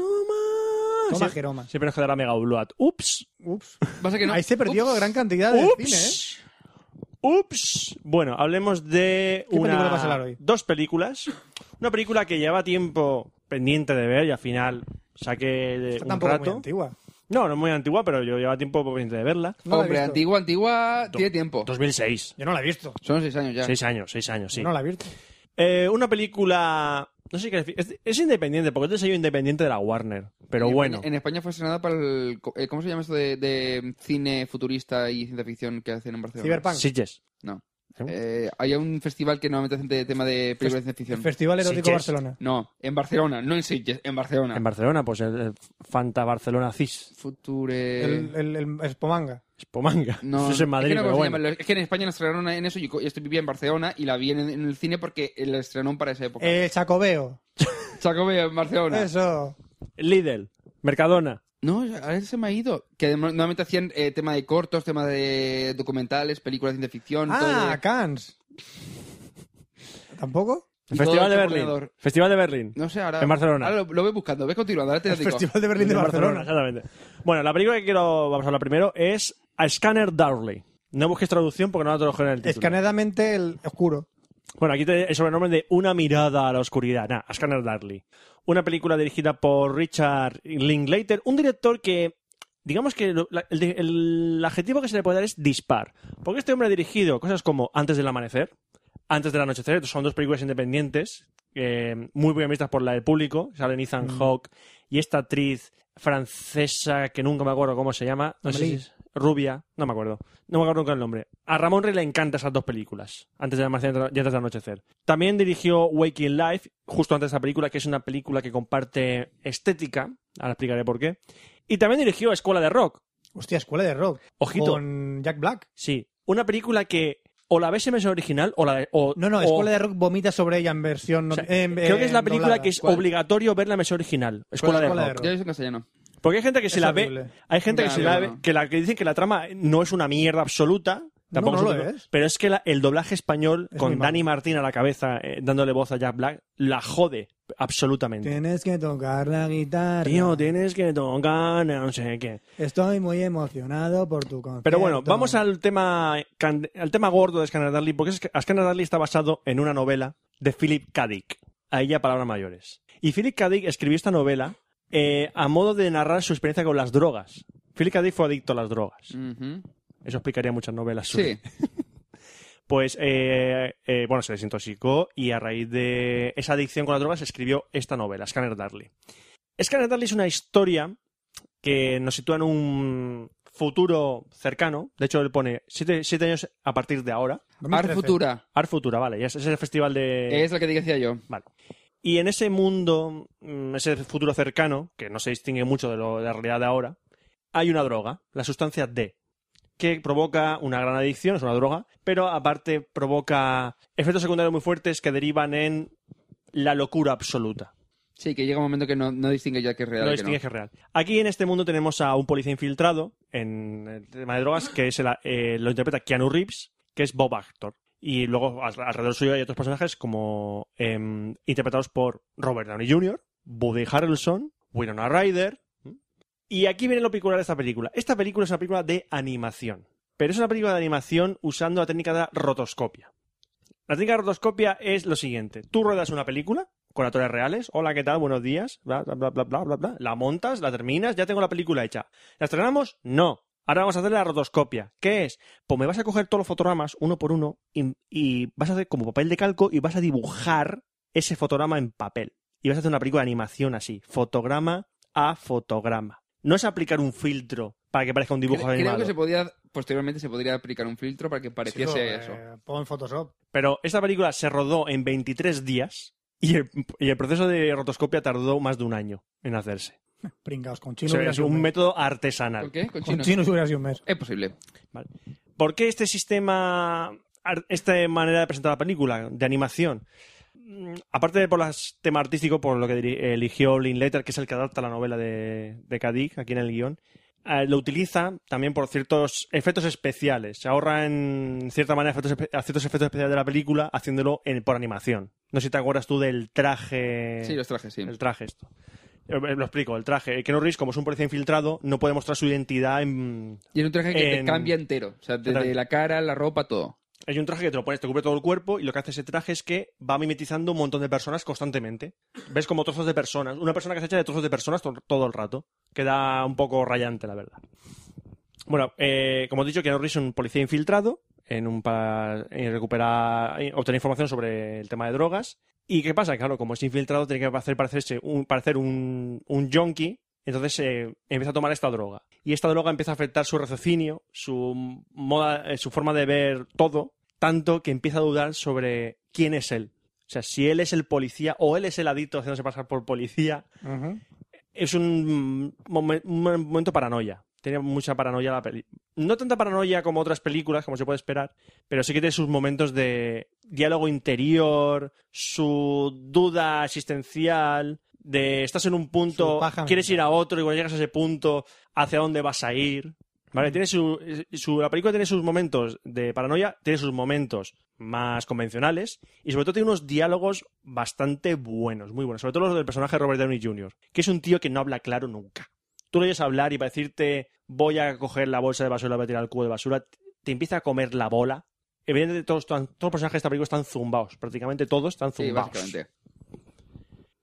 Speaker 4: Toma
Speaker 3: Sie-
Speaker 4: Jeroma.
Speaker 3: Siempre nos quedará Mega Upload. ¡Ups!
Speaker 4: Ups.
Speaker 5: Pasa que no.
Speaker 4: Ahí se perdió
Speaker 5: Ups.
Speaker 4: gran cantidad de cine, ¿eh?
Speaker 3: ¡Ups! Ups. Bueno, hablemos de
Speaker 7: ¿Qué
Speaker 3: una-
Speaker 7: película vas a hablar hoy?
Speaker 3: dos películas. Una película que lleva tiempo pendiente de ver y al final saqué de
Speaker 7: Está
Speaker 3: un
Speaker 7: tampoco muy
Speaker 3: rato.
Speaker 7: antigua.
Speaker 3: no, no es muy antigua, pero yo lleva tiempo pendiente de verla.
Speaker 7: No la he
Speaker 5: Hombre,
Speaker 7: visto.
Speaker 5: antigua, antigua, tiene tiempo.
Speaker 3: 2006.
Speaker 7: Yo no la he visto.
Speaker 5: Son seis años ya.
Speaker 3: Seis años, seis años, sí.
Speaker 7: No la he visto.
Speaker 3: Eh, una película. No sé qué decir. Es, es independiente, porque es de sello independiente de la Warner. Pero
Speaker 5: En
Speaker 3: bueno.
Speaker 5: España- En España fue estrenada para el. co- eh, ¿Cómo se llama esto de, de cine futurista y ciencia ficción que hacen en Barcelona?
Speaker 7: Cyberpunk.
Speaker 3: Sitges.
Speaker 5: No.
Speaker 3: ¿Eh?
Speaker 5: Eh, hay un festival que normalmente hacen de tema de películas de ciencia ficción.
Speaker 7: Festival Erótico
Speaker 3: Sitges.
Speaker 7: Barcelona.
Speaker 5: No, en Barcelona, no en Sitges, en Barcelona.
Speaker 3: En Barcelona, pues el, el Fanta Barcelona CIS.
Speaker 5: Future.
Speaker 7: El, el, el Espomanga.
Speaker 3: Espomanga.
Speaker 5: No,
Speaker 3: Eso es en Madrid,
Speaker 5: que no
Speaker 3: pero
Speaker 5: conocía
Speaker 3: bueno.
Speaker 5: Madrid. Es que en España la estrenaron en eso. Yo, co- yo estoy- vivía en Barcelona y la vi en, en el cine porque la estrenaron para esa época.
Speaker 3: Eh,
Speaker 7: El Chacobeo.
Speaker 5: Chacobeo en Barcelona.
Speaker 7: Eso.
Speaker 3: Lidl. Mercadona.
Speaker 5: No, ahora se me ha ido. Que además, normalmente hacían eh, tema de cortos, tema de documentales, películas de ciencia ficción. todo
Speaker 7: Ah,
Speaker 5: de-
Speaker 7: Cans. ¿Tampoco?
Speaker 5: y todo
Speaker 3: Festival de
Speaker 5: hecho
Speaker 3: Berlín.
Speaker 5: ordenador.
Speaker 3: Festival de Berlín.
Speaker 5: No sé, ahora.
Speaker 3: En Barcelona.
Speaker 5: Ahora lo, lo voy buscando, ves continuando. Ahora te lo digo.
Speaker 7: Festival de Berlín de
Speaker 3: En
Speaker 7: Barcelona.
Speaker 3: exactamente. Bueno, la película que quiero vamos a hablar primero es A Scanner Darley. No busques traducción porque no la tradujeron en el título.
Speaker 7: Escaneadamente el oscuro.
Speaker 3: Bueno, aquí te, el sobrenombre de Una mirada a la oscuridad. Nah, A Scanner Darley. Una película dirigida por Richard Linklater, un director que, digamos que lo- la- el, el adjetivo que se le puede dar es dispar. Porque este hombre ha dirigido cosas como Antes del amanecer, Antes del anochecer, son dos películas independientes, eh, muy bien vistas por la del público. Salen Ethan Hawke y esta actriz francesa que nunca me acuerdo cómo se llama. No sé si
Speaker 7: Amélie.
Speaker 3: es rubia, no me acuerdo. No me acuerdo nunca el nombre. A Ramón Rey le encantan esas dos películas, Antes del amanecer y Antes del anochecer. También dirigió Waking Life, justo antes de esa película, que es una película que comparte estética. Ahora explicaré por qué. Y también dirigió Escuela de Rock.
Speaker 7: Hostia, escuela de rock.
Speaker 3: Ojito.
Speaker 7: Con Jack Black.
Speaker 3: Sí, una película que o la ves en versión original o la de- o-
Speaker 7: No, no,
Speaker 3: o-
Speaker 7: Escuela de Rock vomita sobre ella en versión.
Speaker 3: Oh. o sea,
Speaker 7: eh, en-
Speaker 3: creo que es la
Speaker 7: en
Speaker 3: película
Speaker 7: doblada.
Speaker 3: que es
Speaker 5: ¿Cuál?
Speaker 3: obligatorio verla en versión original. Escuela de
Speaker 7: Escuela de
Speaker 3: Rock.
Speaker 5: Yo lo he visto en castellano.
Speaker 3: Porque hay gente que se
Speaker 7: Es
Speaker 3: la
Speaker 7: horrible.
Speaker 3: ve, hay gente que
Speaker 5: Ya,
Speaker 3: se la
Speaker 5: no,
Speaker 3: ve,
Speaker 5: no.
Speaker 3: que la que dicen que la trama no es una mierda absoluta. Tampoco
Speaker 7: no
Speaker 3: un-
Speaker 7: lo es.
Speaker 3: Pero es que la- el doblaje español
Speaker 7: Es muy
Speaker 3: con
Speaker 7: malo.
Speaker 3: Dani Martín a la cabeza eh, dándole voz a Jack Black la jode absolutamente.
Speaker 7: Tienes que tocar la guitarra.
Speaker 3: Tío, tienes que tocar no sé qué.
Speaker 7: Estoy muy emocionado por tu concierto.
Speaker 3: Pero bueno, vamos al tema can- al tema gordo de Scanner Darling, porque es que Scanner Darling está basado en una novela de Philip K. Dick. Ahí ya palabras mayores. Y Philip K. Dick escribió esta novela eh, a modo de narrar su experiencia con las drogas. Philip K. Dick fue adicto a las drogas.
Speaker 5: Ujú.
Speaker 3: Eso explicaría muchas novelas. suyas.
Speaker 5: Mm. Sí.
Speaker 3: Pues, eh, eh, bueno, se desintoxicó y a raíz de esa adicción con las drogas escribió esta novela, Scanner Darley. Scanner Darley es una historia que nos sitúa en un futuro cercano. De hecho, él pone siete, siete años a partir de ahora.
Speaker 5: Art
Speaker 7: 2013.
Speaker 5: Futura.
Speaker 3: Art Futura, vale. ya Es, es el festival de...
Speaker 5: Es lo que te decía yo.
Speaker 3: Vale. Y en ese mundo, mm, ese futuro cercano, que no se distingue mucho de, lo, de la realidad de ahora, hay una droga, la sustancia D, que provoca una gran adicción, es una droga, pero aparte provoca efectos secundarios muy fuertes que derivan en la locura absoluta.
Speaker 5: Sí, que llega un momento que no, no distingue ya que es real.
Speaker 3: No
Speaker 5: y que
Speaker 3: distingue que es real. Aquí en este mundo tenemos a un policía infiltrado en el tema de drogas, que es el- eh, lo interpreta Keanu Reeves, que es Bob Actor. Y luego al- alrededor suyo hay otros personajes como em, interpretados por Robert Downey Jr., Woody Harrelson, Winona Ryder. Y aquí viene lo peculiar de esta película. Esta película es una película de animación. Pero es una película de animación usando la técnica de la rotoscopia. La técnica de rotoscopia es lo siguiente. Tú ruedas una película con actores reales. Hola, ¿qué tal? Buenos días. Bla, bla, bla, bla, bla, bla, bla. La montas, la terminas, ya tengo la película hecha. ¿La estrenamos? No. Ahora vamos a hacer la rotoscopia. ¿Qué es? Pues me vas a coger todos los fotogramas uno por uno y, y vas a hacer como papel de calco y vas a dibujar ese fotograma en papel. Y vas a hacer una película de animación así, fotograma a fotograma. No es aplicar un filtro para que parezca un
Speaker 5: no.
Speaker 3: dibujo
Speaker 5: Creo,
Speaker 3: animado.
Speaker 5: creo que se podía, posteriormente se podría aplicar un filtro para que pareciese eso.
Speaker 7: eh, pon Photoshop.
Speaker 3: Pero esta película se rodó en 23 días y el, y el proceso de rotoscopia tardó más de un año en hacerse.
Speaker 7: Pringaos con
Speaker 3: O
Speaker 7: chino.
Speaker 3: sea,
Speaker 7: hubiera
Speaker 3: es
Speaker 7: sido
Speaker 3: un
Speaker 7: mes.
Speaker 3: método artesanal.
Speaker 5: ¿Con qué? Con
Speaker 7: Con
Speaker 5: chino.
Speaker 7: chino hubiera sido un mes.
Speaker 5: Es posible.
Speaker 3: ¿Por qué este sistema, ar- esta manera de presentar la película, de animación? Mm, Aparte de por las tema artístico, por lo que diri- eligió Linklater, que es el que adapta la novela de, de Kadik aquí en el guión, eh, lo utiliza también por ciertos efectos especiales. Se ahorra en cierta manera efectos espe- a ciertos efectos especiales de la película haciéndolo en- por animación. No sé si te acuerdas tú del traje.
Speaker 5: Sí, los trajes, sí.
Speaker 3: Eh, El traje esto. Eh, eh, Lo explico, el traje. Keanu Reeves, como es un policía infiltrado, no puede mostrar su identidad en,
Speaker 5: Y es un traje que te
Speaker 3: En-
Speaker 5: cambia entero. O sea, desde
Speaker 3: Total.
Speaker 5: la cara, la ropa, todo.
Speaker 3: Hay un traje que te lo pones, te cubre todo el cuerpo y lo que hace ese traje es que va mimetizando un montón de personas constantemente. Ves como trozos de personas. Una persona que se echa de trozos de personas to- todo el rato. Queda un poco rayante, la verdad. Bueno, eh, como he dicho, Keanu Reeves es un policía infiltrado en un para en recuperar, en obtener información sobre el tema de drogas. ¿Y qué pasa? Claro, como es infiltrado, tiene que hacer parecerse un, parecer un, un junkie. Entonces eh, empieza a tomar esta droga. Y esta droga empieza a afectar su raciocinio, su, moda, eh, su forma de ver todo, tanto que empieza a dudar sobre quién es él. O sea, si él es el policía o él es el adicto haciéndose pasar por policía, es un, momen- un momento paranoia. Tiene mucha paranoia la peli. No tanta paranoia como otras películas, como se puede esperar, pero sí que tiene sus momentos de diálogo interior, su duda existencial, de estás en un
Speaker 4: Su
Speaker 3: punto,
Speaker 4: paja
Speaker 3: quieres ir a otro y cuando llegas a ese punto, ¿hacia dónde vas a ir?
Speaker 4: Mm.
Speaker 3: Vale, tiene su, su- la película tiene sus momentos de paranoia, tiene sus momentos más convencionales y sobre todo tiene unos diálogos bastante buenos, muy buenos. Sobre todo los del personaje de Robert Downey Jr., que es un tío que no habla claro nunca. Tú le oyes hablar y para decirte voy a coger la bolsa de basura, voy a tirar el cubo de basura, te empieza a comer la bola. Evidentemente todos, todos los personajes de esta película están zumbados, prácticamente todos están
Speaker 5: Sí,
Speaker 3: zumbados.
Speaker 5: básicamente.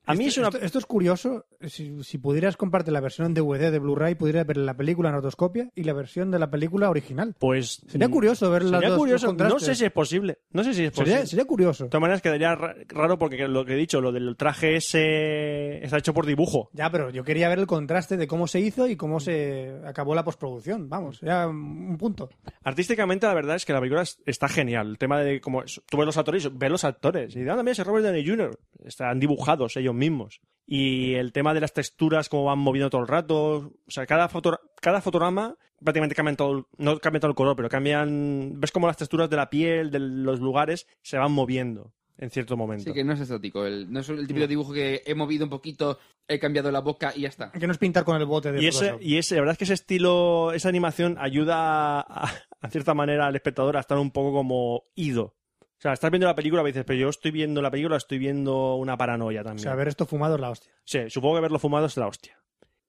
Speaker 3: a mí
Speaker 4: esto,
Speaker 3: es una...
Speaker 4: esto- esto es curioso. Si, si pudieras comparte la versión de DVD de Blu-ray, pudieras ver la película en rotoscopia y la versión de la película original.
Speaker 3: Pues...
Speaker 4: Sería curioso ver las
Speaker 3: Sería
Speaker 4: dos- los
Speaker 3: curioso. No
Speaker 4: contrastes.
Speaker 3: sé si es posible. No sé si es posible.
Speaker 4: Sería, sería curioso.
Speaker 3: De todas maneras quedaría ra- raro porque lo que he dicho, lo del traje ese está hecho por dibujo.
Speaker 4: Ya, pero yo quería ver el contraste de cómo se hizo y cómo se acabó la postproducción. Vamos, era un punto.
Speaker 3: Artísticamente la verdad es que la película es- está genial. El tema de cómo es- tú ves los actores, y ves los actores y dices, "Ah, mira, ese Robert Downey Jr. Están dibujados ellos mismos. Y el tema de las texturas, cómo van moviendo todo el rato. O sea, cada, foto, cada fotograma prácticamente cambian todo, el- no cambia todo el color, pero cambian, ves cómo las texturas de la piel, de los lugares, se van moviendo en cierto momento.
Speaker 5: Sí, que no es estático. El, no es el típico dibujo que he movido un poquito, he cambiado la boca y ya está.
Speaker 4: Que no es pintar con el bote de
Speaker 3: Y ese,
Speaker 4: Photoshop.
Speaker 3: y ese, la verdad es que ese estilo, esa animación ayuda a, en cierta manera al espectador a estar un poco como ido. O sea, estás viendo la película a veces, pero yo estoy viendo la película, estoy viendo una paranoia
Speaker 4: O
Speaker 3: también.
Speaker 4: sea, ver esto fumado es la hostia.
Speaker 3: Sí, supongo que verlo fumado es la hostia.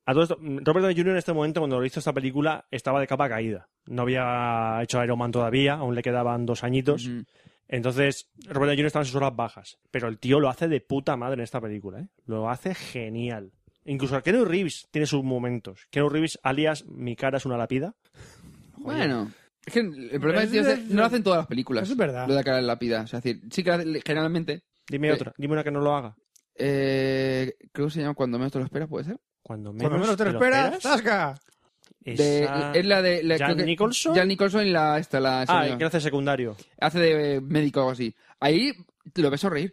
Speaker 3: A todo esto, mm, Robert Downey Jr. en este momento, cuando lo hizo esta película, estaba de capa caída. No había hecho Iron Man todavía, aún le quedaban dos añitos.
Speaker 5: Ujú.
Speaker 3: Entonces, Robert Downey Jr. está en sus horas bajas. Pero el tío lo hace de puta madre en esta película, ¿eh? Lo hace genial. Incluso Keanu Reeves tiene sus momentos. Keanu Reeves, alias Mi cara es una lápida.
Speaker 5: Bueno. Es que el problema
Speaker 4: Es-
Speaker 5: es, que no lo hacen todas las películas.
Speaker 4: Eso es verdad.
Speaker 5: Lo de la cara de lápida. O sea, es decir, sí que la- generalmente.
Speaker 3: Dime
Speaker 5: Eh.
Speaker 3: otra, dime una que no lo haga.
Speaker 5: eh, creo que se llama Cuando menos te lo esperas, ¿puede ser?
Speaker 3: Cuando menos,
Speaker 4: Cuando menos te lo esperas, ¡zasca!
Speaker 5: De-
Speaker 3: Esa-
Speaker 5: es la de. la-
Speaker 3: ¿Jack
Speaker 5: creo que-
Speaker 3: Nicholson?
Speaker 5: Jack Nicholson y la. Esta, la
Speaker 3: Ah,
Speaker 5: señora.
Speaker 3: el que hace secundario.
Speaker 5: hace de médico o algo así. Ahí te lo ves sonreír,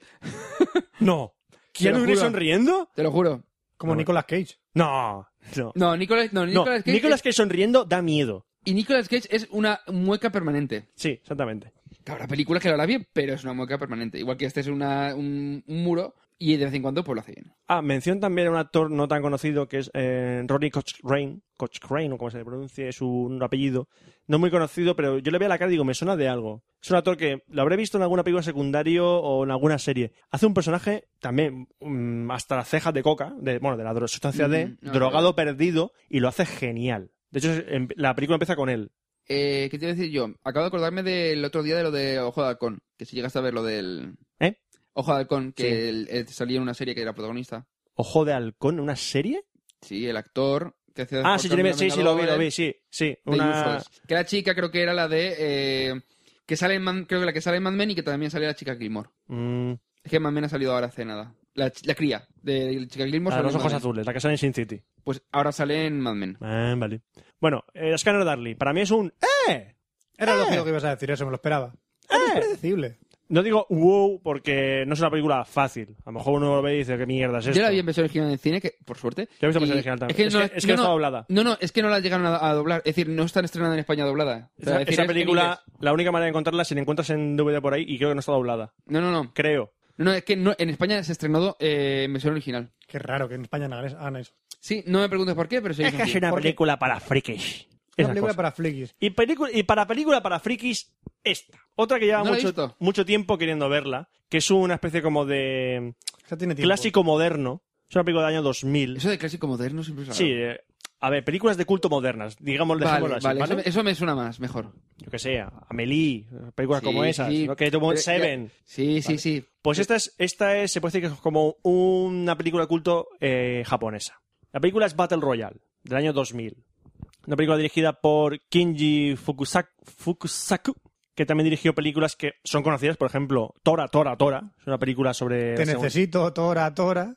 Speaker 3: No.
Speaker 5: Te
Speaker 3: ¿Keanu
Speaker 5: lo
Speaker 3: Reeves
Speaker 5: juro.
Speaker 3: sonriendo?
Speaker 5: te lo juro.
Speaker 4: Como
Speaker 3: No,
Speaker 4: Nicolas Cage.
Speaker 3: No. No.
Speaker 5: No, Nicolas, no,
Speaker 3: No,
Speaker 5: Nicolas Cage.
Speaker 3: Nicolas Cage sonriendo da miedo.
Speaker 5: Y Nicolas Cage es una mueca permanente.
Speaker 3: Sí, exactamente.
Speaker 5: Que Habrá películas que lo hará bien, pero es una mueca permanente. Igual que este es una- un, un muro y de vez en cuando pues lo hace bien.
Speaker 3: Ah, mención también a un actor no tan conocido que es eh, Ronnie Cochrane, Cochrane, o como se le pronuncie su un apellido. No muy conocido, pero yo le veo la cara y digo, me suena de algo. Es un actor que lo habré visto en alguna película secundario o en alguna serie. Hace un personaje también mm, hasta las cejas de coca, de, bueno, de la dro- sustancia D,
Speaker 5: Mm, no,
Speaker 3: drogado perdido, y lo hace genial. De hecho, es- em- la película empieza con él.
Speaker 5: Eh, ¿Qué te iba a decir yo? Acabo de acordarme del otro día de lo de Ojo de Halcón. Que si llegaste a ver lo del.
Speaker 3: ¿Eh?
Speaker 5: Ojo de Halcón, que
Speaker 3: Sí.
Speaker 5: el- eh, salía en una serie que era protagonista.
Speaker 3: Ojo de halcón, ¿una serie?
Speaker 5: Sí, el actor que hacía. de
Speaker 3: Ah,
Speaker 5: Falcón
Speaker 3: sí,
Speaker 5: en
Speaker 3: Jeremy-
Speaker 5: Los
Speaker 3: sí, sí, lo vi, lo vi,
Speaker 5: Vengadores,
Speaker 3: sí, sí.
Speaker 5: de
Speaker 3: Una...
Speaker 5: Usos. Que la chica creo que era la de. eh, que sale en Man- creo que la que sale en Mad Men y que también sale la chica Gilmore.
Speaker 3: Mm,
Speaker 5: Es que Mad Men ha salido ahora hace nada. La, ch- la cría de, de chica Gilmore.
Speaker 3: la de Ah,
Speaker 5: sale
Speaker 3: los
Speaker 5: en Mad
Speaker 3: ojos
Speaker 5: Men.
Speaker 3: azules, la que sale en Sin City.
Speaker 5: Pues ahora sale en Mad Men.
Speaker 3: Ah, vale. Bueno, eh, Scanner Darly, para mí es un ¡Eh!
Speaker 4: Era
Speaker 3: Eh.
Speaker 4: lógico que ibas a decir eso, me lo esperaba. Es predecible.
Speaker 3: No digo wow porque no es una película fácil. A lo mejor uno lo ve y dice, ¿qué mierda es esto?
Speaker 5: Yo la vi en versión original en el cine, que por suerte.
Speaker 3: Pues Yo he visto
Speaker 5: y-
Speaker 3: versión original también. Es
Speaker 5: no,
Speaker 3: que- es que no está doblada.
Speaker 5: No, no, es que no la llegaron a, a doblar. Es decir, no están estrenada en España doblada. O
Speaker 3: Esa,
Speaker 5: sea, es decir,
Speaker 3: esa
Speaker 5: es en
Speaker 3: película,
Speaker 5: inglés.
Speaker 3: la única manera de encontrarla es si la encuentras en DVD por ahí y creo que no está doblada.
Speaker 5: No, no, no.
Speaker 3: Creo.
Speaker 5: No, es que no- en España se estrenó eh, en versión original.
Speaker 4: Qué raro que en España no hagan eso.
Speaker 5: Sí, no me preguntes por qué, pero sí. hizo así.
Speaker 3: una
Speaker 4: ¿Por qué?
Speaker 3: película para frikis.
Speaker 4: Una película para flickies.
Speaker 3: Y, pelicu- y para película para frikis, esta. Otra que lleva
Speaker 5: No la he
Speaker 3: mucho,
Speaker 5: visto.
Speaker 3: mucho tiempo queriendo verla, que es una especie como de
Speaker 4: Esa tiene tiempo.
Speaker 3: clásico moderno. Es una película del año 2000.
Speaker 5: Eso de clásico moderno siempre es raro.
Speaker 3: Sí, eh, a ver, películas de culto modernas, digamos, dejémoslo
Speaker 5: Vale,
Speaker 3: así,
Speaker 5: vale.
Speaker 3: ¿vale?
Speaker 5: Eso, me- eso me suena más, mejor.
Speaker 3: Yo que sé, Amelie, películas
Speaker 5: Sí,
Speaker 3: como esas,
Speaker 5: sí.
Speaker 3: ¿no? que tomó
Speaker 5: Pero ya- eh,
Speaker 3: Seven.
Speaker 5: Sí, sí,
Speaker 3: Vale.
Speaker 5: sí.
Speaker 3: Pues esta es, esta es, se puede decir que es como una película de culto eh, japonesa. La película es Battle Royale, del año 2000. Una película dirigida por Kinji Fukusak- Fukusaku, que también dirigió películas que son conocidas, por ejemplo, Tora, Tora, Tora. Es una película sobre...
Speaker 4: Te
Speaker 3: la segunda-
Speaker 4: necesito, Tora, Tora.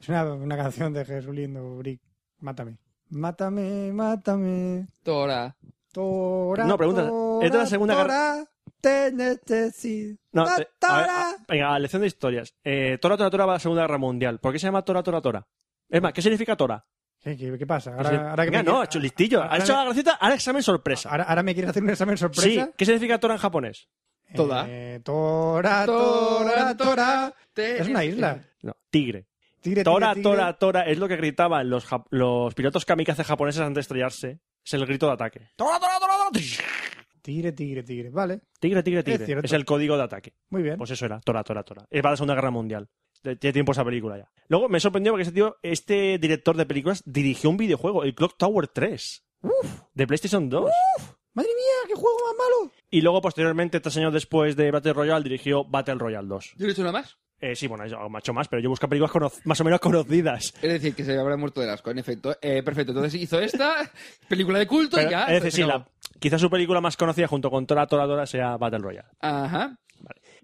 Speaker 4: Es una, una canción de Jesús Lindo, Brick. Mátame. Mátame, mátame.
Speaker 5: Tora.
Speaker 4: Tora.
Speaker 3: No, pregunta,
Speaker 4: Tora,
Speaker 3: ¿es de la Segunda
Speaker 4: Tora, te necesito.
Speaker 3: No, eh, a ver,
Speaker 4: Tora.
Speaker 3: a- venga, lección de historias. Eh, Tora, Tora, Tora va a la Segunda Guerra Mundial. ¿Por qué se llama Tora, Tora, Tora? Es más, ¿qué significa Tora?
Speaker 4: ¿Qué, qué- qué pasa? Ahora,
Speaker 3: Es decir,
Speaker 4: ahora
Speaker 3: Pues
Speaker 4: que
Speaker 3: venga,
Speaker 4: me-
Speaker 3: no, ha hecho listillo. Ha
Speaker 4: ahora
Speaker 3: hecho
Speaker 4: me-
Speaker 3: la gracita, ahora examen sorpresa.
Speaker 4: Ahora, ahora me quieres hacer un examen
Speaker 3: Sí,
Speaker 4: sorpresa.
Speaker 3: ¿qué significa Tora en japonés?
Speaker 4: Eh,
Speaker 5: Toda.
Speaker 4: tora, tora, tora.
Speaker 5: te- eh,
Speaker 4: Es una isla.
Speaker 3: No, tigre.
Speaker 4: Tigre, tigre,
Speaker 3: Tora,
Speaker 4: tigre.
Speaker 3: tora, tora, es lo que gritaban los, jap- los pilotos kamikaze japoneses antes de estrellarse. Es el grito de ataque. Tora, tora, tora, tora.
Speaker 4: Tigre, tigre, tigre. Vale,
Speaker 3: Tigre, tigre, tigre. Es,
Speaker 4: cierto.
Speaker 3: el código de ataque.
Speaker 4: muy bien.
Speaker 3: Pues eso era, tora, tora, tora. Es para la Segunda Guerra Mundial. T- Tiene tiempo esa película ya. Luego me sorprendió porque este tío, este director de películas, dirigió un videojuego, el Clock Tower 3. De PlayStation 2.
Speaker 4: Madre mía, qué juego más malo.
Speaker 3: Y luego, posteriormente, tres años después de Battle Royale, dirigió Battle Royale 2.
Speaker 5: Yo no he hecho una más.
Speaker 3: Eh, sí, bueno, yo macho más, pero yo busco películas cono- más o menos conocidas.
Speaker 5: Es decir, que se habrá muerto del asco, en efecto. Eh, perfecto, entonces hizo esta película de culto
Speaker 3: Pero,
Speaker 5: y ya.
Speaker 3: es
Speaker 5: se- se
Speaker 3: decir,
Speaker 5: acabó.
Speaker 3: la- quizás su película más conocida junto con Tora Tora Tora sea Battle Royale.
Speaker 5: Ajá.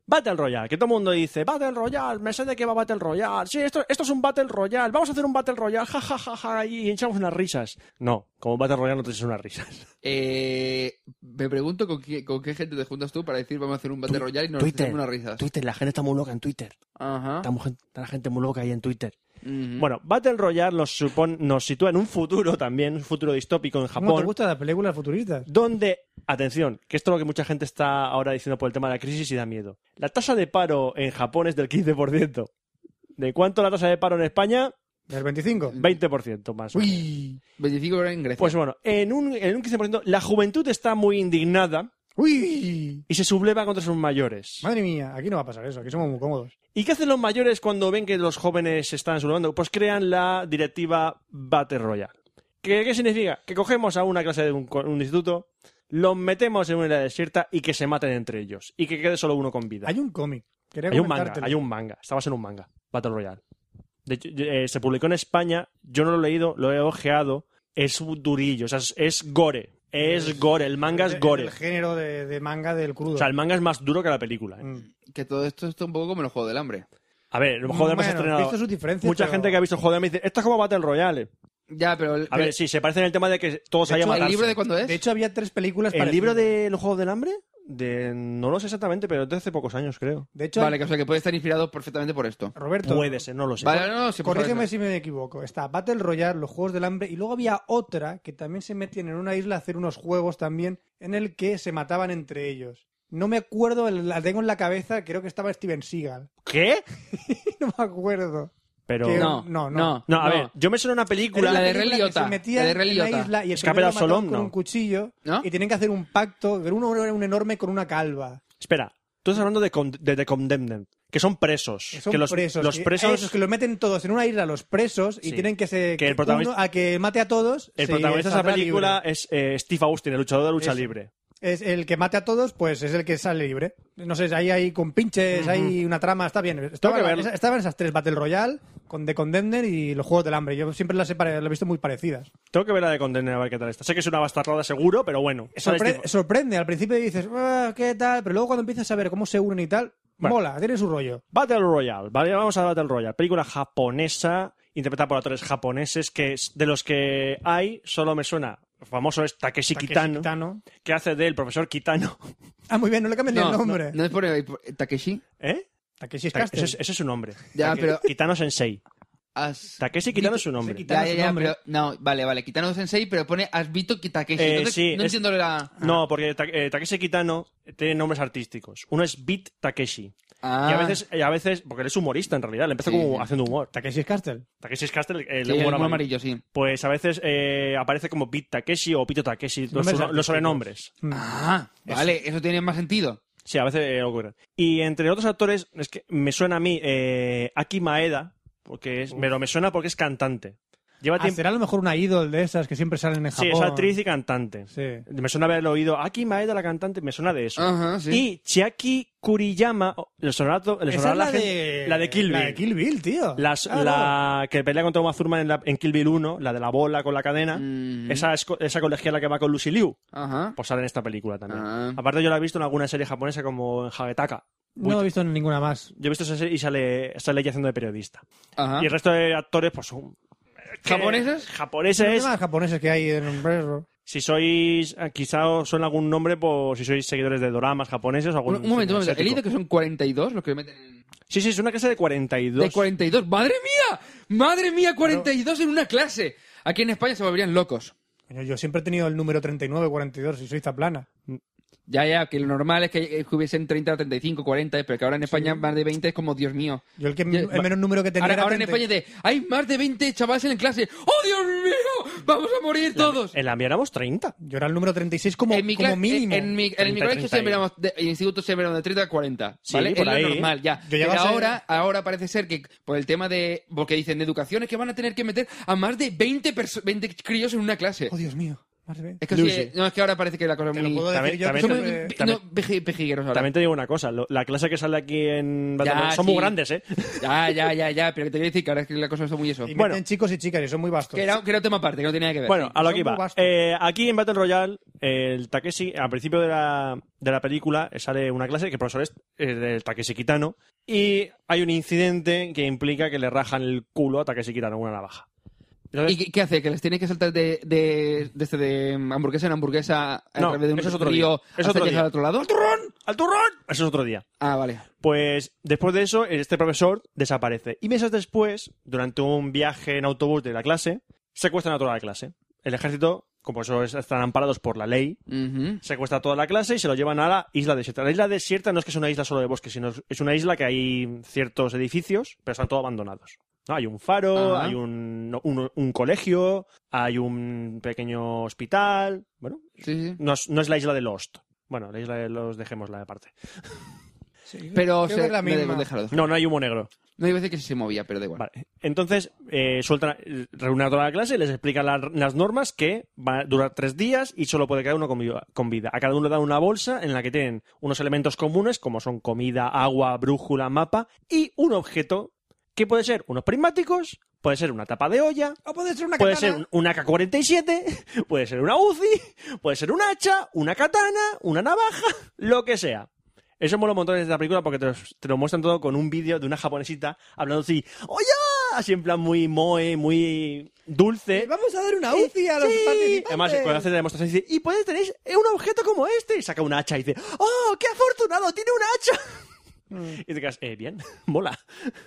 Speaker 3: Battle Royale, que todo el mundo dice, Battle Royale, me sé de qué va Battle Royale, sí, esto, esto es un Battle Royale, vamos a hacer un Battle Royale, ja, ja, ja, ja, y echamos unas risas. No, como Battle Royale no te echas unas risas.
Speaker 5: Eh, me pregunto con qué, con qué gente te juntas tú para decir vamos a hacer un Battle Royale y nos hacemos unas risas.
Speaker 3: Twitter, la gente está muy loca en Twitter.
Speaker 5: Ajá.
Speaker 3: Está, muy- está la gente muy loca ahí en Twitter.
Speaker 5: Ujú.
Speaker 3: Mm. Bueno, Battle Royale nos, supone, nos sitúa en un futuro también, un futuro distópico en
Speaker 4: ¿Cómo te
Speaker 3: Japón.
Speaker 4: gustan las películas futuristas?
Speaker 3: donde, atención, que esto es lo que mucha gente está ahora diciendo por el tema de la crisis y da miedo. La tasa de paro en Japón es del 15%. ¿De cuánto la tasa de paro en España?
Speaker 4: Del 25.
Speaker 3: Mm. 20% más. o menos.
Speaker 5: 25 horas en Grecia.
Speaker 3: Pues bueno, en un, en un 15% la juventud está muy indignada
Speaker 4: ¡Uy!
Speaker 3: y se subleva contra sus mayores.
Speaker 4: Madre mía, aquí no va a pasar eso, aquí somos muy cómodos.
Speaker 3: ¿Y qué hacen los mayores cuando ven que los jóvenes se están sublevando? Pues crean la directiva Battle Royale. ¿Qué, qué significo? Que cogemos a una clase de un, co- un instituto, los metemos en una isla desierta y que se maten entre ellos. Y que quede solo uno con vida.
Speaker 4: Hay un cómic. Quería
Speaker 3: Hay un manga,
Speaker 4: comentártelo.
Speaker 3: hay un manga. Estabas en un manga, Battle Royale. De hecho, yo- eh, se publicó en España, yo no lo he leído, lo he ojeado. Es durillo, o sea, es, es gore. Es gore, el manga es gore.
Speaker 4: El género de, de manga del crudo.
Speaker 3: O sea, el manga es más duro que la película. ¿eh?
Speaker 4: Mm.
Speaker 5: Que todo esto está un poco como el juego del hambre.
Speaker 3: A ver, joder, hemos
Speaker 4: Bueno,
Speaker 3: estrenado.
Speaker 4: visto sus diferencias,
Speaker 3: Mucha
Speaker 4: pero-
Speaker 3: gente que ha visto joder me dice, esto es como Battle Royale.
Speaker 5: Ya, pero el,
Speaker 3: A ver, sí, se parece en el tema de que todos
Speaker 4: De
Speaker 3: hayan
Speaker 4: hecho,
Speaker 5: ¿el
Speaker 3: matado.
Speaker 5: libro de cuándo es?
Speaker 4: De hecho, había tres películas
Speaker 3: ¿El
Speaker 4: parecidas.
Speaker 3: libro de los Juegos del Hambre? De, no lo sé exactamente, pero es de hace pocos años, creo.
Speaker 4: De hecho,
Speaker 5: vale, que, o sea, que puede estar inspirado perfectamente por esto.
Speaker 4: Roberto,
Speaker 3: Puede ser, no lo sé.
Speaker 5: Vale, no, no, sí, por
Speaker 4: corrígeme
Speaker 5: favor.
Speaker 4: si me equivoco. Está Battle Royale, los Juegos del Hambre, y luego había otra que también se metían en una isla a hacer unos juegos también en el que se mataban entre ellos. No me acuerdo, la tengo en la cabeza, creo que estaba Steven Seagal.
Speaker 3: ¿Qué?
Speaker 4: No me acuerdo.
Speaker 3: Pero.
Speaker 4: Que-
Speaker 5: No,
Speaker 4: no, no.
Speaker 5: no.
Speaker 3: No, a
Speaker 5: no.
Speaker 3: ver, yo me suena una película.
Speaker 5: La de
Speaker 4: película
Speaker 5: Ray
Speaker 4: que
Speaker 5: Liotta,
Speaker 4: Se metían
Speaker 5: la de Ray
Speaker 4: en la
Speaker 5: Liotta.
Speaker 4: isla y el
Speaker 3: Escape
Speaker 4: primero
Speaker 3: de
Speaker 4: lo mataban
Speaker 3: Absalón,
Speaker 4: con
Speaker 3: no.
Speaker 4: un cuchillo
Speaker 5: ¿No?
Speaker 4: y tenían que hacer un pacto. que Uno era un enorme con una calva.
Speaker 3: Espera, tú estás hablando de, con- de The Condemned, que son presos.
Speaker 4: Que son
Speaker 3: que los
Speaker 4: presos.
Speaker 3: los
Speaker 4: que-
Speaker 3: presos.
Speaker 4: esos que los meten todos en una isla, los presos, y
Speaker 3: Sí.
Speaker 4: tienen que se.
Speaker 3: Que el protagonista-
Speaker 4: uno- a que mate a todos.
Speaker 3: el
Speaker 4: se
Speaker 3: protagonista de esa
Speaker 4: saldrá
Speaker 3: película
Speaker 4: libre.
Speaker 3: es eh, Steve Austin, el luchador de lucha
Speaker 4: Eso.
Speaker 3: libre.
Speaker 4: Es el que mate a todos, pues es el que sale libre. No sé, ahí hay con pinches, hay una trama, está bien. Estaba,
Speaker 3: que verlo.
Speaker 4: esa- Estaban esas tres: Battle Royale, con The Condemned y los Juegos del Hambre. Yo siempre las he, pare- las he visto muy parecidas.
Speaker 3: Tengo que ver la de Condemned a ver qué tal está. Sé que es una bastarrada seguro, pero bueno. sale
Speaker 4: Sorpre-
Speaker 3: Steve-
Speaker 4: sorprende. Al principio dices, "Ah, ¿qué tal? Pero luego cuando empiezas a ver cómo se unen y tal,
Speaker 3: Bueno.
Speaker 4: mola, tiene su rollo.
Speaker 3: Battle Royale, ¿vale? Vamos a Battle Royale. Película japonesa, interpretada por actores japoneses, que es- de los que hay, solo me suena. Famoso es Takeshi Kitano,
Speaker 4: Kitano.
Speaker 3: que hace del profesor Kitano.
Speaker 4: Ah, muy bien, no le cambies ni
Speaker 5: No,
Speaker 4: el nombre.
Speaker 5: no, no es por, por- Takeshi.
Speaker 3: ¿Eh?
Speaker 4: Takeshi es
Speaker 3: Ta-
Speaker 4: Castle.
Speaker 3: Ese es, ese es su nombre.
Speaker 5: Ya,
Speaker 3: Take-
Speaker 5: pero-
Speaker 3: Kitano Sensei.
Speaker 5: Has-
Speaker 3: Takeshi Kitano es su nombre.
Speaker 4: Kitano
Speaker 5: Ya, ya,
Speaker 4: es
Speaker 5: ya,
Speaker 4: un
Speaker 5: pero,
Speaker 4: hombre.
Speaker 5: no, vale, vale, Kitano Sensei, pero pone has visto que Takeshi.
Speaker 3: Eh,
Speaker 5: Entonces,
Speaker 3: sí,
Speaker 5: no
Speaker 3: es-
Speaker 5: entiendo la.
Speaker 3: No, porque Ta- eh, Takeshi Kitano tiene nombres artísticos. Uno es Beat Takeshi.
Speaker 5: Ah,
Speaker 3: Y a veces, y a veces, porque él es humorista en realidad, le empezó
Speaker 5: Sí,
Speaker 3: como
Speaker 5: sí.
Speaker 3: haciendo humor.
Speaker 4: Takeshi es Castle.
Speaker 3: Takeshi es Castle, el
Speaker 5: sí, el
Speaker 3: humor
Speaker 5: humor
Speaker 3: amarillo.
Speaker 5: amarillo, sí.
Speaker 3: Pues a veces eh, aparece como Beat Takeshi o Pito Takeshi, los,
Speaker 4: Nombres
Speaker 3: los
Speaker 4: artísticos.
Speaker 3: sobrenombres.
Speaker 4: Mm.
Speaker 5: Ah, vale, eso tiene más sentido.
Speaker 3: Sí, a veces eh, ocurre. Y entre otros actores, es que me suena a mí eh, Aki Maeda, porque es, pero me suena porque es cantante. Lleva
Speaker 4: Ah,
Speaker 3: tiempo.
Speaker 4: será a lo mejor una idol de esas que siempre salen en
Speaker 3: Sí,
Speaker 4: Japón.
Speaker 3: es actriz y cantante.
Speaker 4: Sí.
Speaker 3: Me suena haber oído Aki Maeda, la cantante, me suena de eso.
Speaker 4: Ah,
Speaker 5: Ajá, sí.
Speaker 3: Y Chiaki Kuriyama, o- le sonará, to- le
Speaker 4: Esa
Speaker 3: sonará
Speaker 4: es
Speaker 3: la, gente- la de Kill Bill.
Speaker 4: La de Kill Bill, tío.
Speaker 3: Las-
Speaker 4: Ah,
Speaker 3: la que pelea contra Uma Thurman en, la- en Kill Bill 1, la de la bola con la cadena.
Speaker 5: Mm.
Speaker 3: Esa, es co- esa colegiala que va con Lucy Liu,
Speaker 5: Ajá.
Speaker 3: pues sale en esta película también.
Speaker 5: Ah.
Speaker 3: Aparte, yo la he visto en alguna serie japonesa como en Hagetaka.
Speaker 4: No lo he visto en ninguna más.
Speaker 3: Yo he visto esa serie y sale, sale ella haciendo de periodista.
Speaker 5: Ajá.
Speaker 3: Y el resto de actores, pues son.
Speaker 5: Ah. ¿Japoneses?
Speaker 3: Japoneses.
Speaker 4: Los demás japoneses que hay en el
Speaker 3: Si sois. eh, Quizá os suena algún nombre por si sois seguidores de doramas japoneses o algún.
Speaker 5: Un, un momento, un momento.
Speaker 3: asiático.
Speaker 5: He leído que son 42 los que meten en...
Speaker 3: Sí, sí, es una clase de 42.
Speaker 5: De 42. ¡Madre mía! ¡Madre mía! 42 en una clase. Aquí en España se volverían locos.
Speaker 4: Coño, Yo siempre he tenido el número 39, 42, si soy plana.
Speaker 5: Ya, ya, que lo normal es que eh, hubiesen 30, 35, 40, pero que ahora en España más de 20 es como, Dios mío.
Speaker 4: Yo el, que,
Speaker 5: Ya,
Speaker 4: el menos número que tenía
Speaker 5: Ahora,
Speaker 4: era
Speaker 5: ahora en
Speaker 4: 30.
Speaker 5: España de, hay más de 20 chavales en clase. ¡Oh, Dios mío! ¡Vamos a morir todos!
Speaker 3: En la eh, mía éramos 30.
Speaker 4: Yo era el número 36 como,
Speaker 5: en mi,
Speaker 4: como
Speaker 5: cla-
Speaker 4: mínimo.
Speaker 5: En, en mi, en
Speaker 3: 30,
Speaker 5: mi
Speaker 3: 30
Speaker 5: colegio siempre
Speaker 3: y-
Speaker 5: éramos, de- en el instituto siempre éramos de 30 a 40.
Speaker 3: Sí,
Speaker 5: ¿Vale?
Speaker 3: por
Speaker 5: es
Speaker 3: ahí.
Speaker 5: lo normal, ya.
Speaker 4: Yo
Speaker 5: Pero
Speaker 4: llegaba a ser-
Speaker 5: ahora, ahora parece ser que por el tema de. Porque dicen de educación es que van a tener que meter a más de 20, perso- 20 críos en una clase.
Speaker 4: Oh, Dios mío. Madre mía.
Speaker 5: Es que,
Speaker 3: Lucy.
Speaker 5: sí, no, es que ahora parece que la cosa es
Speaker 4: Te lo
Speaker 5: muy.
Speaker 4: puedo
Speaker 3: también-
Speaker 4: decir yo que
Speaker 3: también-
Speaker 5: Somos,
Speaker 4: soy, eh,
Speaker 5: vi-
Speaker 3: también-
Speaker 5: no, peji- pejigueros ahora.
Speaker 3: También te digo una cosa, lo- la clase que sale aquí en Batman
Speaker 5: Ya,
Speaker 3: son
Speaker 5: sí.
Speaker 3: muy grandes, ¿eh?
Speaker 5: Ya, ya, ya, ya. Pero que te quiero decir que ahora es que la cosa es muy eso.
Speaker 4: Y
Speaker 3: Bueno.
Speaker 4: meten chicos y chicas y son muy vastos.
Speaker 5: Que era, que era un tema aparte, que no tenía nada que ver.
Speaker 3: Bueno, a lo
Speaker 4: son
Speaker 3: que
Speaker 4: muy
Speaker 3: iba.
Speaker 4: vastos.
Speaker 3: Eh, aquí en Battle Royale, el Takeshi, al principio de la, de la película, eh, sale una clase que el profesor es eh, del Takeshi Kitano y hay un incidente que implica que le rajan el culo a Takeshi Kitano con una navaja.
Speaker 5: ¿Y qué, qué hace? ¿Que les tiene que saltar de, de, de este de hamburguesa en hamburguesa a
Speaker 3: No,
Speaker 5: través de un
Speaker 3: eso es otro
Speaker 5: río
Speaker 3: día. Es
Speaker 5: hasta
Speaker 3: otro
Speaker 5: llegar
Speaker 3: día.
Speaker 5: al otro lado?
Speaker 3: ¡Al turrón! Eso es otro día.
Speaker 5: Ah, vale.
Speaker 3: Pues después de eso, este profesor desaparece. Y meses después, durante un viaje en autobús de la clase, secuestran a toda la clase. El ejército, como eso es- están amparados por la ley,
Speaker 5: Ujú.
Speaker 3: secuestra a toda la clase y se lo llevan a la isla desierta. La isla desierta no es que sea una isla solo de bosque, sino es una isla que hay ciertos edificios, pero están todos abandonados. ¿no? Hay un faro,
Speaker 5: Ajá.
Speaker 3: hay un, no, un- un colegio, hay un pequeño hospital. Bueno,
Speaker 5: Sí, sí.
Speaker 3: no es, no es la isla de Lost. Bueno, la isla de Lost dejémosla de parte.
Speaker 5: Pero
Speaker 4: Creo que es la
Speaker 5: me debo
Speaker 4: misma.
Speaker 5: dejarlo.
Speaker 3: No, no hay humo negro.
Speaker 5: No hay veces que se movía, pero da igual.
Speaker 3: Vale. Entonces, eh, sueltan, eh, reúnen a toda la clase, les explica la- las normas que va a durar tres días y solo puede quedar uno con, vi- con vida. A cada uno le dan una bolsa en la que tienen unos elementos comunes como son comida, agua, brújula, mapa y un objeto que puede ser unos prismáticos, puede ser una tapa de olla,
Speaker 4: O puede ser una
Speaker 3: puede
Speaker 4: katana.
Speaker 3: ser un- una AK-47, puede ser una UCI, puede ser un hacha, una katana, una navaja, lo que sea. Eso mola un montón de esta película porque te, los- te lo muestran todo con un vídeo de una japonesita hablando así, ¡Oye! Así en plan muy moe, muy dulce.
Speaker 4: Vamos a dar una UCI a los
Speaker 3: Sí.
Speaker 4: participantes.
Speaker 3: Además, cuando hace la demostración dice, y puedes tener un objeto como este. Y saca un hacha y dice, ¡Oh, qué afortunado! ¡Tiene un hacha!
Speaker 4: Mm.
Speaker 3: Y te quedas, eh, bien, mola.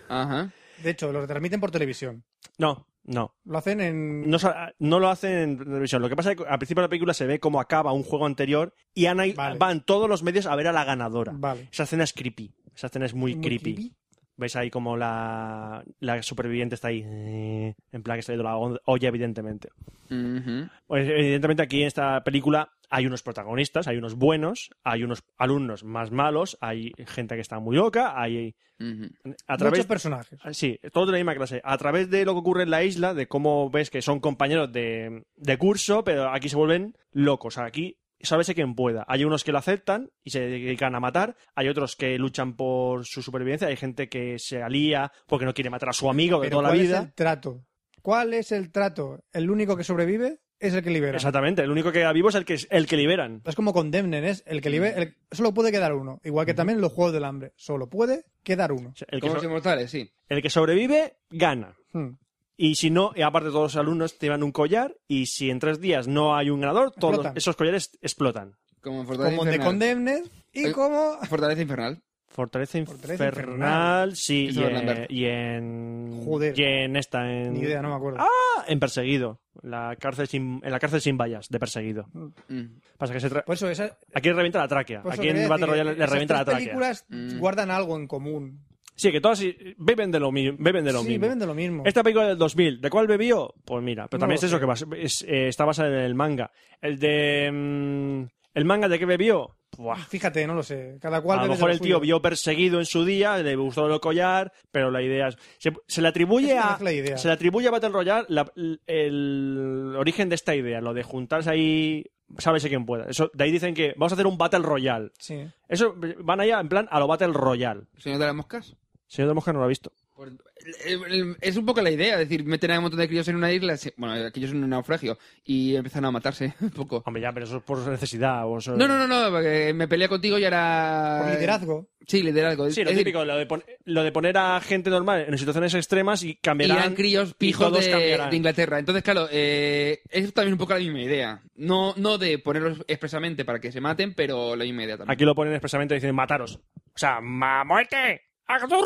Speaker 5: Ajá.
Speaker 4: De hecho, lo transmiten por televisión.
Speaker 3: No, no.
Speaker 4: Lo hacen en...
Speaker 3: No, sa- no lo hacen en televisión. Lo que pasa es que al principio de la película se ve cómo acaba un juego anterior y Ana y-
Speaker 4: Vale.
Speaker 3: van todos los medios a ver a la ganadora.
Speaker 4: Vale.
Speaker 3: Esa escena es creepy. Esa escena es muy,
Speaker 4: Muy
Speaker 3: creepy.
Speaker 4: creepy.
Speaker 3: Veis ahí como la, la superviviente está ahí. eh, En plan que está de la on- olla, evidentemente.
Speaker 5: Ujú.
Speaker 3: Pues, evidentemente aquí en esta película hay unos protagonistas, hay unos buenos, hay unos alumnos más malos, hay gente que está muy loca, hay...
Speaker 5: Ujú.
Speaker 3: A
Speaker 4: Muchos
Speaker 3: través
Speaker 4: personajes.
Speaker 3: Ah, Sí, todo de la misma clase. A través de lo que ocurre en la isla, de cómo ves que son compañeros de, de curso, pero aquí se vuelven locos. Aquí sábese quien pueda. Hay unos que lo aceptan y se dedican a matar. Hay otros que luchan por su supervivencia. Hay gente que se alía porque no quiere matar a su amigo de
Speaker 4: Pero
Speaker 3: toda la
Speaker 4: ¿cuál
Speaker 3: vida.
Speaker 4: es el trato? ¿Cuál es el trato? ¿El único que sobrevive es el que libera?
Speaker 3: Exactamente. El único que queda vivo es el que, el que liberan.
Speaker 4: Es como condemnen, es el que libera... el- Solo puede quedar uno. Igual que también en los Juegos del Hambre. Solo puede quedar uno.
Speaker 3: O sea, El que,
Speaker 5: Como
Speaker 3: so-
Speaker 5: los inmortales, sí.
Speaker 3: el que sobrevive gana.
Speaker 4: Hmm.
Speaker 3: Y si no, y aparte todos los alumnos te llevan un collar y si en tres días no hay un ganador, todos
Speaker 4: Explotan.
Speaker 3: esos collares explotan.
Speaker 5: Como en Fortaleza
Speaker 4: Como de
Speaker 5: Infernal.
Speaker 4: condemnes y
Speaker 5: Eh,
Speaker 4: como...
Speaker 5: Fortaleza Infernal.
Speaker 3: Fortaleza
Speaker 4: Fortaleza
Speaker 3: Infernal,
Speaker 4: Infernal.
Speaker 3: sí, y
Speaker 5: Christopher
Speaker 3: en,
Speaker 5: Lambert.
Speaker 3: y en.
Speaker 4: Joder.
Speaker 3: Y en esta, en.
Speaker 4: Ni idea, no me acuerdo.
Speaker 3: Ah, En Perseguido. La cárcel sin, en la cárcel sin vallas, de Perseguido.
Speaker 5: Mm.
Speaker 3: Pasa que se tra-
Speaker 4: Por eso, esa,
Speaker 3: Aquí le revienta la tráquea.
Speaker 4: por eso
Speaker 3: Aquí
Speaker 4: quería
Speaker 3: en Battle
Speaker 4: decir que
Speaker 3: Royale le
Speaker 4: Pues esas
Speaker 3: revienta la
Speaker 4: tres
Speaker 3: tráquea.
Speaker 4: películas
Speaker 5: Mm.
Speaker 4: guardan algo en común.
Speaker 3: Sí, que todas eh, beben de lo, mi- beben de lo
Speaker 4: sí,
Speaker 3: mismo.
Speaker 4: beben de lo mismo.
Speaker 3: Esta película del 2000, ¿de cuál bebió? Pues mira, pero
Speaker 4: No
Speaker 3: también
Speaker 4: lo
Speaker 3: es eso
Speaker 4: sé.
Speaker 3: que bas- es, eh, está basada en el manga. El de. mm, ¿El manga de qué bebió? Buah.
Speaker 4: Fíjate, no lo sé. Cada cual.
Speaker 3: A lo
Speaker 4: bebe de
Speaker 3: mejor el
Speaker 4: suyo.
Speaker 3: tío vio perseguido en su día, le gustó el collar, pero la idea es... Se, se le atribuye
Speaker 4: Es una
Speaker 3: a...
Speaker 4: mezcla de ideas.
Speaker 3: Se le atribuye a Battle Royale la- l- el origen de esta idea, lo de juntarse ahí, sábese quien pueda. Eso, de ahí dicen que vamos a hacer un Battle Royale.
Speaker 4: Sí.
Speaker 3: Eso van allá en plan a lo Battle Royale.
Speaker 5: Señor de las moscas.
Speaker 3: Señor de Mosca no lo ha visto.
Speaker 5: Por- el- el- Es un poco la idea, es decir, meten a un montón de críos en una isla, se- bueno, aquellos en un naufragio, y empiezan a matarse un poco.
Speaker 3: Hombre, ya, pero eso es por necesidad. O eso-
Speaker 5: No, no, no, no, porque me pelea contigo y ahora...
Speaker 4: Por liderazgo.
Speaker 5: Sí, liderazgo.
Speaker 3: Sí,
Speaker 5: Es
Speaker 3: lo
Speaker 5: decir,
Speaker 3: típico, lo de, pon- lo de poner a gente normal en situaciones extremas y cambiarán.
Speaker 5: Irán críos
Speaker 3: y
Speaker 5: pijos
Speaker 3: todos
Speaker 5: de,
Speaker 3: cambiarán.
Speaker 5: de Inglaterra. Entonces, claro, eh, es también un poco la misma idea. No, no de ponerlos expresamente para que se maten, pero la misma idea también.
Speaker 3: Aquí lo ponen expresamente diciendo mataros. O sea, ¡ma muerte! ¡Aturrón!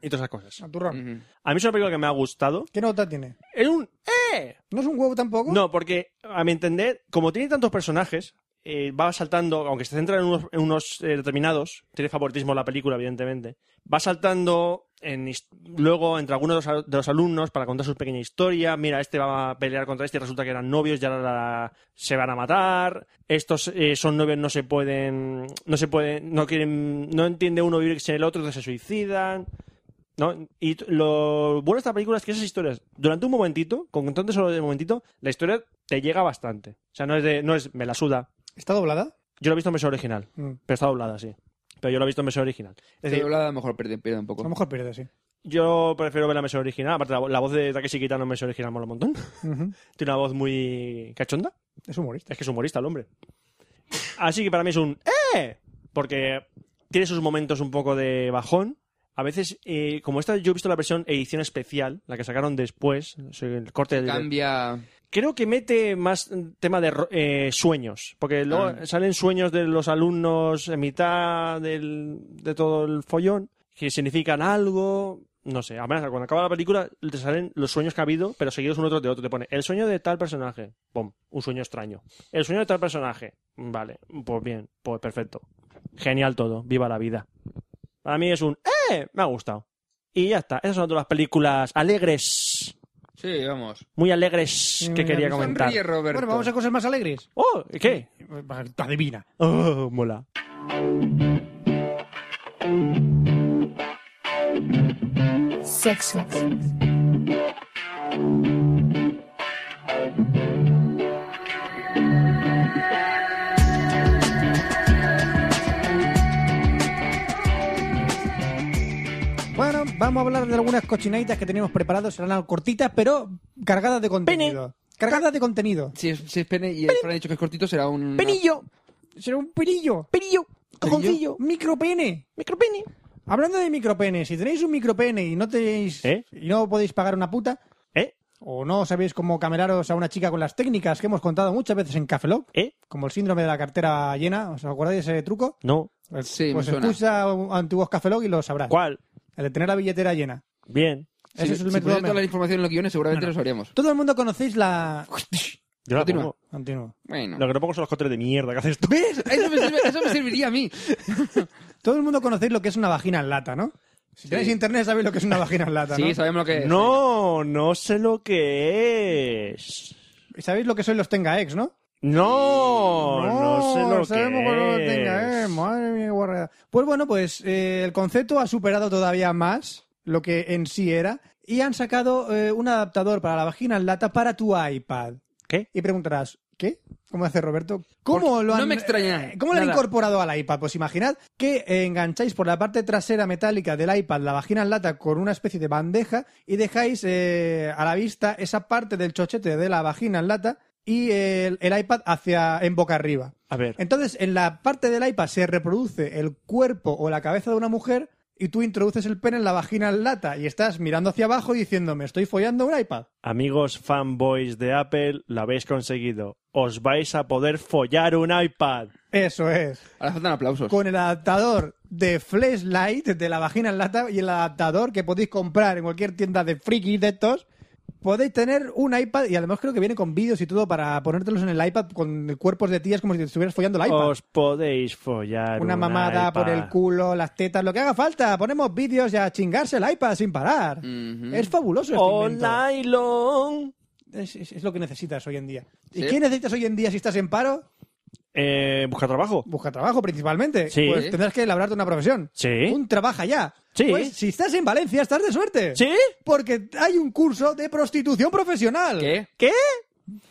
Speaker 3: Y todas esas cosas.
Speaker 4: Santurrón.
Speaker 5: Ujú.
Speaker 3: A mí es una película que me ha gustado.
Speaker 4: ¿Qué nota tiene?
Speaker 3: Es un ¡eh!
Speaker 4: ¿No es un huevo tampoco?
Speaker 3: No, porque a mi entender, como tiene tantos personajes, eh, va saltando, aunque se centra en unos, en unos, eh, determinados, tiene favoritismo la película, evidentemente, va saltando en his- luego entre algunos de los, al- de los alumnos para contar su pequeña historia. Mira, este va a pelear contra este y resulta que eran novios y ahora la- se van a matar. Estos eh, son novios, no se pueden, no se pueden, no quieren, no entiende uno vivir sin el otro, entonces se suicidan. ¿no? Y t- lo bueno de esta película es que esas historias, durante un momentito, con contantes solo de momentito, la historia te llega bastante. O sea, no es de, no es me la suda.
Speaker 4: ¿Está doblada?
Speaker 3: Yo lo he visto en versión original,
Speaker 4: Mm.
Speaker 3: pero está doblada, sí. Pero yo lo he visto en versión original. Es
Speaker 5: Pero
Speaker 3: decir,
Speaker 5: doblada a lo mejor pierde, pierde un
Speaker 4: A
Speaker 5: poco.
Speaker 4: lo mejor pierde, sí.
Speaker 3: yo prefiero ver la versión original. Aparte, la, vo- la voz de Takeshi Kitano en versión original mola un montón.
Speaker 4: Ujú.
Speaker 3: Tiene una voz muy cachonda.
Speaker 4: Es humorista.
Speaker 3: Es que es humorista el hombre. Así que para mí es un ¡eh! Porque tiene sus momentos un poco de bajón. A veces, eh, como esta, yo he visto la versión edición especial, la que sacaron después, o sea, el corte del-
Speaker 5: Cambia...
Speaker 3: Creo que mete más mm, tema de ro- eh, sueños, porque luego
Speaker 5: Ah.
Speaker 3: salen sueños de los alumnos en mitad del- de todo el follón, que significan algo, no sé. Además, cuando acaba la película, te salen los sueños que ha habido, pero seguidos uno tras de otro. Te pone el sueño de tal personaje, pum, un sueño extraño. El sueño de tal personaje, vale, pues bien, pues perfecto. Genial todo, viva la vida. Para mí es un ¡eh! Me ha gustado. Y ya está, esas son todas las películas alegres.
Speaker 5: Sí, vamos.
Speaker 3: Muy alegres que
Speaker 4: Mm,
Speaker 3: quería
Speaker 4: a mí
Speaker 3: comentar.
Speaker 5: Sonríe, Roberto.
Speaker 4: Bueno, vamos a cosas más alegres.
Speaker 3: ¡Oh! ¿Qué?
Speaker 4: Adivina.
Speaker 3: ¡Oh! Mola.
Speaker 6: Sexo.
Speaker 4: Bueno, vamos a hablar de algunas cochinaitas que tenemos preparadas. Serán cortitas, pero cargadas de contenido. Cargadas de contenido.
Speaker 5: Si es, si es pene y el Fran ha dicho que es cortito, será un...
Speaker 8: Penillo,
Speaker 4: Será un perillo.
Speaker 8: penillo, cojoncillo,
Speaker 4: Micropene.
Speaker 8: micropene.
Speaker 4: Hablando de micropene, si tenéis un micropene y no tenéis
Speaker 3: ¿Eh?
Speaker 4: y no podéis pagar una puta,
Speaker 3: ¿Eh?
Speaker 4: o no sabéis cómo camelaros a una chica con las técnicas que hemos contado muchas veces en Café Lock,
Speaker 3: ¿Eh?
Speaker 4: como el síndrome de la cartera llena, ¿os acordáis de ese truco?
Speaker 3: No.
Speaker 4: Pues,
Speaker 5: Sí, me
Speaker 4: pues
Speaker 5: suena.
Speaker 4: escucha a antiguos Café Lock y lo sabrás.
Speaker 3: ¿Cuál?
Speaker 4: El de tener la billetera llena.
Speaker 3: Bien.
Speaker 5: Si,
Speaker 4: Ese es el
Speaker 5: si
Speaker 4: método.
Speaker 5: pusiera toda la
Speaker 4: mejor.
Speaker 5: información en los guiones, seguramente lo sabríamos.
Speaker 4: Todo el mundo conocéis la.
Speaker 3: Yo la
Speaker 5: Continúa.
Speaker 3: pongo.
Speaker 4: Continúo.
Speaker 5: Bueno.
Speaker 3: Lo que no pongo son los cortes de mierda que haces tú.
Speaker 5: ¿Ves? Eso me, sirve- eso me serviría a mí.
Speaker 4: Todo el mundo conocéis lo que es una vagina en lata, ¿no? Si tenéis internet sabéis lo que es una vagina en lata, ¿no?
Speaker 5: Sí, sabemos lo que es.
Speaker 3: No, no sé lo que es.
Speaker 4: Y sabéis lo que soy los tenga ex, ¿no?
Speaker 3: No, no, sé lo
Speaker 4: sabemos
Speaker 3: que
Speaker 4: cuál lo
Speaker 3: es.
Speaker 4: tenga, eh, madre mía, qué guarrada. Pues bueno, pues eh, el concepto ha superado todavía más lo que en sí era y han sacado eh, un adaptador para la vagina en lata para tu iPad.
Speaker 3: ¿Qué?
Speaker 4: Y preguntarás, ¿qué? ¿Cómo hace Roberto? ¿Cómo
Speaker 5: Porque
Speaker 4: lo han,
Speaker 5: no me extraña,
Speaker 4: eh, ¿Cómo lo han
Speaker 5: nada.
Speaker 4: incorporado al iPad? Pues imaginad que eh, engancháis por la parte trasera metálica del iPad la vagina en lata con una especie de bandeja y dejáis eh, a la vista esa parte del chochete de la vagina en lata y el, el iPad hacia en boca arriba.
Speaker 3: A ver.
Speaker 4: Entonces, en la parte del iPad se reproduce el cuerpo o la cabeza de una mujer y tú introduces el pene en la vagina en lata y estás mirando hacia abajo y diciendo, me estoy follando un iPad.
Speaker 3: Amigos fanboys de Apple, lo habéis conseguido. Os vais a poder follar un iPad.
Speaker 4: Eso es.
Speaker 5: Ahora faltan aplausos.
Speaker 3: Pues
Speaker 4: Con el adaptador de flashlight de la vagina en lata y el adaptador que podéis comprar en cualquier tienda de frikis de estos, podéis tener un iPad y además creo que viene con vídeos y todo para ponértelos en el iPad con cuerpos de tías como si te estuvieras follando el iPad.
Speaker 3: Os podéis follar
Speaker 4: Una
Speaker 3: un
Speaker 4: mamada por
Speaker 3: iPad.
Speaker 4: el culo, las tetas, lo que haga falta. Ponemos vídeos y a chingarse el iPad sin parar.
Speaker 3: Mm-hmm.
Speaker 5: Ujú.
Speaker 4: Es fabuloso este
Speaker 3: ¡Oh,
Speaker 4: invento.
Speaker 3: nylon!
Speaker 4: Es, es- es lo que necesitas hoy en día. ¿Y
Speaker 5: Sí.
Speaker 4: qué necesitas hoy en día si estás en paro?
Speaker 3: Eh, buscar trabajo.
Speaker 4: Busca trabajo principalmente.
Speaker 3: Sí.
Speaker 4: Pues tendrás que labrarte una profesión.
Speaker 3: Sí.
Speaker 4: Un trabaja ya.
Speaker 3: Sí.
Speaker 4: Pues si estás en Valencia, estás de suerte.
Speaker 3: ¿Sí?
Speaker 4: Porque hay un curso de prostitución profesional.
Speaker 5: ¿Qué?
Speaker 3: ¿Qué?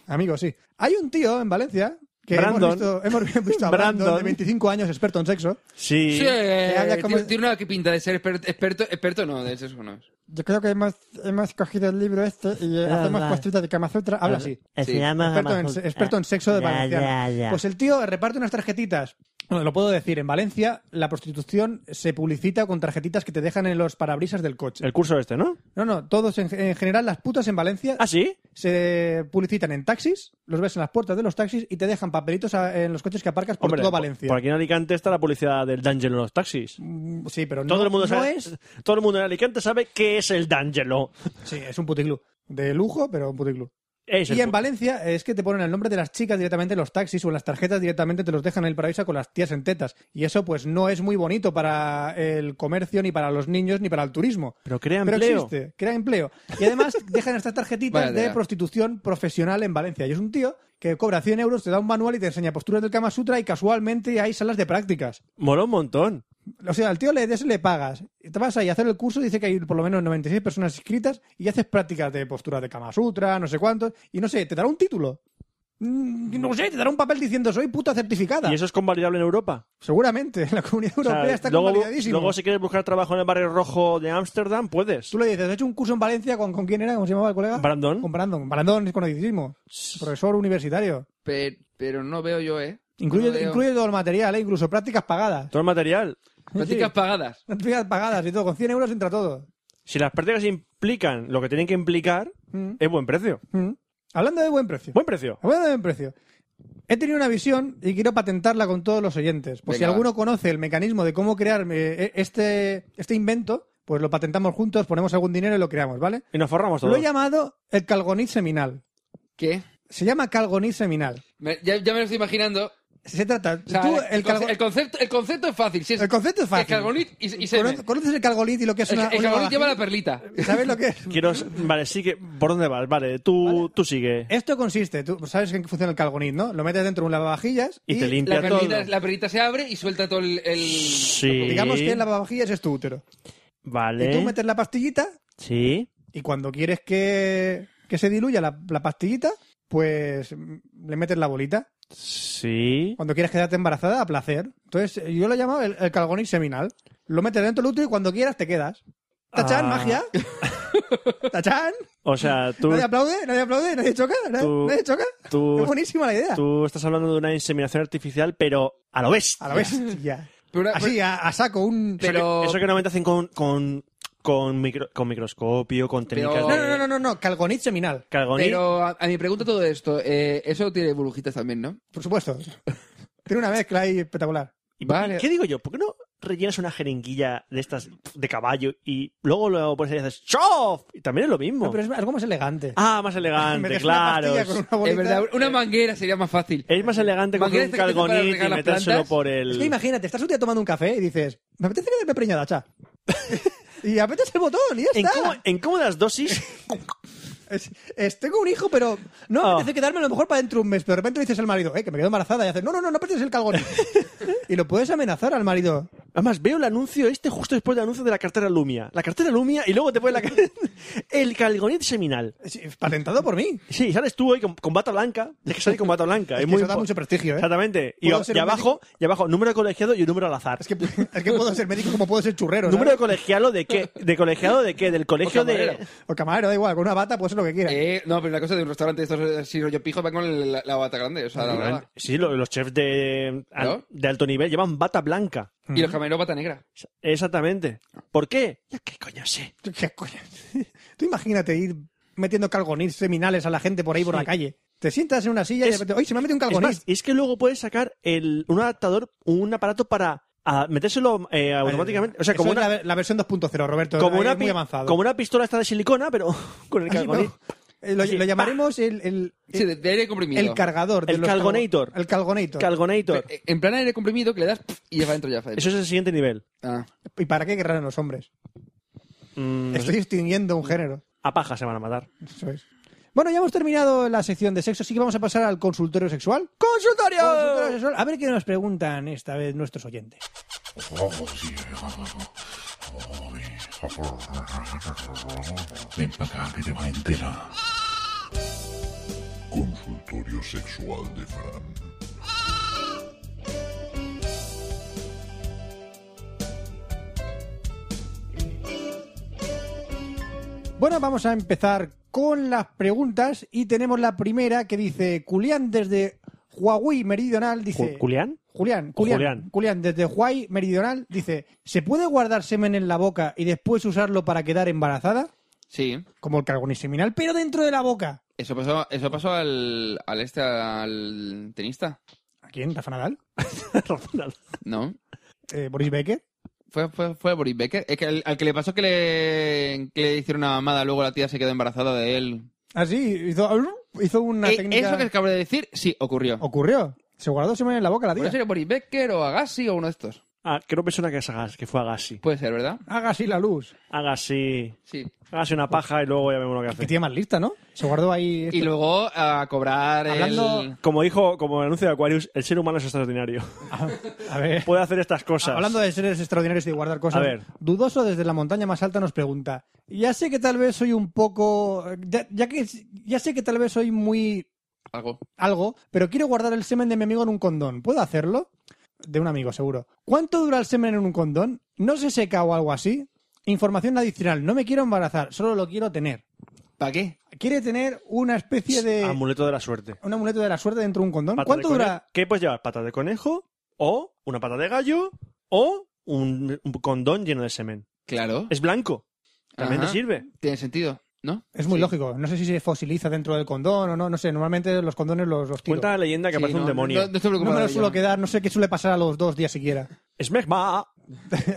Speaker 4: Amigo, sí. Hay un tío en Valencia que
Speaker 3: Brandon.
Speaker 4: hemos visto, hemos visto a Brandon,
Speaker 3: Brandon.
Speaker 4: de 25 años, experto en sexo.
Speaker 3: Sí.
Speaker 5: Sí, eh,
Speaker 4: habla como-
Speaker 5: tiene- tiene una que pinta de ser experto, experto, experto no, de eso no es.
Speaker 4: Yo creo que hemos, hemos cogido el libro este y eh, hacemos postritas de Kama Sutra. Habla así.
Speaker 5: Sí.
Speaker 4: Experto en, experto en sexo de Valencia. Pues el tío reparte unas tarjetitas. Bueno, lo puedo decir, en Valencia la prostitución se publicita con tarjetitas que te dejan en los parabrisas del coche.
Speaker 3: El curso este, ¿no?
Speaker 4: No, no, todos en, en general las putas en Valencia
Speaker 3: ¿Ah, sí?
Speaker 4: se publicitan en taxis, los ves en las puertas de los taxis y te dejan papelitos a- en los coches que aparcas por
Speaker 3: Hombre,
Speaker 4: todo Valencia.
Speaker 3: Por aquí en Alicante está la publicidad del D'Angelo en los taxis.
Speaker 4: Mm, Sí, pero
Speaker 3: Todo
Speaker 4: no,
Speaker 3: el mundo
Speaker 4: no
Speaker 3: sabe.
Speaker 4: es...
Speaker 3: Todo el mundo en Alicante sabe qué es el D'Angelo.
Speaker 4: Sí, es un puticlub. De lujo, pero un puticlub.
Speaker 3: Es el
Speaker 4: Y en
Speaker 3: pu-
Speaker 4: Valencia es que te ponen el nombre de las chicas directamente en los taxis o en las tarjetas directamente te los dejan en el paraíso con las tías en tetas. Y eso pues no es muy bonito para el comercio, ni para los niños, ni para el turismo.
Speaker 3: Pero crea
Speaker 4: Pero
Speaker 3: empleo.
Speaker 4: existe, crea empleo. Y además dejan estas tarjetitas
Speaker 5: Vaya
Speaker 4: de
Speaker 5: tela.
Speaker 4: prostitución profesional en Valencia. Y es un tío que cobra 100 euros, te da un manual y te enseña posturas del Kama Sutra y casualmente hay salas de prácticas.
Speaker 3: Mola un montón.
Speaker 4: O sea, al tío le, de eso le pagas. Te vas ahí a hacer el curso, dice que hay por lo menos 96 personas inscritas y haces prácticas de posturas de Kama Sutra, no sé cuántos, y no sé, te dará un título. Mm, No sé, te dará un papel diciendo soy puta certificada.
Speaker 3: ¿Y eso es convalidable en Europa?
Speaker 4: Seguramente, la comunidad
Speaker 3: O sea,
Speaker 4: europea está
Speaker 3: luego,
Speaker 4: convalidadísima.
Speaker 3: luego si quieres buscar trabajo en el barrio rojo de Ámsterdam, puedes.
Speaker 4: Tú le dices, ¿has hecho un curso en Valencia con, con quién era? ¿Cómo se llamaba el colega?
Speaker 3: Brandon.
Speaker 4: Con Brandon. Brandon es conocidísimo. Profesor universitario.
Speaker 5: Pero, pero no veo yo, ¿eh? No
Speaker 4: Incluye,
Speaker 5: veo.
Speaker 4: incluye todo el material, ¿eh? incluso prácticas pagadas.
Speaker 3: Todo el material.
Speaker 5: Prácticas pagadas.
Speaker 4: Prácticas pagadas y todo. Con 100 euros entra todo.
Speaker 3: Si las prácticas implican lo que tienen que implicar,
Speaker 4: Mm.
Speaker 3: es buen precio.
Speaker 4: Mm. Hablando de buen precio.
Speaker 3: Buen precio.
Speaker 4: Hablando de buen precio. He tenido una visión y quiero patentarla con todos los oyentes. Por si
Speaker 5: Venga, va.
Speaker 4: alguno conoce el mecanismo de cómo crear eh, eh, este, este invento, pues lo patentamos juntos, ponemos algún dinero y lo creamos, ¿vale?
Speaker 3: Y nos forramos
Speaker 4: Lo
Speaker 3: todos.
Speaker 4: he llamado el calgonit seminal.
Speaker 5: ¿Qué?
Speaker 4: Se llama calgonit seminal.
Speaker 5: Me- ya, ya me lo estoy imaginando.
Speaker 4: Se trata...
Speaker 5: O sea,
Speaker 4: tú,
Speaker 5: el,
Speaker 4: el, calgo-
Speaker 5: conce- el concepto, el concepto es fácil. Si es,
Speaker 4: el concepto es
Speaker 5: el
Speaker 4: fácil.
Speaker 5: cargonit y, y semen.
Speaker 4: ¿Cono- ¿Conoces el calgonit y lo que es
Speaker 5: El,
Speaker 4: una...
Speaker 5: el
Speaker 4: una
Speaker 5: cargonit lleva la
Speaker 4: vagina?
Speaker 5: perlita.
Speaker 4: ¿Sabes lo que es?
Speaker 3: Quiero... Vale, sigue. ¿Por dónde vas? Vale, tú, tú sigue.
Speaker 4: Esto consiste, tú sabes en qué funciona el calgonit, ¿no? Lo metes dentro de un lavavajillas
Speaker 3: Y te limpia
Speaker 5: La
Speaker 3: todo.
Speaker 5: perlita, la perlita se abre y suelta todo el... el-
Speaker 3: Sí.
Speaker 4: digamos que el lavavajillas es tu útero. Y
Speaker 3: Vale.
Speaker 4: tú metes la pastillita
Speaker 3: Sí.
Speaker 4: Y cuando quieres que, que se diluya la, la pastillita, pues mm, le metes la bolita.
Speaker 3: Sí.
Speaker 4: Cuando quieres quedarte embarazada, a placer. Entonces, eh, yo lo llamo el, el calgonic seminal. Lo metes dentro del útero y cuando quieras te quedas. ¡Tachán,
Speaker 3: Ah.
Speaker 4: magia! ¡Tachán!
Speaker 3: O sea, tú,
Speaker 4: Nadie aplaude, nadie aplaude, nadie choca, nadie,
Speaker 3: Tú-
Speaker 4: nadie choca.
Speaker 3: tú,
Speaker 4: Es buenísima la idea.
Speaker 3: tú estás hablando de una inseminación artificial, pero a lo bestia.
Speaker 4: A la bestia.
Speaker 5: pero,
Speaker 4: Así, a, a saco, un...
Speaker 5: Pero-
Speaker 3: Eso que normalmente hacen con, con, con, micro- con microscopio, con técnicas
Speaker 5: Pero-
Speaker 4: No,
Speaker 3: de
Speaker 4: no, no, no, no, calgonit seminal.
Speaker 3: Calgoni.
Speaker 5: pero a, a mi pregunta todo esto, eh, eso tiene burbujitas también, ¿no?
Speaker 4: Por supuesto. Tiene una mezcla ahí espectacular.
Speaker 3: ¿Y por qué-
Speaker 5: Vale.
Speaker 3: ¿Qué digo yo? ¿Por qué no rellenas una jeringuilla de estas de caballo y luego lo pones ahí y haces ¡Chof! Y también es lo mismo.
Speaker 4: No, pero es algo más elegante.
Speaker 3: Ah, más elegante,
Speaker 4: Metes
Speaker 3: claro.
Speaker 4: una pastilla con una bolita.
Speaker 5: Es verdad, una manguera sería más fácil.
Speaker 3: Es más elegante con
Speaker 5: Imagínate
Speaker 3: un
Speaker 5: que te paras a
Speaker 3: calgonit
Speaker 5: regar
Speaker 3: y
Speaker 5: las
Speaker 3: metérselo
Speaker 5: plantas.
Speaker 3: por el...
Speaker 4: Es que imagínate, estás un día tomando un café y dices, me apetece quedarme preñada, cha. y apretas el botón y ya
Speaker 3: en,
Speaker 4: está.
Speaker 3: cómo- en cómodas dosis...
Speaker 4: Es, es, tengo un hijo, pero no me
Speaker 3: Ah.
Speaker 4: apetece quedarme a lo mejor para dentro de un mes. Pero de repente le dices al marido, eh, que me quedo embarazada. Y haces, no, no, no, no apretes el calgón. y lo puedes amenazar al marido.
Speaker 3: Además, veo el anuncio este justo después del anuncio de la cartera Lumia. La cartera Lumia y luego te pone la... ca- el calgonit seminal.
Speaker 4: Es- es Patentado por mí.
Speaker 3: Sí, sales tú ahí con, con bata blanca. Es que sale con bata blanca. Es,
Speaker 4: Es que
Speaker 3: muy
Speaker 4: eso da
Speaker 3: impo-
Speaker 4: mucho prestigio, ¿eh?
Speaker 3: Exactamente. Y,
Speaker 4: Puedo
Speaker 3: a-
Speaker 4: ser
Speaker 3: y
Speaker 4: un
Speaker 3: abajo, y abajo, número de colegiado y un número al azar.
Speaker 4: Es que, es que puedo ser médico como puedo ser churrero. ¿sabes?
Speaker 3: ¿Número de colegiado de qué? ¿De colegiado de qué? ¿Del colegio de...?
Speaker 5: camarero.
Speaker 4: O camarero, da igual, con una bata puede ser lo que quiera.
Speaker 5: Eh, no, pero una cosa de un restaurante, estos eh, si rollo pijo van con el- la, la bata grande, o sea, la verdad.
Speaker 3: Sí, lo- los chefs de, al-
Speaker 5: ¿No?
Speaker 3: de alto nivel llevan bata blanca.
Speaker 5: Y los camareros bata negra.
Speaker 3: Exactamente. ¿Por qué? Ya qué coño sé.
Speaker 4: ¿Qué coño? Tú imagínate ir metiendo calgonís seminales a la gente por ahí por la calle. Te sientas en una silla y
Speaker 3: Es-
Speaker 4: de repente, oye, se me ha metido un
Speaker 3: Es
Speaker 4: calgonís.
Speaker 3: más, es que luego puedes sacar el, un adaptador, un aparato para ah, metérselo eh, automáticamente. O sea,
Speaker 4: Eso
Speaker 3: como
Speaker 4: es
Speaker 3: una,
Speaker 4: la, ve- la versión 2.0, Roberto.
Speaker 3: como,
Speaker 4: ahí
Speaker 3: una
Speaker 4: es muy
Speaker 3: pi-
Speaker 4: avanzado.
Speaker 3: como una pistola esta de silicona, pero con el
Speaker 4: Así, ¿no?
Speaker 3: calgonit.
Speaker 4: Eh, lo,
Speaker 3: Así,
Speaker 4: lo llamaremos el, el,
Speaker 5: Sí, de, de aire comprimido.
Speaker 4: el cargador. de
Speaker 3: El
Speaker 4: los calgo-
Speaker 3: calgonator.
Speaker 4: El calgonator.
Speaker 3: Calgonator.
Speaker 5: Eh, En plan aire comprimido que le das pf, y ya va adentro, ya va
Speaker 3: Eso
Speaker 5: adentro.
Speaker 3: es el siguiente nivel.
Speaker 5: Ah.
Speaker 4: ¿Y para qué guerraron los hombres?
Speaker 3: Mm, no sé.
Speaker 4: Estoy extinguiendo un género.
Speaker 3: A paja se van a matar.
Speaker 4: Eso es. Bueno, ya hemos terminado la sección de sexo, así que vamos a pasar al consultorio sexual. Consultorio
Speaker 8: ¡Consultorio!
Speaker 4: sexual. A ver qué nos preguntan esta vez nuestros oyentes.
Speaker 9: Ven para acá que te va a enterar. Consultorio sexual de Fran.
Speaker 4: Bueno, vamos a empezar con las preguntas y tenemos la primera que dice Julián desde Huawei Meridional dice
Speaker 3: Ju- ¿Julián?
Speaker 4: Julián, Julián,
Speaker 3: Julián.
Speaker 4: Julián, desde Huawei Meridional dice, ¿se puede guardar semen en la boca y después usarlo para quedar embarazada?
Speaker 5: Sí.
Speaker 4: Como el carboniseminal, pero dentro de la boca.
Speaker 5: Eso pasó, eso pasó al, al este, al tenista,
Speaker 4: ¿A quién? ¿Rafa Nadal?
Speaker 3: Razonable.
Speaker 5: ¿no?
Speaker 4: Eh, ¿Boris Becker?
Speaker 5: Fue, fue, fue Boris Becker. Es que al, al que le pasó que le, que le hicieron una mamada, luego la tía se quedó embarazada de él.
Speaker 4: Así, Ah, hizo, hizo una
Speaker 5: Eh,
Speaker 4: técnica...
Speaker 5: Eso que acabo de decir, sí, ocurrió.
Speaker 4: Ocurrió. Se guardó semen en la boca la
Speaker 5: ¿Puede
Speaker 4: tía.
Speaker 5: ser Boris Becker o Agassi o uno de estos?
Speaker 3: Ah, creo que suena que, es Agassi, que fue Agassi.
Speaker 5: Puede ser, ¿verdad?
Speaker 4: Haga así la luz.
Speaker 3: Agassi.
Speaker 5: Sí.
Speaker 3: Agassi una paja y luego ya vemos lo que
Speaker 4: Que
Speaker 3: hace.
Speaker 4: tía más lista, ¿no? Se guardó ahí...
Speaker 5: Y
Speaker 4: esto.
Speaker 5: luego a cobrar el...
Speaker 4: Hablando-
Speaker 3: Como dijo, como el anuncio de Aquarius, el ser humano es extraordinario.
Speaker 4: A ver...
Speaker 3: Puede hacer estas cosas.
Speaker 4: Hablando de seres extraordinarios y de guardar cosas,
Speaker 3: A ver.
Speaker 4: dudoso desde la montaña más alta nos pregunta. Ya sé que tal vez soy un poco, ya, ya que ya sé que tal vez soy muy
Speaker 5: Algo.
Speaker 4: algo, pero quiero guardar el semen de mi amigo en un condón. ¿Puedo hacerlo? De un amigo, seguro. ¿Cuánto dura el semen en un condón? ¿No se seca o algo así? Información adicional. No me quiero embarazar, solo lo quiero tener.
Speaker 5: ¿Para qué?
Speaker 4: Quiere tener una especie de
Speaker 3: Amuleto de la suerte.
Speaker 4: un amuleto de la suerte dentro de un condón.
Speaker 3: Ah, Pata
Speaker 4: ¿Cuánto
Speaker 3: de
Speaker 4: dura?
Speaker 3: conejo. ¿Qué puedes llevar? ¿Pata de conejo? ¿O una pata de gallo? ¿O un, un condón lleno de semen?
Speaker 5: Claro.
Speaker 3: Es blanco. También
Speaker 5: Ajá.
Speaker 3: te sirve.
Speaker 5: Tiene sentido, ¿no?
Speaker 4: Es muy
Speaker 5: Sí.
Speaker 4: lógico. No sé si se fosiliza dentro del condón o no. No sé. Normalmente los condones los, los tiro.
Speaker 3: Cuenta la leyenda que
Speaker 5: Sí,
Speaker 3: aparece
Speaker 5: no,
Speaker 3: un demonio.
Speaker 5: No, no estoy
Speaker 4: No
Speaker 5: preocupado.
Speaker 4: me lo
Speaker 5: yo.
Speaker 4: suelo quedar, no sé qué suele pasar a los dos días siquiera.
Speaker 3: ¡Esmegma!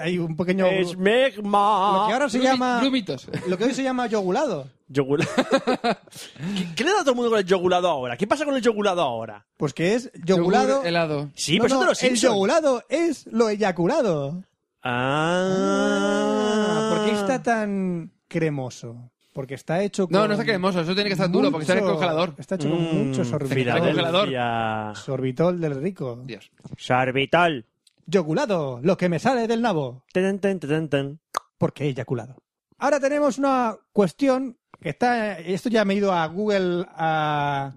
Speaker 4: Hay un pequeño. Lo que
Speaker 3: ¡Esmegma!
Speaker 4: ahora se
Speaker 5: Glumi-
Speaker 4: llama.
Speaker 5: Glumitos.
Speaker 4: Lo que hoy se llama yogulado.
Speaker 3: Yogula- ¿Qué, qué le da a todo el mundo con el yogulado ahora? ¿Qué pasa con el yogulado ahora?
Speaker 4: Pues que es yogulado.
Speaker 5: Yogur helado.
Speaker 3: Sí,
Speaker 4: No,
Speaker 3: pero eso
Speaker 4: no,
Speaker 3: de los
Speaker 4: el
Speaker 3: Simpson.
Speaker 4: yogulado es lo eyaculado.
Speaker 3: Ah,
Speaker 4: ¿Por qué está tan cremoso? Porque está hecho con.
Speaker 5: No, no está cremoso. Eso tiene que estar duro porque está en el
Speaker 4: mucho-
Speaker 5: congelador.
Speaker 4: Está hecho con
Speaker 3: Mm,
Speaker 4: mucho sorbitol.
Speaker 5: mira.
Speaker 3: Filadelfia.
Speaker 4: Sorbitol del rico.
Speaker 5: Dios.
Speaker 3: Sorbitol.
Speaker 4: Yogulado, lo que me sale del nabo.
Speaker 3: Tan, tan, tan, tan.
Speaker 4: porque he eyaculado. Ahora tenemos una cuestión que está. Esto ya me he ido a Google, a,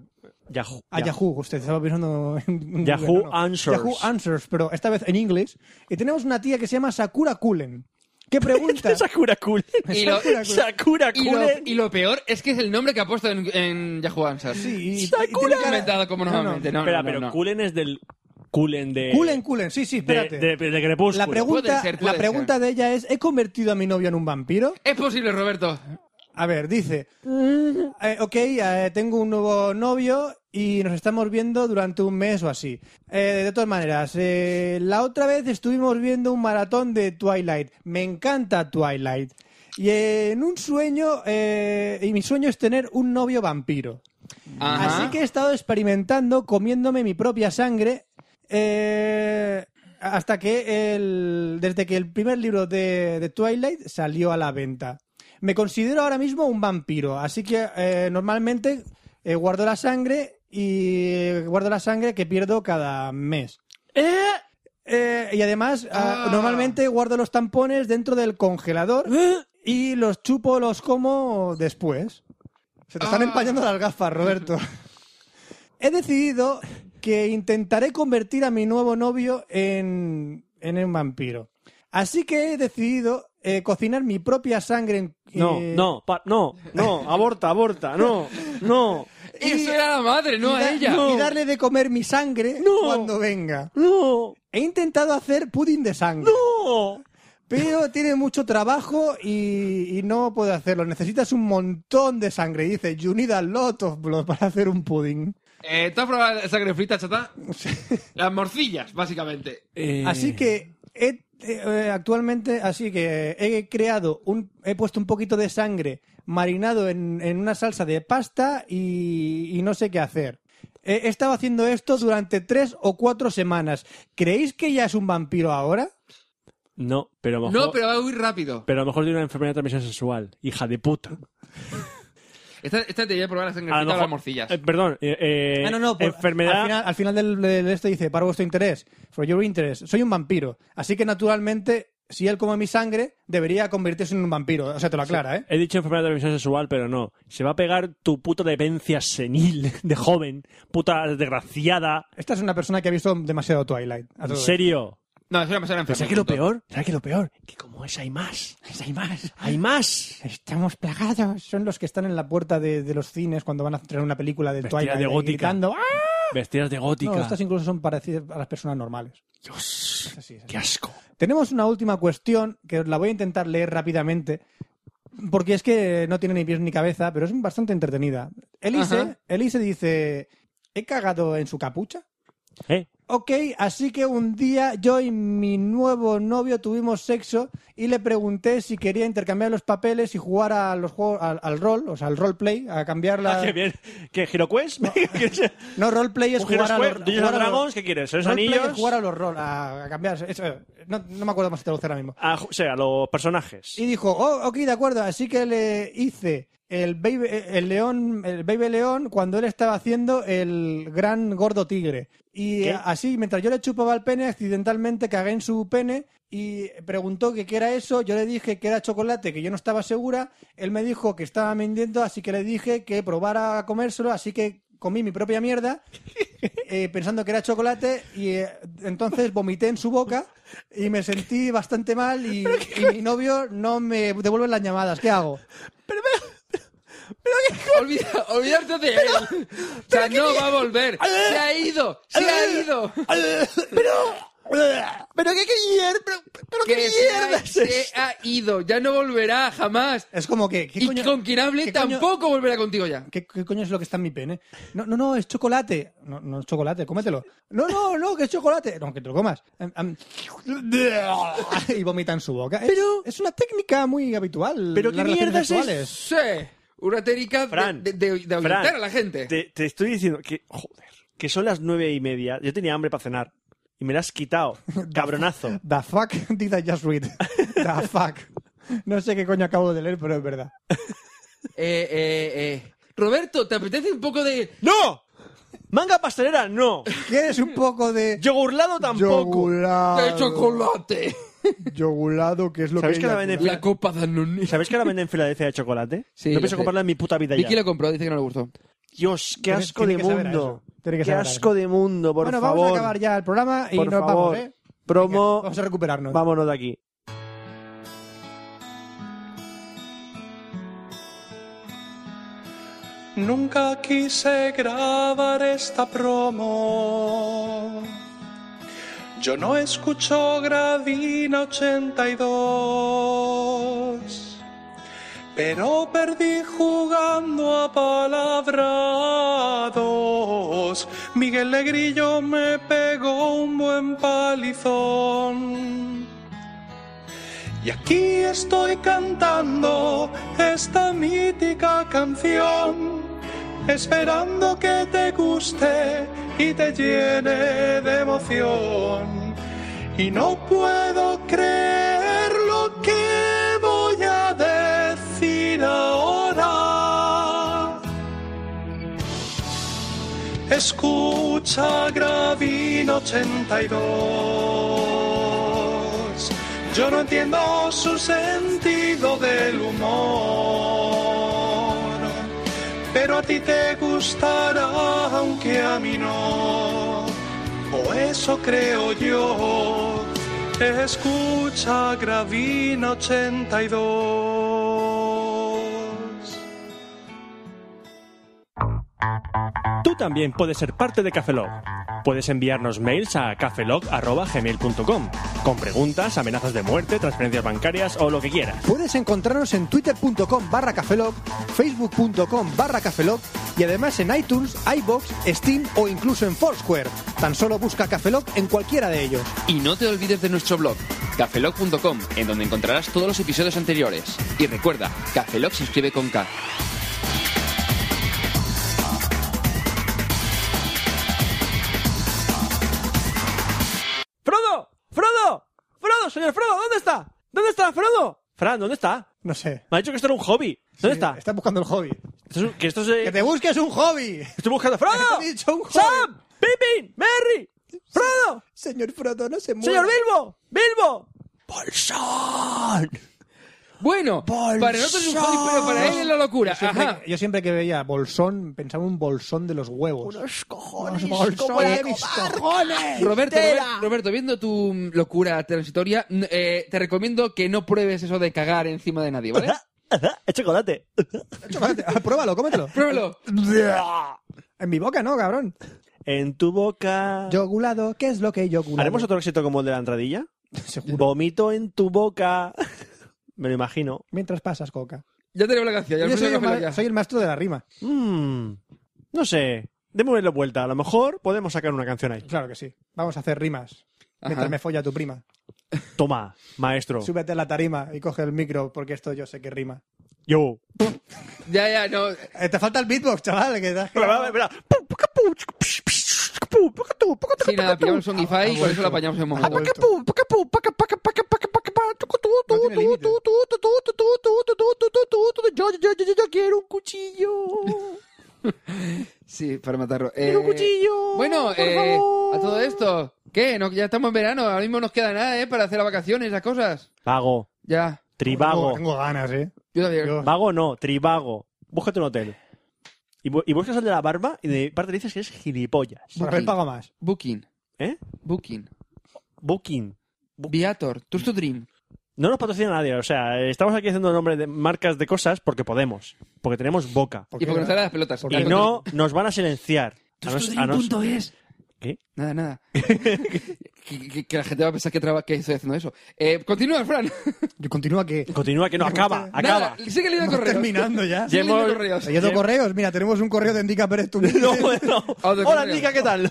Speaker 3: Yahoo.
Speaker 4: a Ah, Yahoo. Usted estaba pensando en. en
Speaker 3: Yahoo
Speaker 4: Google, no, no.
Speaker 3: Answers.
Speaker 4: Yahoo Answers, pero esta vez en inglés. Y tenemos una tía que se llama Sakura Kulen. Que pregunta.
Speaker 3: Sakura Cool.
Speaker 5: Y lo-
Speaker 3: Sakura
Speaker 5: Y lo,
Speaker 3: Cool.
Speaker 5: y lo peor es que es el nombre que ha puesto en, en Yahoo Answers.
Speaker 4: Sí, y- y
Speaker 3: Sakura.
Speaker 4: tiene
Speaker 5: Lo he
Speaker 4: cara-
Speaker 5: inventado como
Speaker 4: No, no.
Speaker 5: normalmente. No, no,
Speaker 3: Espera,
Speaker 5: no,
Speaker 3: pero
Speaker 5: no.
Speaker 3: Kulen es del. Kulen de.
Speaker 4: Kulen, Kulen, sí, sí,
Speaker 3: de,
Speaker 4: espérate.
Speaker 3: de, de Crepúsculo.
Speaker 4: la pregunta,
Speaker 5: Puede ser,
Speaker 4: la
Speaker 5: puede
Speaker 4: pregunta de ella es: ¿He convertido a mi novio en un vampiro?
Speaker 5: Es posible, Roberto.
Speaker 4: A ver, dice, eh, ok, eh, tengo un nuevo novio y nos estamos viendo durante un mes o así. Eh, de todas maneras, eh, la otra vez estuvimos viendo un maratón de Twilight. Me encanta Twilight. Y eh, en un sueño, eh, y mi sueño es tener un novio vampiro.
Speaker 5: Ajá.
Speaker 4: Así que he estado experimentando comiéndome mi propia sangre eh, hasta que el, desde que el primer libro de, de Twilight salió a la venta. Me considero ahora mismo un vampiro, así que eh, normalmente eh, guardo la sangre y guardo la sangre que pierdo cada mes. Eh, y además, ah,
Speaker 5: Ah.
Speaker 4: normalmente guardo los tampones dentro del congelador
Speaker 5: ¿Eh?
Speaker 4: y los chupo, los como después. Se te están
Speaker 5: Ah.
Speaker 4: empañando las gafas, Roberto. He decidido que intentaré convertir a mi nuevo novio en, en un vampiro. Así que he decidido eh, cocinar mi propia sangre en...
Speaker 3: No,
Speaker 4: eh,
Speaker 3: no, pa- no, no, aborta, aborta, no, no,
Speaker 5: Y Eso era la madre, no
Speaker 4: y
Speaker 5: a
Speaker 4: da-
Speaker 5: ella.
Speaker 4: Y darle de comer mi sangre cuando venga.
Speaker 3: no,
Speaker 4: He intentado hacer pudding de sangre.
Speaker 3: no.
Speaker 4: Pero tiene mucho trabajo y, y no puede hacerlo. Necesitas un montón de sangre. Dice, you need a lot of blood para hacer un pudding.
Speaker 5: Eh, ¿Tú has probado la sangre frita, chata? Las morcillas, básicamente.
Speaker 3: Eh,
Speaker 4: Así que he- eh, actualmente, así que he creado un, he puesto un poquito de sangre marinado en, en una salsa de pasta y, y no sé qué hacer. He, he estado haciendo esto durante tres o cuatro semanas. ¿Creéis que ya es un vampiro ahora?
Speaker 3: No, pero a lo mejor,
Speaker 5: No, pero va muy rápido.
Speaker 3: pero a lo mejor tiene una enfermedad de transmisión sexual. Hija de puta.
Speaker 5: Esta, esta te voy a probar la sangre
Speaker 3: A lo
Speaker 5: o las
Speaker 3: mejor-
Speaker 5: morcillas.
Speaker 3: eh, perdón, eh, eh,
Speaker 4: Ah, no, no, por-
Speaker 3: enfermedad.
Speaker 4: Al final, al final del, del este dice, para vuestro interés, for your interest, soy un vampiro. Así que naturalmente, si él come mi sangre, debería convertirse en un vampiro. O sea, te lo aclara, ¿eh?
Speaker 3: He dicho enfermedad de transmisión sexual, pero no. Se va a pegar tu puta demencia senil de joven, puta desgraciada.
Speaker 4: Esta es una persona que ha visto demasiado Twilight.
Speaker 3: ¿En
Speaker 4: A todo esto.
Speaker 3: serio?
Speaker 5: No, es una persona enferma.
Speaker 3: ¿Sabes qué es lo
Speaker 5: punto.
Speaker 3: peor? ¿Sabes qué es lo peor? Que como es, hay más. Hay más. Hay más.
Speaker 4: Estamos plagados. Son los que están en la puerta de, de los cines cuando van a estrenar una película de
Speaker 3: Vestida
Speaker 4: Twilight.
Speaker 3: de
Speaker 4: ahí
Speaker 3: gótica.
Speaker 4: gritando, ¡Ah!
Speaker 3: Vestidas de gótica.
Speaker 4: No, estas incluso son parecidas a las personas normales.
Speaker 3: Dios,
Speaker 4: Así es.
Speaker 3: qué asco.
Speaker 4: Tenemos una última cuestión que os la voy a intentar leer rápidamente, porque es que no tiene ni pies ni cabeza, pero es bastante entretenida. Elise,
Speaker 5: Ajá.
Speaker 4: Elise dice, ¿he cagado en su capucha?
Speaker 3: ¿Eh?
Speaker 4: Ok, así que un día yo y mi nuevo novio tuvimos sexo y le pregunté si quería intercambiar los papeles y jugar a los juegos, al, al rol, o sea, al roleplay, a cambiar la...
Speaker 3: Ah, qué bien. ¿Qué, HeroQuest? ¿Un
Speaker 4: No, roleplay es jugar a los...
Speaker 3: HeroQuest? ¿Dungeons and
Speaker 4: jugar a los-
Speaker 3: Dragons? ¿Qué quieres? ¿Esos
Speaker 4: roleplay
Speaker 3: anillos?
Speaker 4: es jugar a los rol, a, a cambiar... eso, no, no me acuerdo más de traducir ahora mismo.
Speaker 3: Ah, o sea, los personajes.
Speaker 4: Y dijo, oh, ok, de acuerdo. Así que le hice el baby, el león, el baby león cuando él estaba haciendo el gran gordo tigre. Y
Speaker 3: ¿Qué?
Speaker 4: así, mientras yo le chupaba el pene, accidentalmente cagué en su pene y preguntó que qué era eso. Yo le dije que era chocolate, que yo no estaba segura. Él me dijo que estaba mintiendo, así que le dije que probara a comérselo. Así que comí mi propia mierda eh, pensando que era chocolate y eh, entonces vomité en su boca y me sentí bastante mal y, y mi novio no me devuelve las llamadas. ¿Qué hago?
Speaker 5: Olvida, olvidarte de él. o sea, no va a volver. Se ha ido. Se ha ido.
Speaker 8: Pero qué quería, pero, pero qué
Speaker 5: Que se
Speaker 8: mierda
Speaker 5: ha,
Speaker 8: es
Speaker 5: se ha ido. Ya no volverá jamás.
Speaker 4: Es como que... ¿qué
Speaker 5: Y
Speaker 4: coño-
Speaker 5: con quien hable
Speaker 4: qué coño-
Speaker 5: tampoco volverá contigo ya.
Speaker 4: ¿Qué, qué coño es lo que está en mi pene? No, no, no, es chocolate. No, no es chocolate, cómetelo. No, no, no, que es chocolate. No, que te lo comas. Am- am- y vomita en su boca. Pero... Es, una técnica muy habitual.
Speaker 3: Pero qué
Speaker 4: las relaciones
Speaker 3: mierda es
Speaker 4: sexuales.
Speaker 5: Sí. Una técnica de-
Speaker 3: Fran,
Speaker 5: de, de- de ahuyentar
Speaker 3: Fran,
Speaker 5: a la gente.
Speaker 3: Te, te estoy diciendo que, joder, que son las nueve y media. Yo tenía hambre para cenar. Y me la has quitado, cabronazo.
Speaker 4: The fuck did I just read? The fuck. No sé qué coño acabo de leer, pero es verdad.
Speaker 5: Eh, eh, eh. Roberto, ¿te apetece un poco de...?
Speaker 3: ¡No! Manga pastelera, no.
Speaker 4: ¿Quieres un poco de
Speaker 3: Yogurlado tampoco.
Speaker 4: yogurado?
Speaker 5: De chocolate.
Speaker 4: Yogurado, que es lo
Speaker 3: ¿Sabéis
Speaker 4: que
Speaker 3: que la
Speaker 4: ella-
Speaker 3: venden-
Speaker 5: La copa Danone.
Speaker 3: ¿Sabéis que ahora venden en Filadelfia de chocolate?
Speaker 5: Sí,
Speaker 3: no
Speaker 5: lo
Speaker 3: pienso
Speaker 5: sé.
Speaker 3: comprarla en mi puta vida ya.
Speaker 5: Vicky lo compró, dice que no le gustó.
Speaker 3: Dios, qué
Speaker 4: Tiene-
Speaker 3: asco
Speaker 4: tiene
Speaker 3: de
Speaker 4: que saber a
Speaker 3: mundo.
Speaker 4: eso. Tiene que
Speaker 3: Qué
Speaker 4: saber a
Speaker 3: asco
Speaker 4: eso.
Speaker 3: de mundo, por
Speaker 4: Bueno,
Speaker 3: favor.
Speaker 4: vamos a acabar ya el programa y
Speaker 3: por
Speaker 4: nos
Speaker 3: favor.
Speaker 4: vamos, ¿eh? Venga,
Speaker 3: Promo,
Speaker 4: Vamos a recuperarnos.
Speaker 3: vámonos de aquí.
Speaker 10: Nunca quise grabar esta promo. Yo no escucho Gradina 82. Pero perdí jugando a palabrados. Miguel Legrillo me pegó un buen palizón. Y aquí estoy cantando esta mítica canción, esperando que te guste y te llene de emoción. Y no puedo creer lo que voy a decir ahora. Escucha Gravino 82. Yo no entiendo su sentido del humor, pero a ti te gustará aunque a mí no. O eso creo yo. Escucha Gravino 82.
Speaker 3: Tú también puedes ser parte de Cafelog. Puedes enviarnos mails a cafelog.gmail.com con preguntas, amenazas de muerte, transferencias bancarias o lo que quieras.
Speaker 4: Puedes encontrarnos en twitter.com barra cafelog, facebook.com barra cafelog y además en iTunes, iBox, Steam o incluso en Foursquare. Tan solo busca cafelog en cualquiera de ellos.
Speaker 5: Y no te olvides de nuestro blog, cafelog.com, en donde encontrarás todos los episodios anteriores. Y recuerda, Cafelog se escribe con K.
Speaker 3: ¡Frodo! ¡Frodo! ¡Frodo, señor Frodo! ¿Dónde está? ¿Dónde está Frodo? Fran, ¿dónde está?
Speaker 4: No sé.
Speaker 3: Me ha dicho que esto era un hobby. ¿Dónde está?
Speaker 4: Está buscando el hobby.
Speaker 3: Esto es un- que esto es, eh,
Speaker 4: ¡Que te busques un hobby!
Speaker 3: Estoy buscando a Frodo.
Speaker 4: Te he dicho un joven.
Speaker 3: Sam, Pippin, Merry, Frodo,
Speaker 4: Señor Frodo, no se
Speaker 3: señor
Speaker 4: mueve.
Speaker 3: Bilbo, Bilbo. Bolsón.
Speaker 5: Bueno, para nosotros es un hobby, pero para él es la locura.
Speaker 4: Siempre-
Speaker 5: Ajá.
Speaker 4: yo siempre que veía bolsón, pensaba un bolsón de los huevos.
Speaker 8: Unos cojones,
Speaker 4: Unos bolsones,
Speaker 8: como la de
Speaker 4: mis
Speaker 8: Cobar.
Speaker 5: Roberto,
Speaker 8: Tela.
Speaker 5: Robert- Roberto, viendo tu mm, locura transitoria, mm, eh, te recomiendo que no pruebes eso de cagar encima de nadie, ¿vale?
Speaker 3: Ah, Es chocolate.
Speaker 4: Chocolate. Ah, Pruébalo, cómetelo.
Speaker 5: Pruébalo.
Speaker 4: En mi boca, no, cabrón.
Speaker 3: En tu boca.
Speaker 4: Yogulado, ¿qué es lo que yogulado?
Speaker 3: ¿Haremos otro éxito como el de la entradilla? Vomito en tu boca. Me lo imagino.
Speaker 4: Mientras pasas coca.
Speaker 5: Ya tenemos la canción. Ya
Speaker 4: Yo
Speaker 5: nos
Speaker 4: soy
Speaker 5: ponemos
Speaker 4: el,
Speaker 5: la
Speaker 4: ma-
Speaker 5: canción
Speaker 4: soy el maestro de la rima.
Speaker 3: Mm, no sé. Démosle vuelta. A lo mejor podemos sacar una canción ahí.
Speaker 4: Claro que sí. Vamos a hacer rimas.
Speaker 5: Ajá.
Speaker 4: Mientras me folla tu prima.
Speaker 3: Toma, maestro.
Speaker 4: Súbete a la tarima y coge el micro, porque esto yo sé que rima.
Speaker 3: Yo.
Speaker 5: ya. Ya, ya, no.
Speaker 4: Eh, te falta el beatbox, chaval. Que te has quedado-
Speaker 5: Sí, nada, pillamos
Speaker 4: Ah,
Speaker 5: Songify y con eso lo apañamos en un
Speaker 4: Ha
Speaker 5: momento.
Speaker 4: vuelto. No tiene límite.
Speaker 8: Yo, yo, yo, yo, yo quiero un cuchillo.
Speaker 5: Sí, para matarlo. Eh,
Speaker 8: Quiero un cuchillo.
Speaker 5: Bueno,
Speaker 8: por
Speaker 5: eh,
Speaker 8: favor.
Speaker 5: a todo esto, ¿qué? No, ya estamos en verano, ahora mismo nos queda nada, ¿eh? Para hacer las vacaciones, las cosas.
Speaker 3: Vago.
Speaker 5: Ya.
Speaker 4: Tengo,
Speaker 3: Trivago.
Speaker 4: tengo ganas, eh.
Speaker 5: Yo también.
Speaker 4: Yo-
Speaker 3: Vago no, trivago. Búscate un hotel. Y, bu- y buscas el de la barba y de parte dices que es gilipollas.
Speaker 4: Por haber pagado más.
Speaker 5: Booking.
Speaker 3: ¿Eh?
Speaker 5: Booking.
Speaker 3: Booking.
Speaker 5: Viator. Tours to Dream.
Speaker 3: No nos patrocina nadie. O sea, estamos aquí haciendo nombre de marcas de cosas porque podemos. Porque tenemos boca.
Speaker 4: ¿Por
Speaker 5: Y
Speaker 4: qué
Speaker 5: porque
Speaker 4: no?
Speaker 5: nos salen las pelotas.
Speaker 4: ¿Por
Speaker 3: Y no nos van a silenciar. A nos- a nos-
Speaker 5: TourToDream.es.
Speaker 3: ¿Qué?
Speaker 5: Nada, nada. que, que- que la gente va a pensar que, traba- que estoy haciendo eso. Eh, continúa, Fran.
Speaker 4: Yo- Continúa que.
Speaker 3: Continúa, que no, acaba, acaba.
Speaker 5: Nada, sigue leyendo
Speaker 4: Estamos
Speaker 5: correos.
Speaker 4: terminando ya.
Speaker 5: Sigue leyendo
Speaker 3: Hemos-
Speaker 5: correos.
Speaker 4: Leyendo correos, mira, tenemos un correo de Indica Pérez tu
Speaker 3: No, bueno.
Speaker 5: Ah, de
Speaker 3: Hola,
Speaker 5: correo.
Speaker 3: Nica, ¿qué tal?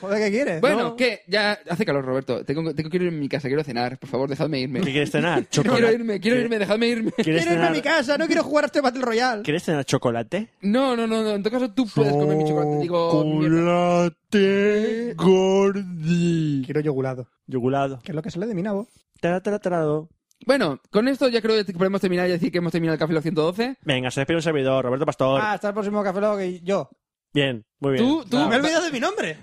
Speaker 4: Joder, ¿qué quieres?
Speaker 5: Bueno,
Speaker 4: No.
Speaker 5: que ya hace calor, Roberto. Tengo, tengo que ir a mi casa, quiero cenar. Por favor, dejadme irme.
Speaker 3: ¿Qué quieres cenar?
Speaker 5: Quiero
Speaker 3: ¿Chocolate?
Speaker 5: irme, quiero irme, dejadme irme.
Speaker 3: ¿Quieres
Speaker 4: Quiero irme a
Speaker 3: cenar,
Speaker 4: mi casa, no quiero jugar a este Battle Royale.
Speaker 3: ¿Quieres cenar chocolate?
Speaker 5: No, no, no, no. En todo caso, tú puedes comer mi chocolate. Digo, mierda.
Speaker 3: Chocolate gordi.
Speaker 4: Quiero yogulado.
Speaker 3: Yogulado.
Speaker 4: Que es lo que sale de mi nabo.
Speaker 3: Tara, tara, tarado.
Speaker 5: Bueno, con esto ya creo que podemos terminar y decir que hemos terminado el Café Lock 112.
Speaker 3: Venga, se despide un servidor, Roberto Pastor.
Speaker 4: Ah, está el próximo café Lock y yo.
Speaker 3: Bien, muy bien.
Speaker 5: Tú, tú.
Speaker 4: Me he olvidado de mi nombre.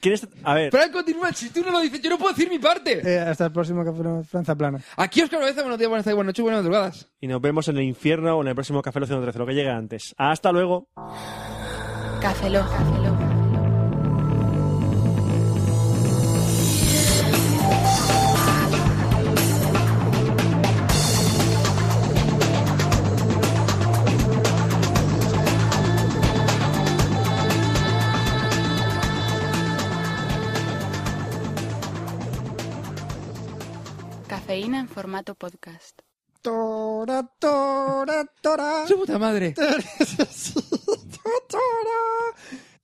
Speaker 3: ¿Quieres? A ver,
Speaker 5: Fran, continúa. Si tú no lo dices, yo no puedo decir mi parte.
Speaker 4: Eh, hasta el próximo café Lock, Franza Plana.
Speaker 5: Aquí Oscar Cabeza, buenos días, buenas tardes, buenas noches, buenas madrugadas.
Speaker 3: y nos vemos en el infierno o en el próximo Café Los 113, lo que llegue antes. Hasta luego.
Speaker 6: Café Lock. Café Lock. Cafeína en formato podcast.
Speaker 4: Tora, tora, tora.
Speaker 5: Su puta madre.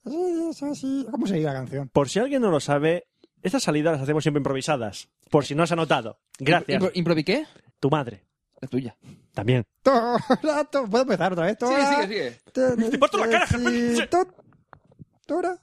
Speaker 4: ¿Cómo se iba la canción?
Speaker 3: Por si alguien no lo sabe, estas salidas las hacemos siempre improvisadas. Por si no has anotado. Gracias.
Speaker 5: Impro- ¿Improvi qué?
Speaker 3: Tu madre.
Speaker 5: La tuya.
Speaker 3: También.
Speaker 4: Tora, to- ¿Puedo empezar otra vez?
Speaker 5: Sigue,
Speaker 4: Tora.
Speaker 5: sigue, sigue.
Speaker 4: Te
Speaker 3: parto la cara, Germán.
Speaker 4: necesito- Tora.